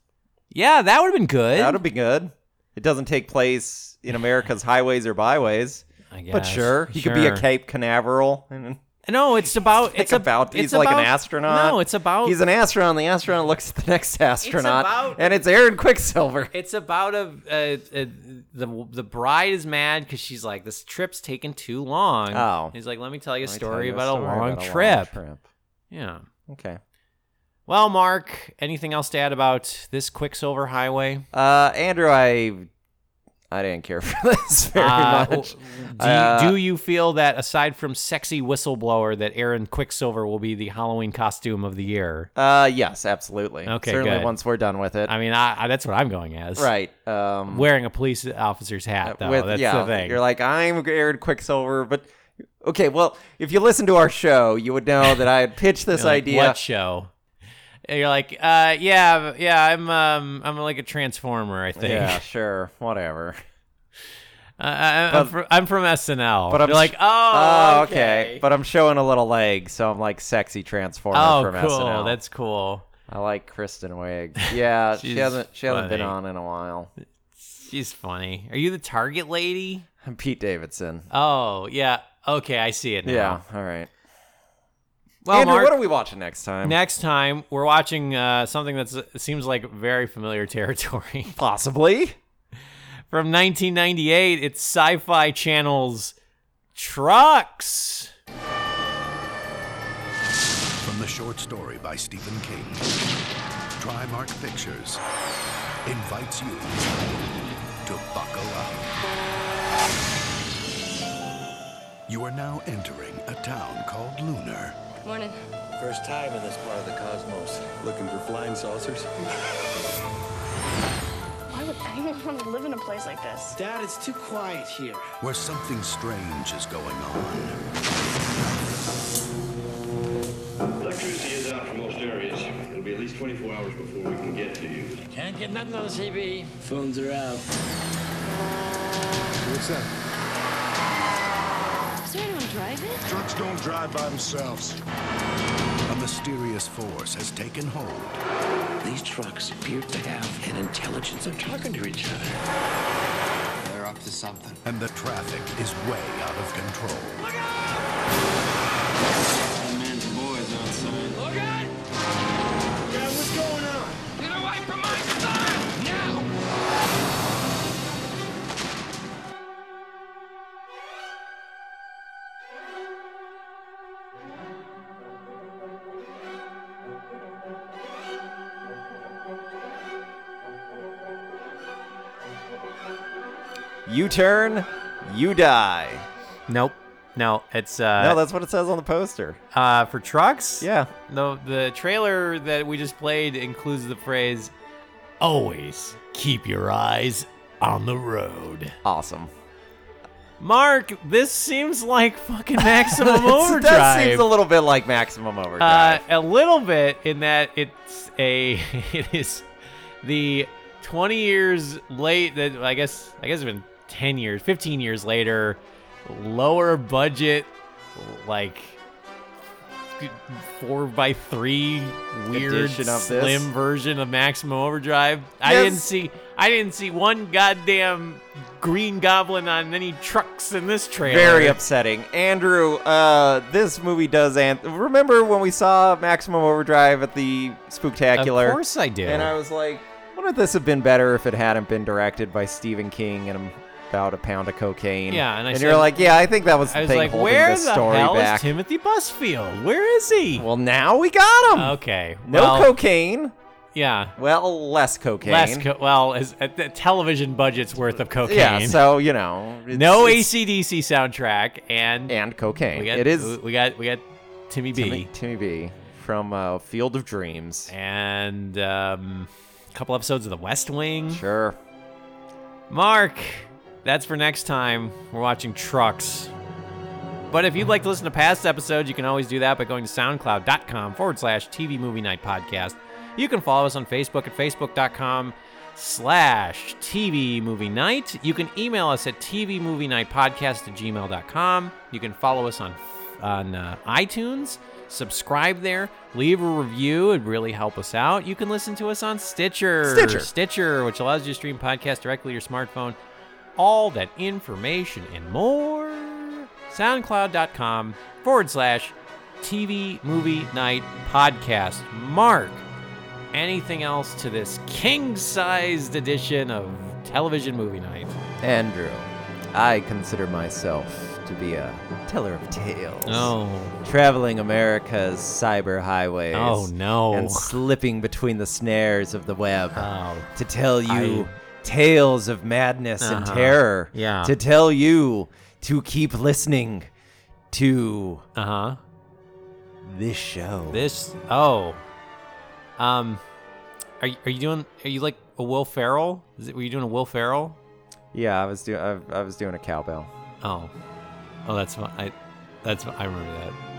B: yeah, that would have been good.
C: That'd be good. It doesn't take place in America's highways or byways.
B: I guess.
C: But sure, he could be a
B: Sure.
C: Cape Canaveral. And
B: No, it's about it's,
C: it's about
B: It's
C: he's like an
B: about-
C: astronaut.
B: No, it's about
C: he's an astronaut. And the astronaut looks at the next astronaut,
B: about-
C: and it's Aaron Quicksilver.
B: It's about a, a, a the the bride is mad because she's like this trip's taking too long.
C: Oh.
B: he's like, let me tell you a
C: Let
B: [laughs]
C: me
B: story
C: tell you a
B: about
C: story
B: a long
C: about
B: trip.
C: trip.
B: Yeah.
C: Okay.
B: Well, Mark, anything else to add about this Quicksilver Highway?
C: Uh, Andrew, I I didn't care [laughs] for this very
B: Uh,
C: much. Uh,
B: do, you, do you feel that aside from sexy whistleblower, that Aaron Quicksilver will be the Halloween costume of the year?
C: Uh, yes, absolutely.
B: Okay,
C: certainly
B: good.
C: once we're done with it.
B: I mean, I, I, that's what I'm going as.
C: right. Um, uh,
B: Wearing a police officer's hat, though. that's the thing.
C: You're like, I'm Aaron Quicksilver, but okay, well, if you listen to our show, you would know that I had pitched this
B: You're like,
C: idea.
B: What show? And you're like, uh, yeah, yeah, I'm, um, I'm like a transformer, I think. [laughs]
C: Yeah, sure, whatever.
B: Uh, I, I'm, from, I'm from SNL.
C: But
B: But
C: I'm
B: I'm like,
C: sh-
B: oh,
C: Oh, okay. But I'm showing a little leg, so I'm like sexy transformer
B: oh,
C: from
B: cool.
C: SNL.
B: That's cool.
C: I like Kristen Wiig.
B: [laughs]
C: Yeah, she
B: She's
C: hasn't she hasn't been
B: funny.
C: on in a while. [laughs]
B: She's funny. Are you the target lady?
C: I'm Pete Davidson.
B: Oh, yeah. Okay, I see it now.
C: Yeah, all right.
B: Well,
C: Andrew,
B: Mark,
C: what are we watching next time?
B: next time we're watching uh, something that seems like very familiar [laughs] territory
C: Possibly.
B: from 1998. It's Sci-Fi Channel's Trucks.
E: From the short story by Stephen King, Trimark Pictures invites you to buckle up. You are now entering a town called Lunar,
F: Morning.
G: First time in this part of the cosmos. Looking for flying saucers?
F: Why would [laughs] anyone want to live in a place like this?
H: Dad, it's too quiet here.
E: where something strange is going on.
I: Electricity is out for most areas. It'll be at least 24 hours before we can get to you.
H: Can't get nothing on the CB. Phones are out.
E: What's that?
F: Is there anyone driving?
E: Trucks don't drive by themselves. A mysterious force has taken hold.
G: These trucks appear to have an intelligence. They're talking to each other.
H: They're up to something.
E: and the traffic is way out of control.
H: Man's boys outside.
C: You turn, you die.
B: Nope. No, it's
C: no,
B: uh,
C: that's what it says on the poster.
B: uh for trucks.
C: Yeah.
B: No, the trailer that we just played includes the phrase "Always keep your eyes on the road."
C: Awesome.
B: Mark, this seems like [laughs] fucking maximum
C: It's-
B: overdrive.
C: That seems a little bit like Maximum
B: Uh,
C: Overdrive.
B: a little bit in that it's a [laughs] it is the 20 years late that I guess I guess it's been 10 years, 15 years later, lower budget like four by three weird
C: Edition of this.
B: slim version of Maximum Overdrive. I
C: Yes.
B: didn't see I didn't see one goddamn Green Goblin on any trucks in this trailer.
C: Very upsetting. Andrew, uh, this movie does. An- Remember when we saw Maximum Overdrive at the
B: Of
C: Spooktacular?
B: course I do.
C: And I was like, wouldn't this have been better if it hadn't been directed by Stephen King and about a pound of cocaine?
B: Yeah, and I
C: you're
B: said-
C: like, yeah, I think that was the
B: I was
C: thing
B: like,
C: holding
B: where
C: this
B: the
C: story
B: hell
C: back.
B: is Timothy Busfield? Where is he?
C: well, now we got him.
B: okay.
C: No
B: Uh, well,
C: cocaine.
B: Yeah.
C: Well, less cocaine.
B: Less co- well, is a, a television budget's worth of cocaine.
C: Yeah, so you know, it's-
B: no
C: it's-
B: ACDC soundtrack and
C: and cocaine.
B: we got,
C: it is
B: we got we got Timmy B
C: Timmy, Timmy B from uh, Field of Dreams.
B: and um, a couple episodes of The West Wing.
C: Sure.
B: Mark, that's for next time. We're watching trucks. But if you'd like to listen to past episodes, you can always do that by going to soundcloud.com forward slash TV Movie Night Podcast. You can follow us on Facebook at facebook.com slash TV Movie Night. You can email us at TV Movie Night Podcast at gmail.com. You can follow us on, on uh, iTunes. Subscribe there, leave a review, it'd really help us out. You can listen to us on Stitcher.
C: Stitcher.
B: Stitcher, which allows you to stream podcasts directly to your smartphone all that information and more. SoundCloud.com forward slash TV Movie Night Podcast. Mark, anything else to this king sized edition of Television Movie Night?
C: Andrew, I consider myself to be a teller of tales. Oh, Traveling America's cyber highways.
B: Oh, no.
C: And slipping between the snares of the web
B: Oh.
C: to tell you tales of madness and terror
B: Uh-huh. Yeah.
C: to tell you to keep listening to
B: Uh huh.
C: this show.
B: This. Oh. Um. Are you, are you doing? Are you like a Will Ferrell? Is it, were you doing a Will Ferrell?
C: Yeah, I was doing I, I was doing a cowbell.
B: Oh. Oh, that's fun. I. That's. fu- I remember that.